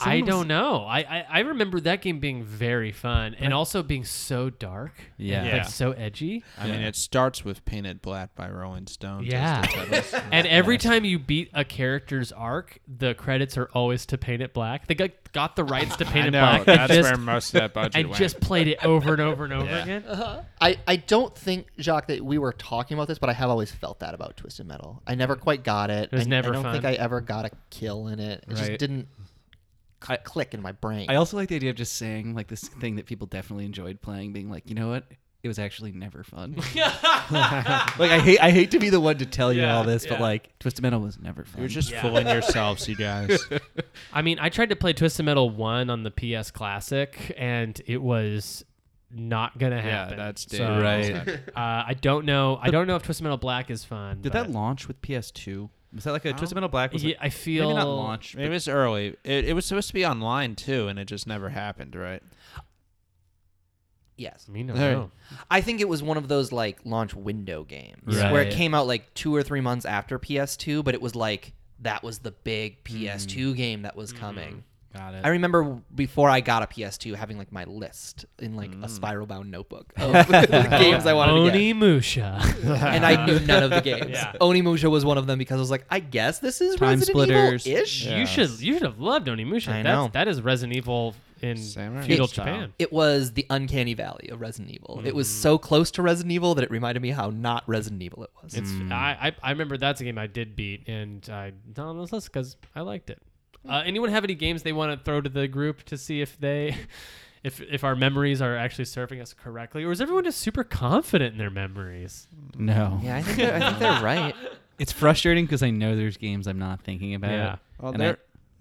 Speaker 1: I don't know. I, I I remember that game being very fun and also being so dark. and,
Speaker 8: Yeah.
Speaker 1: like so edgy.
Speaker 4: I mean, it starts with Painted Black by Rolling Stones. as
Speaker 1: Yeah.
Speaker 4: the title.
Speaker 1: And every time you beat a character's arc, the credits are always to Paint It Black. They got, got the rights to Paint
Speaker 4: I
Speaker 1: It
Speaker 4: know
Speaker 1: Black.
Speaker 4: Oh, that's
Speaker 1: and
Speaker 4: where
Speaker 1: just,
Speaker 4: most of that budget
Speaker 1: and
Speaker 4: went.
Speaker 1: just played it over and over and over
Speaker 4: Yeah.
Speaker 1: again.
Speaker 3: I, I don't think Jacques that we were talking about this, but I have always felt that about Twisted Metal. I never quite got it.
Speaker 1: Mm. It was
Speaker 3: I,
Speaker 1: never
Speaker 3: I don't
Speaker 1: fun.
Speaker 3: think I ever got a kill in it. It
Speaker 8: Right.
Speaker 3: just didn't cl-
Speaker 8: I-
Speaker 3: click in my brain.
Speaker 8: I also like the idea of just saying like this thing that people definitely enjoyed playing, being like, you know what? It was actually never fun. like I hate I hate to be the one to tell you
Speaker 1: Yeah,
Speaker 8: all this, but
Speaker 1: yeah.
Speaker 8: like Twisted Metal was never fun.
Speaker 4: You're just fooling yourselves, you guys.
Speaker 1: I mean, I tried to play Twisted Metal 1 on the PS Classic, and it was not going to
Speaker 4: yeah,
Speaker 1: happen.
Speaker 4: that's
Speaker 1: So,
Speaker 4: David
Speaker 8: Right.
Speaker 4: Olson.
Speaker 1: Uh, I don't know. I don't know if Twisted Metal Black is fun.
Speaker 8: Did
Speaker 1: but-
Speaker 8: that launch with PS2? Was that like a Twisted Metal Black? Was
Speaker 1: Yeah,
Speaker 8: it,
Speaker 1: I feel
Speaker 8: maybe not launch.
Speaker 4: It was early. It, it was supposed to be online too, and it just never happened, right?
Speaker 7: Yes.
Speaker 1: I mean, I
Speaker 4: Hey.
Speaker 1: don't know.
Speaker 7: I think it was one of those like launch window games where
Speaker 1: Right.
Speaker 7: it came out like two or three months after PS2, but it was like that was the
Speaker 3: Mm.
Speaker 7: big PS2 game that was coming.
Speaker 1: Mm-hmm.
Speaker 8: Got it.
Speaker 7: I remember before I got a PS2 having like my list in like
Speaker 1: Mm.
Speaker 7: a spiral bound notebook of the games I wanted to get.
Speaker 1: Onimusha.
Speaker 7: And I knew none of the games.
Speaker 1: Yeah.
Speaker 7: Onimusha was one of them because I was like, I guess this is
Speaker 8: Time
Speaker 7: Resident
Speaker 8: Splitters.
Speaker 7: ish.
Speaker 1: You should you should have loved Onimusha.
Speaker 7: I
Speaker 1: That's,
Speaker 7: know.
Speaker 1: That is Resident Evil in
Speaker 4: Samurai
Speaker 1: feudal
Speaker 4: style.
Speaker 1: Japan.
Speaker 7: It was the uncanny valley of Resident Evil. It
Speaker 8: Mm.
Speaker 7: was so close to Resident Evil that it reminded me how not Resident Evil it was.
Speaker 1: It's
Speaker 8: Hmm.
Speaker 1: I, I I remember that's a game I did beat and I not on this list because I liked it. Uh, anyone have any games they want to throw to the group to see if they if if our memories are actually serving us correctly or is everyone just super confident in their memories?
Speaker 8: no.
Speaker 7: yeah, I think they're, I think they're right.
Speaker 8: It's frustrating because I know there's games I'm not thinking about.
Speaker 1: Yeah.
Speaker 4: Well,
Speaker 8: And I-
Speaker 4: there.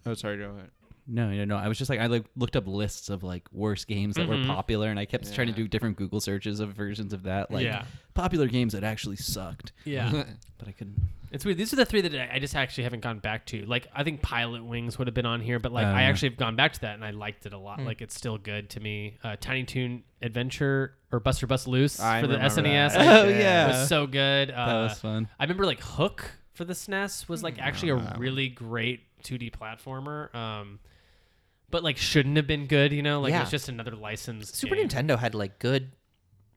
Speaker 4: oh, sorry. Go ahead.
Speaker 8: No, no, no. I was just like I like looked up lists of like worst games that
Speaker 1: Mm-hmm.
Speaker 8: were popular, and I kept trying to do different Google searches of versions of that, like
Speaker 1: Yeah.
Speaker 8: popular games that actually sucked,
Speaker 1: Yeah.
Speaker 8: but I couldn't.
Speaker 1: It's weird. These are the three that I I just actually haven't gone back to. Like I think Pilot Wings would have been on here, but like
Speaker 8: Oh,
Speaker 1: I
Speaker 8: yeah. Hmm.
Speaker 1: actually have gone back to that and I liked it a lot. Like it's still good to me. Uh, Tiny Toon Adventure or Buster Bust Loose
Speaker 4: I
Speaker 1: for the E
Speaker 4: remember
Speaker 1: SNES.
Speaker 4: that.
Speaker 1: like,
Speaker 8: Oh, yeah.
Speaker 1: was so good. Uh,
Speaker 8: That was fun.
Speaker 1: I remember like Hook for the SNES was like actually
Speaker 4: Oh,
Speaker 1: a really great 2D platformer. Um, but like shouldn't have been good. You know, like
Speaker 7: Yeah.
Speaker 1: it's just another licensed
Speaker 7: Super
Speaker 1: game.
Speaker 7: Nintendo had like good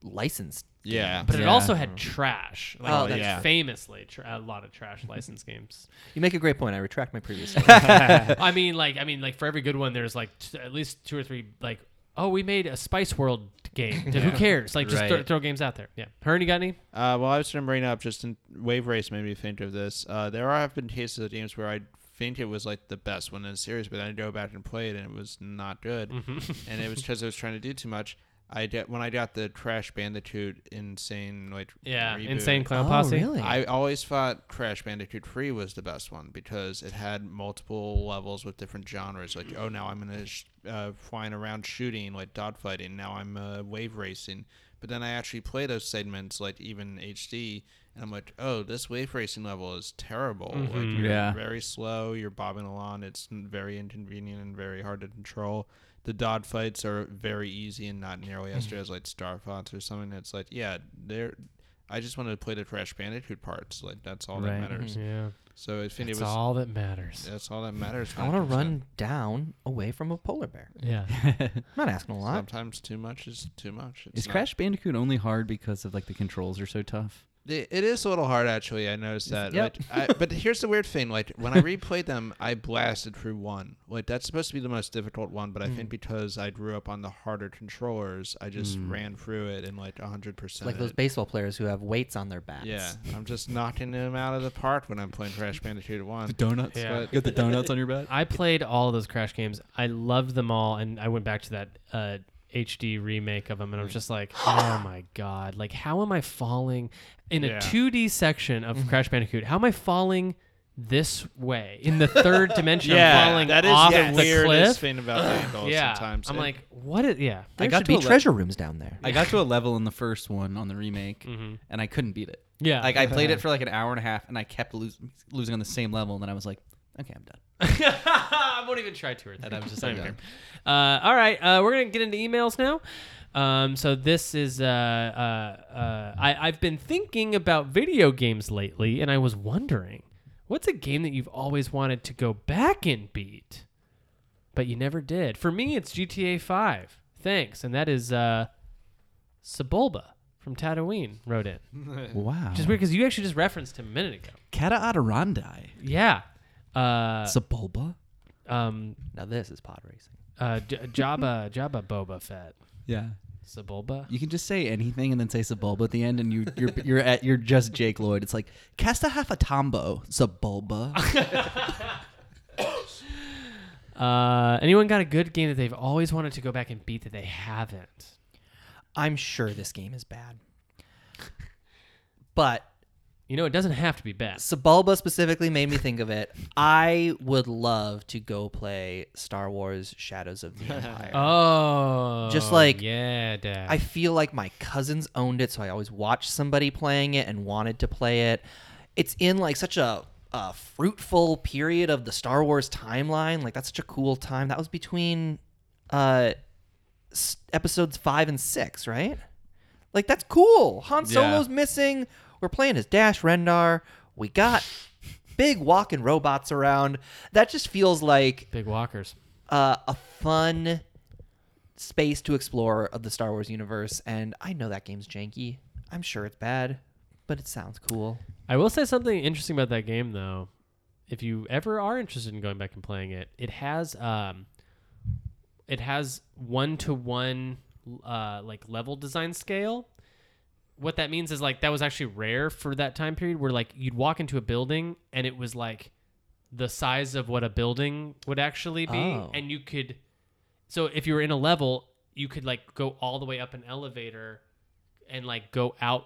Speaker 7: licensed.
Speaker 4: Yeah.
Speaker 1: But it
Speaker 8: Yeah.
Speaker 1: also
Speaker 4: Hmm.
Speaker 1: had trash. Like,
Speaker 7: Oh,
Speaker 1: like,
Speaker 4: yeah.
Speaker 1: famously tra- a lot of trash licensed games.
Speaker 7: You make a great point. I retract my previous. statement.
Speaker 1: I mean, like, I mean, like for every good one, there's like t- at least two or three. Like, oh, we made a Spice World game. Who cares? Like, just throw,
Speaker 8: Right.
Speaker 1: throw games out there. Yeah. Hearn, you got any?
Speaker 4: Uh, well, I was going to bring up just in Wave Race made me think of this. Uh, there are- have been cases of games where I think it was like the best one in the series, but then I go back and play it and it was not good.
Speaker 1: Mm-hmm.
Speaker 4: and it was because I was trying to do too much. I get, when I got the Crash Bandicoot insane like
Speaker 1: Yeah.
Speaker 4: reboot,
Speaker 1: Insane Clown Posse.
Speaker 4: I always thought Crash Bandicoot 3 was the best one because it had multiple levels with different genres. Like, oh, now I'm in a sh- uh, flying around shooting, like dog fighting. Now I'm uh, wave racing. But then I actually play those segments, like even HD, and I'm like, oh, this wave racing level is terrible. Like, you're
Speaker 8: Yeah.
Speaker 4: very slow. You're bobbing along. It's n- very inconvenient and very hard to control. The Dodd fights are very easy and not nearly as straight as like Star Fox or something. It's like, yeah, they're. I just wanted to play the Crash Bandicoot parts. Like that's all that
Speaker 8: Right.
Speaker 4: matters.
Speaker 1: Yeah.
Speaker 4: So I think
Speaker 1: It's
Speaker 4: it was.
Speaker 1: Mm. Mm-hmm. all that matters.
Speaker 4: that's all that matters.
Speaker 7: I
Speaker 4: when it
Speaker 7: want to
Speaker 4: comes down.
Speaker 7: run down away from a polar bear.
Speaker 1: Yeah.
Speaker 7: I'm not asking a lot.
Speaker 4: Sometimes too much is too much. It's
Speaker 8: Is
Speaker 4: not-
Speaker 8: Crash Bandicoot only hard because of like the controls are so tough?
Speaker 4: It it is a little hard, actually. I noticed that.
Speaker 8: yep.
Speaker 4: Like, I, but here's the weird thing: like when I replayed them, I blasted through one. Like that's supposed to be the most difficult one, but I think because I grew up on the harder controllers, I just ran through it in like hundred percent.
Speaker 7: Like those baseball players who have weights on their backs.
Speaker 4: Yeah, I'm just knocking them out of the park when I'm playing Crash Bandicoot One.
Speaker 8: donuts.
Speaker 1: Yeah. You
Speaker 8: got the donuts on your back.
Speaker 1: I played all of those Crash games. I loved them all, and I went back to that uh, HD remake of them, and I was just like, oh my god! Like, how am I falling in
Speaker 4: Yeah. Mm-hmm.
Speaker 1: a 2D section of Crash Bandicoot? How am I falling this way in the third dimension? I'm falling
Speaker 4: that is
Speaker 1: off
Speaker 4: the
Speaker 1: the
Speaker 4: weirdest
Speaker 1: cliff.
Speaker 4: thing about Bandicoot.
Speaker 1: yeah,
Speaker 4: sometimes eh?
Speaker 1: I'm
Speaker 4: It-
Speaker 1: like, what? Is, yeah,
Speaker 7: There
Speaker 8: I got
Speaker 7: should
Speaker 8: to
Speaker 7: be
Speaker 8: a le-
Speaker 7: treasure rooms down there.
Speaker 8: I got to a level in the first one on the remake, and I couldn't beat it.
Speaker 1: Mm-hmm. Yeah.
Speaker 8: like I played it for like an hour and a half, and I kept los- losing on the same level, and then I was like, okay, I'm done.
Speaker 1: I won't even try to her. That I was just not even care. Uh, all right, uh, we're gonna get into emails now. Um, so this is uh, uh, uh, I, I've been thinking about video games lately, and I was wondering, what's a game that you've always wanted to go back and beat? but you never did. For me, it's GTA 5. Thanks. And that is uh, Sebulba from Tatooine wrote in.
Speaker 8: Wow.
Speaker 1: Which is weird because you actually just referenced him a minute ago.
Speaker 8: Cata Adirondi.
Speaker 1: Yeah. Uh,
Speaker 8: Sebulba?
Speaker 1: um,
Speaker 7: Now this is pod racing.
Speaker 1: uh, J- Jabba, Jabba Boba Fett.
Speaker 8: Yeah.
Speaker 1: Sebulba?
Speaker 8: You can just say anything and then say Sebulba at the end, and you, you're you're at you're just Jake Lloyd. It's like casta half a tombo Sebulba.
Speaker 1: Uh, anyone got a good game that they've always wanted to go back and beat that they haven't?
Speaker 7: I'm sure this game is bad. But
Speaker 1: You know, it doesn't have to be best.
Speaker 7: Sebulba specifically made me think of it. I would love to go play Star Wars Shadows of the Empire.
Speaker 1: Oh,
Speaker 7: Just like-
Speaker 1: yeah, Dad.
Speaker 7: I feel like my cousins owned it, so I always watched somebody playing it and wanted to play it. It's in like such a, a fruitful period of the Star Wars timeline. Like that's such a cool time. That was between uh, s- episodes five and six, right? Like that's cool. Han Solo's missing. We're playing as Dash Rendar. We got big walking robots around. That just feels like
Speaker 1: big walkers.
Speaker 7: uh, a fun space to explore of the Star Wars universe. And I know that game's janky. I'm sure it's bad, but it sounds cool.
Speaker 1: I will say something interesting about that game, though. If you ever are interested in going back and playing it, it has um, it has one to one uh like level design scale. What that means is like that was actually rare for that time period, where like you'd walk into a building and it was like the size of what a building would actually be,
Speaker 7: Oh.
Speaker 1: and you could. So if you were in a level, you could like go all the way up an elevator and like go out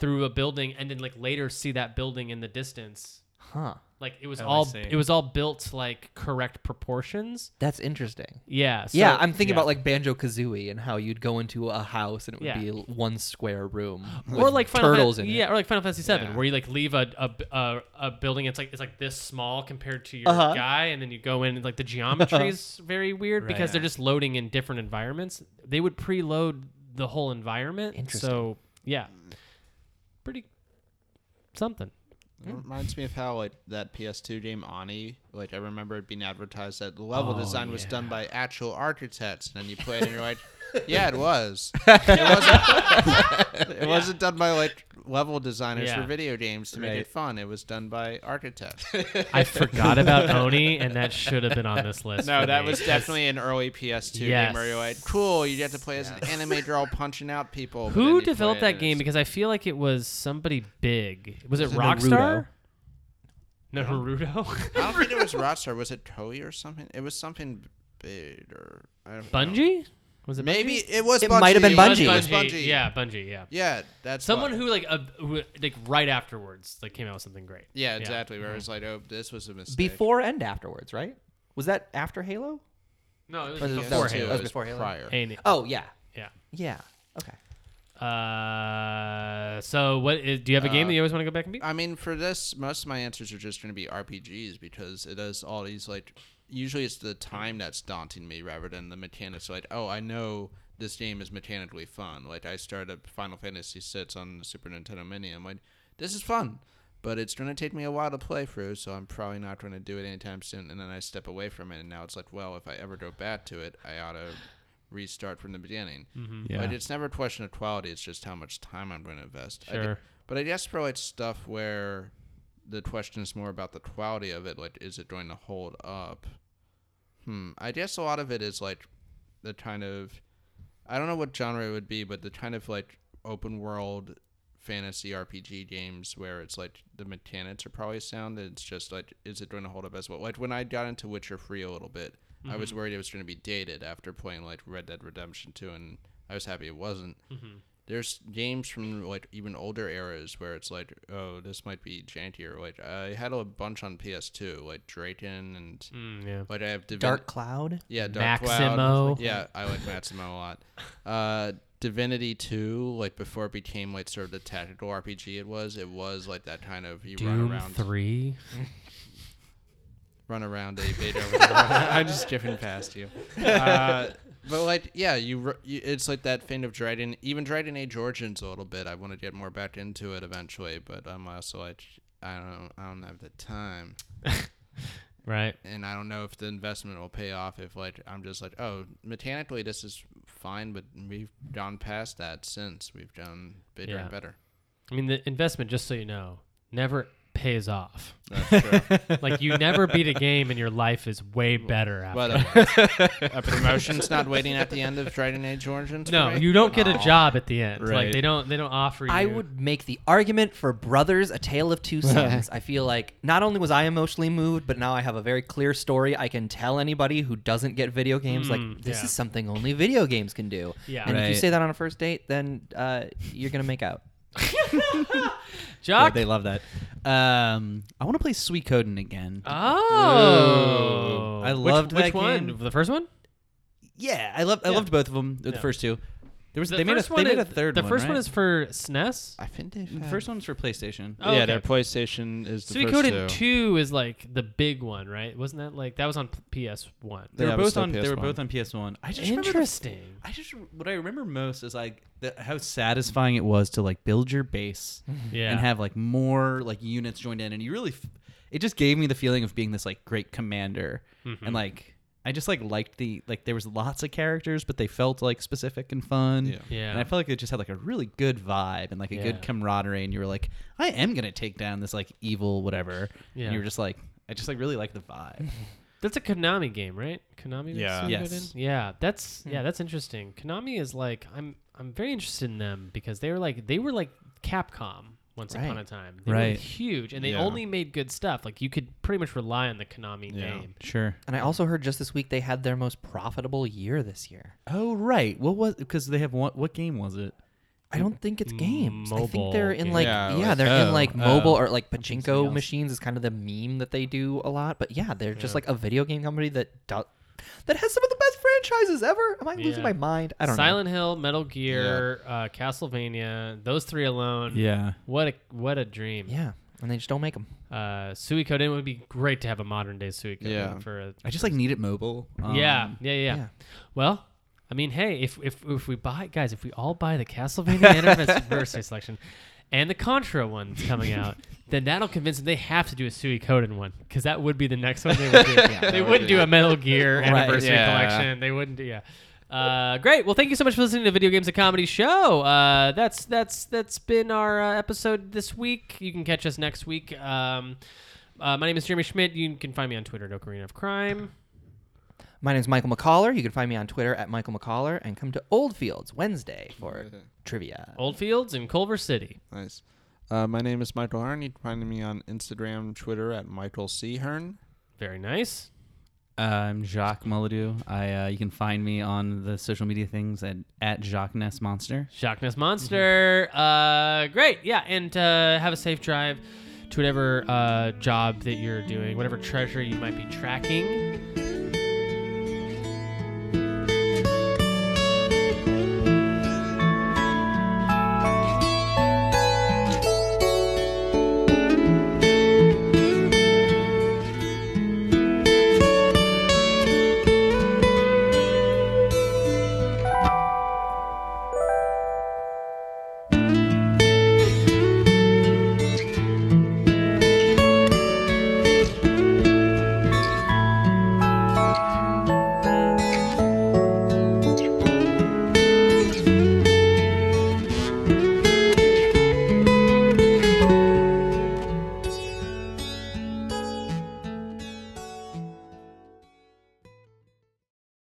Speaker 1: through a building and then like later see that building in the distance.
Speaker 7: Huh.
Speaker 1: Like it was
Speaker 8: Oh, I
Speaker 1: all
Speaker 8: see.
Speaker 1: it was all built like correct proportions.
Speaker 7: That's interesting.
Speaker 1: Yeah. So,
Speaker 7: yeah, I'm thinking
Speaker 8: yeah.
Speaker 7: about like Banjo Kazooie and how you'd go into a house and it would
Speaker 1: Yeah.
Speaker 7: be l- one square room
Speaker 1: or
Speaker 7: with
Speaker 1: like Final
Speaker 7: turtles
Speaker 1: Fan-
Speaker 7: in
Speaker 1: yeah, or like Final Fantasy Seven,
Speaker 4: Yeah.
Speaker 1: where you like leave a a, b- a- a building. It's like it's like this small compared to your
Speaker 7: Uh-huh.
Speaker 1: guy, and then you go in and like the geometry is very weird because
Speaker 8: Right.
Speaker 1: they're just loading in different environments. They would preload the whole environment.
Speaker 7: Interesting.
Speaker 1: So yeah, pretty something. Hmm.
Speaker 4: It reminds me of how like that PS2 game Ani, like I remember it being advertised that the
Speaker 1: Oh,
Speaker 4: level design was done by actual architects, and then you play it and you're like, yeah, it was. It wasn't. it wasn't done by like level designers
Speaker 1: Yeah.
Speaker 4: for video games to make
Speaker 8: Right.
Speaker 4: it fun. It was done by architects.
Speaker 1: I forgot about Oni, and that should have been on this list.
Speaker 4: no,
Speaker 1: for
Speaker 4: that
Speaker 1: me.
Speaker 4: was definitely an early PS2 game where you're like,
Speaker 1: Yes.
Speaker 4: cool, you get to play as an anime girl punching out people. but then you
Speaker 1: Who
Speaker 4: play
Speaker 1: developed
Speaker 4: it and
Speaker 1: that game?
Speaker 4: it's-
Speaker 1: Because I feel like it was somebody big. Was it
Speaker 4: it
Speaker 1: Rockstar? Naruto?
Speaker 4: I don't think it was Rockstar. Was it Toei or something? It was something bigger. I don't know.
Speaker 1: Bungie? Was it
Speaker 4: Maybe
Speaker 1: Bungie?
Speaker 4: it was.
Speaker 7: It might have been
Speaker 4: It was
Speaker 7: Bungie.
Speaker 4: It was Bungie.
Speaker 1: Yeah, Bungie. Yeah.
Speaker 4: Yeah, that's
Speaker 1: Someone
Speaker 4: why.
Speaker 1: who like uh, who, like right afterwards like came out with something great.
Speaker 4: Yeah, exactly. Where it's like, oh, this was a mistake.
Speaker 7: before and afterwards, right? Was that after Halo?
Speaker 1: No, it was
Speaker 7: Or is it-
Speaker 1: before
Speaker 7: that Halo.
Speaker 4: Two, it
Speaker 1: Halo.
Speaker 7: was before Halo.
Speaker 4: Prior.
Speaker 1: Ain't it?
Speaker 7: Oh, yeah.
Speaker 1: Yeah.
Speaker 7: Yeah. Okay.
Speaker 1: Uh, so what is, do you have a game that you always want to go back and beat?
Speaker 4: I mean, for this, most of my answers are just going to be RPGs because it is all these like. Usually, it's the time that's daunting me rather than the mechanics. Like, oh, I know this game is mechanically fun. Like, I started up Final Fantasy VI on the Super Nintendo Mini. I'm like, this is fun, but it's going to take me a while to play through, so I'm probably not going to do it anytime soon. And then I step away from it, and now it's like, well, if I ever go back to it, I ought to restart from the beginning.
Speaker 8: Yeah.
Speaker 4: But it's never a question of quality. It's just how much time I'm going to invest. I
Speaker 1: Sure.
Speaker 4: gue- but I guess for like stuff where the question is more about the quality of it, like is it going to hold up? Hmm. I guess a lot of it is like the kind of I don't know what genre it would be, but the kind of like open world fantasy RPG games where it's like the mechanics are probably sound. and It's just like, is it going to hold up as well? Like when I got into Witcher 3 a little bit, I was worried it was going to be dated after playing like Red Dead Redemption 2, and I was happy it wasn't. There's games from like even older eras where it's like, oh, this might be jankier. Like I had a bunch on PS2, like Draken and
Speaker 1: Mm, yeah.
Speaker 4: like I have Divin-
Speaker 7: Dark Cloud?
Speaker 4: yeah, Dark Cloud.
Speaker 1: Maximo.
Speaker 4: Yeah, I like Maximo a lot. Uh, Divinity Two, like before it became like sort of the tactical RPG it was, it was like that kind of you run
Speaker 1: Doom
Speaker 4: around,
Speaker 1: three.
Speaker 4: run around a beta. I'm just skipping past you. Uh, but like, yeah, you, ru- you it's like that thing of Dragon, even Dragon Age Origins a little bit. I want to get more back into it eventually, but I'm also like, I don't, I don't have the time.
Speaker 1: Right.
Speaker 4: and I don't know if the investment will pay off if like I'm just like, oh, mechanically this is fine, but we've gone past that since we've done bigger
Speaker 1: Yeah.
Speaker 4: and better.
Speaker 1: I mean, the investment, just so you know, never pays off.
Speaker 4: That's true.
Speaker 1: Like you never beat a game, and your life is way better after.
Speaker 4: but uh, a promotion's not waiting at the end of Dragon Age Origins.
Speaker 1: no,
Speaker 4: for me?
Speaker 1: you don't get a
Speaker 4: Aw.
Speaker 1: job at the end. Like
Speaker 8: Oh. Right.
Speaker 1: they don't they don't offer you.
Speaker 7: I would make the argument for Brothers: A Tale of Two Sons. I feel like not only was I emotionally moved, but now I have a very clear story I can tell anybody who doesn't get video games. like
Speaker 1: Hmm,
Speaker 7: this
Speaker 1: yeah.
Speaker 7: is something only video games can do.
Speaker 1: Yeah.
Speaker 7: and if you
Speaker 8: Right.
Speaker 7: say that on a first date, then uh, you're gonna make out.
Speaker 8: Yeah,
Speaker 1: Jock.
Speaker 8: they love that. Um, I want to play Suikoden again.
Speaker 1: Uh, oh,
Speaker 8: Ooh. I
Speaker 1: Which-
Speaker 8: loved
Speaker 1: which
Speaker 8: that
Speaker 1: one.
Speaker 8: game.
Speaker 1: The first one.
Speaker 8: yeah, I loved I
Speaker 1: Yeah.
Speaker 8: loved both of them. The
Speaker 1: Yeah.
Speaker 8: first two. There was
Speaker 1: The
Speaker 8: they made a
Speaker 1: first one
Speaker 8: they made
Speaker 1: is-
Speaker 8: a third.
Speaker 1: The first
Speaker 8: right?
Speaker 1: one is for E SNES.
Speaker 4: I think they.
Speaker 8: the first one's for PlayStation.
Speaker 1: Oh,
Speaker 4: yeah,
Speaker 1: okay.
Speaker 4: their PlayStation is the first
Speaker 1: Suikoden two is like the big one, right? Wasn't that like that was on PS one?
Speaker 8: They
Speaker 4: Yeah,
Speaker 8: were
Speaker 4: it was
Speaker 8: both
Speaker 4: still
Speaker 8: on. They were
Speaker 4: PS1.
Speaker 8: both on PS One. I just remember the
Speaker 1: Interesting.
Speaker 8: I just what I remember most is like the, how satisfying it was to like build your base
Speaker 1: Yeah.
Speaker 8: and have like more like units joined in, and you really, f- it just gave me the feeling of being this like great commander, and like I just like liked the like there was lots of characters, but they felt like specific and fun,
Speaker 4: Yeah.
Speaker 1: Yeah.
Speaker 8: And I felt like it just had like a really good vibe and like a
Speaker 1: Yeah.
Speaker 8: good camaraderie, and you were like, I am gonna take down this like evil whatever,
Speaker 1: Yeah.
Speaker 8: and you were just like, I just like really like the vibe.
Speaker 1: That's a Konami game, right? Konami. makes
Speaker 4: Yeah.
Speaker 1: Suikoden?
Speaker 8: Yes.
Speaker 1: Yeah. That's yeah. That's interesting. Konami is like I'm. I'm very interested in them because they were like they were like Capcom once upon a time. They were
Speaker 8: Right.
Speaker 1: huge, and they
Speaker 4: Yeah.
Speaker 1: only made good stuff. Like you could pretty much rely on the Konami
Speaker 4: Yeah.
Speaker 1: name.
Speaker 8: sure.
Speaker 7: And I also heard just this week they had their most profitable year this year.
Speaker 8: Oh right. What was because they have one? What game was it?
Speaker 7: I don't think it's games. I think they're
Speaker 1: Mobile
Speaker 7: in like
Speaker 4: games.
Speaker 7: yeah,
Speaker 4: Yeah, like-
Speaker 7: they're in
Speaker 4: oh,
Speaker 7: like mobile
Speaker 8: oh.
Speaker 7: or like pachinko
Speaker 8: else.
Speaker 7: machines is kind of the meme that they do a lot. But yeah, they're just like a video game company that do- that has some of the best franchises ever. Am I
Speaker 1: Yeah.
Speaker 7: losing my mind? I don't
Speaker 1: Silent Hill, Metal Gear, uh, Castlevania. Those three alone.
Speaker 8: Yeah.
Speaker 1: What a what a dream.
Speaker 7: know. Yeah, and they just don't make them.
Speaker 1: Uh, Suikoden would be great to have a modern day Suikoden
Speaker 4: Yeah.
Speaker 1: for a
Speaker 8: I just like need it mobile. Um,
Speaker 1: yeah, yeah, yeah,
Speaker 7: yeah.
Speaker 1: Well, I mean, hey, if if if we buy guys, if we all buy the Castlevania Anniversary Selection and the Contra one that's coming out, then that'll convince them they have to do a Suikoden one because that would be the next one they would do. they
Speaker 4: would
Speaker 1: wouldn't
Speaker 4: be
Speaker 1: do a Metal Gear Anniversary
Speaker 4: yeah.
Speaker 1: Collection. They wouldn't do yeah. Uh, great. Well, thank you so much for listening to Video Games and Comedy Show. Uh, that's that's that's been our uh, episode this week. You can catch us next week. Um, uh, my name is Jeremy Schmidt. You can find me on Twitter at Ocarina of Crime.
Speaker 7: My name's Michael McCaller. You can find me on Twitter at Michael McCaller and come to Old Fields Wednesday for trivia.
Speaker 1: Old Fields in Culver City.
Speaker 4: Nice. Uh, my name is Michael Hearn. You can find me on Instagram, Twitter at Michael C Hearn.
Speaker 1: Very nice.
Speaker 8: I'm um, Jacques Mulladou. I uh, you can find me on the social media things at at Jacques Ness Monster.
Speaker 1: Shockness Monster. Uh, great. Yeah, and uh, have a safe drive to whatever uh, job that you're doing, whatever treasure you might be tracking.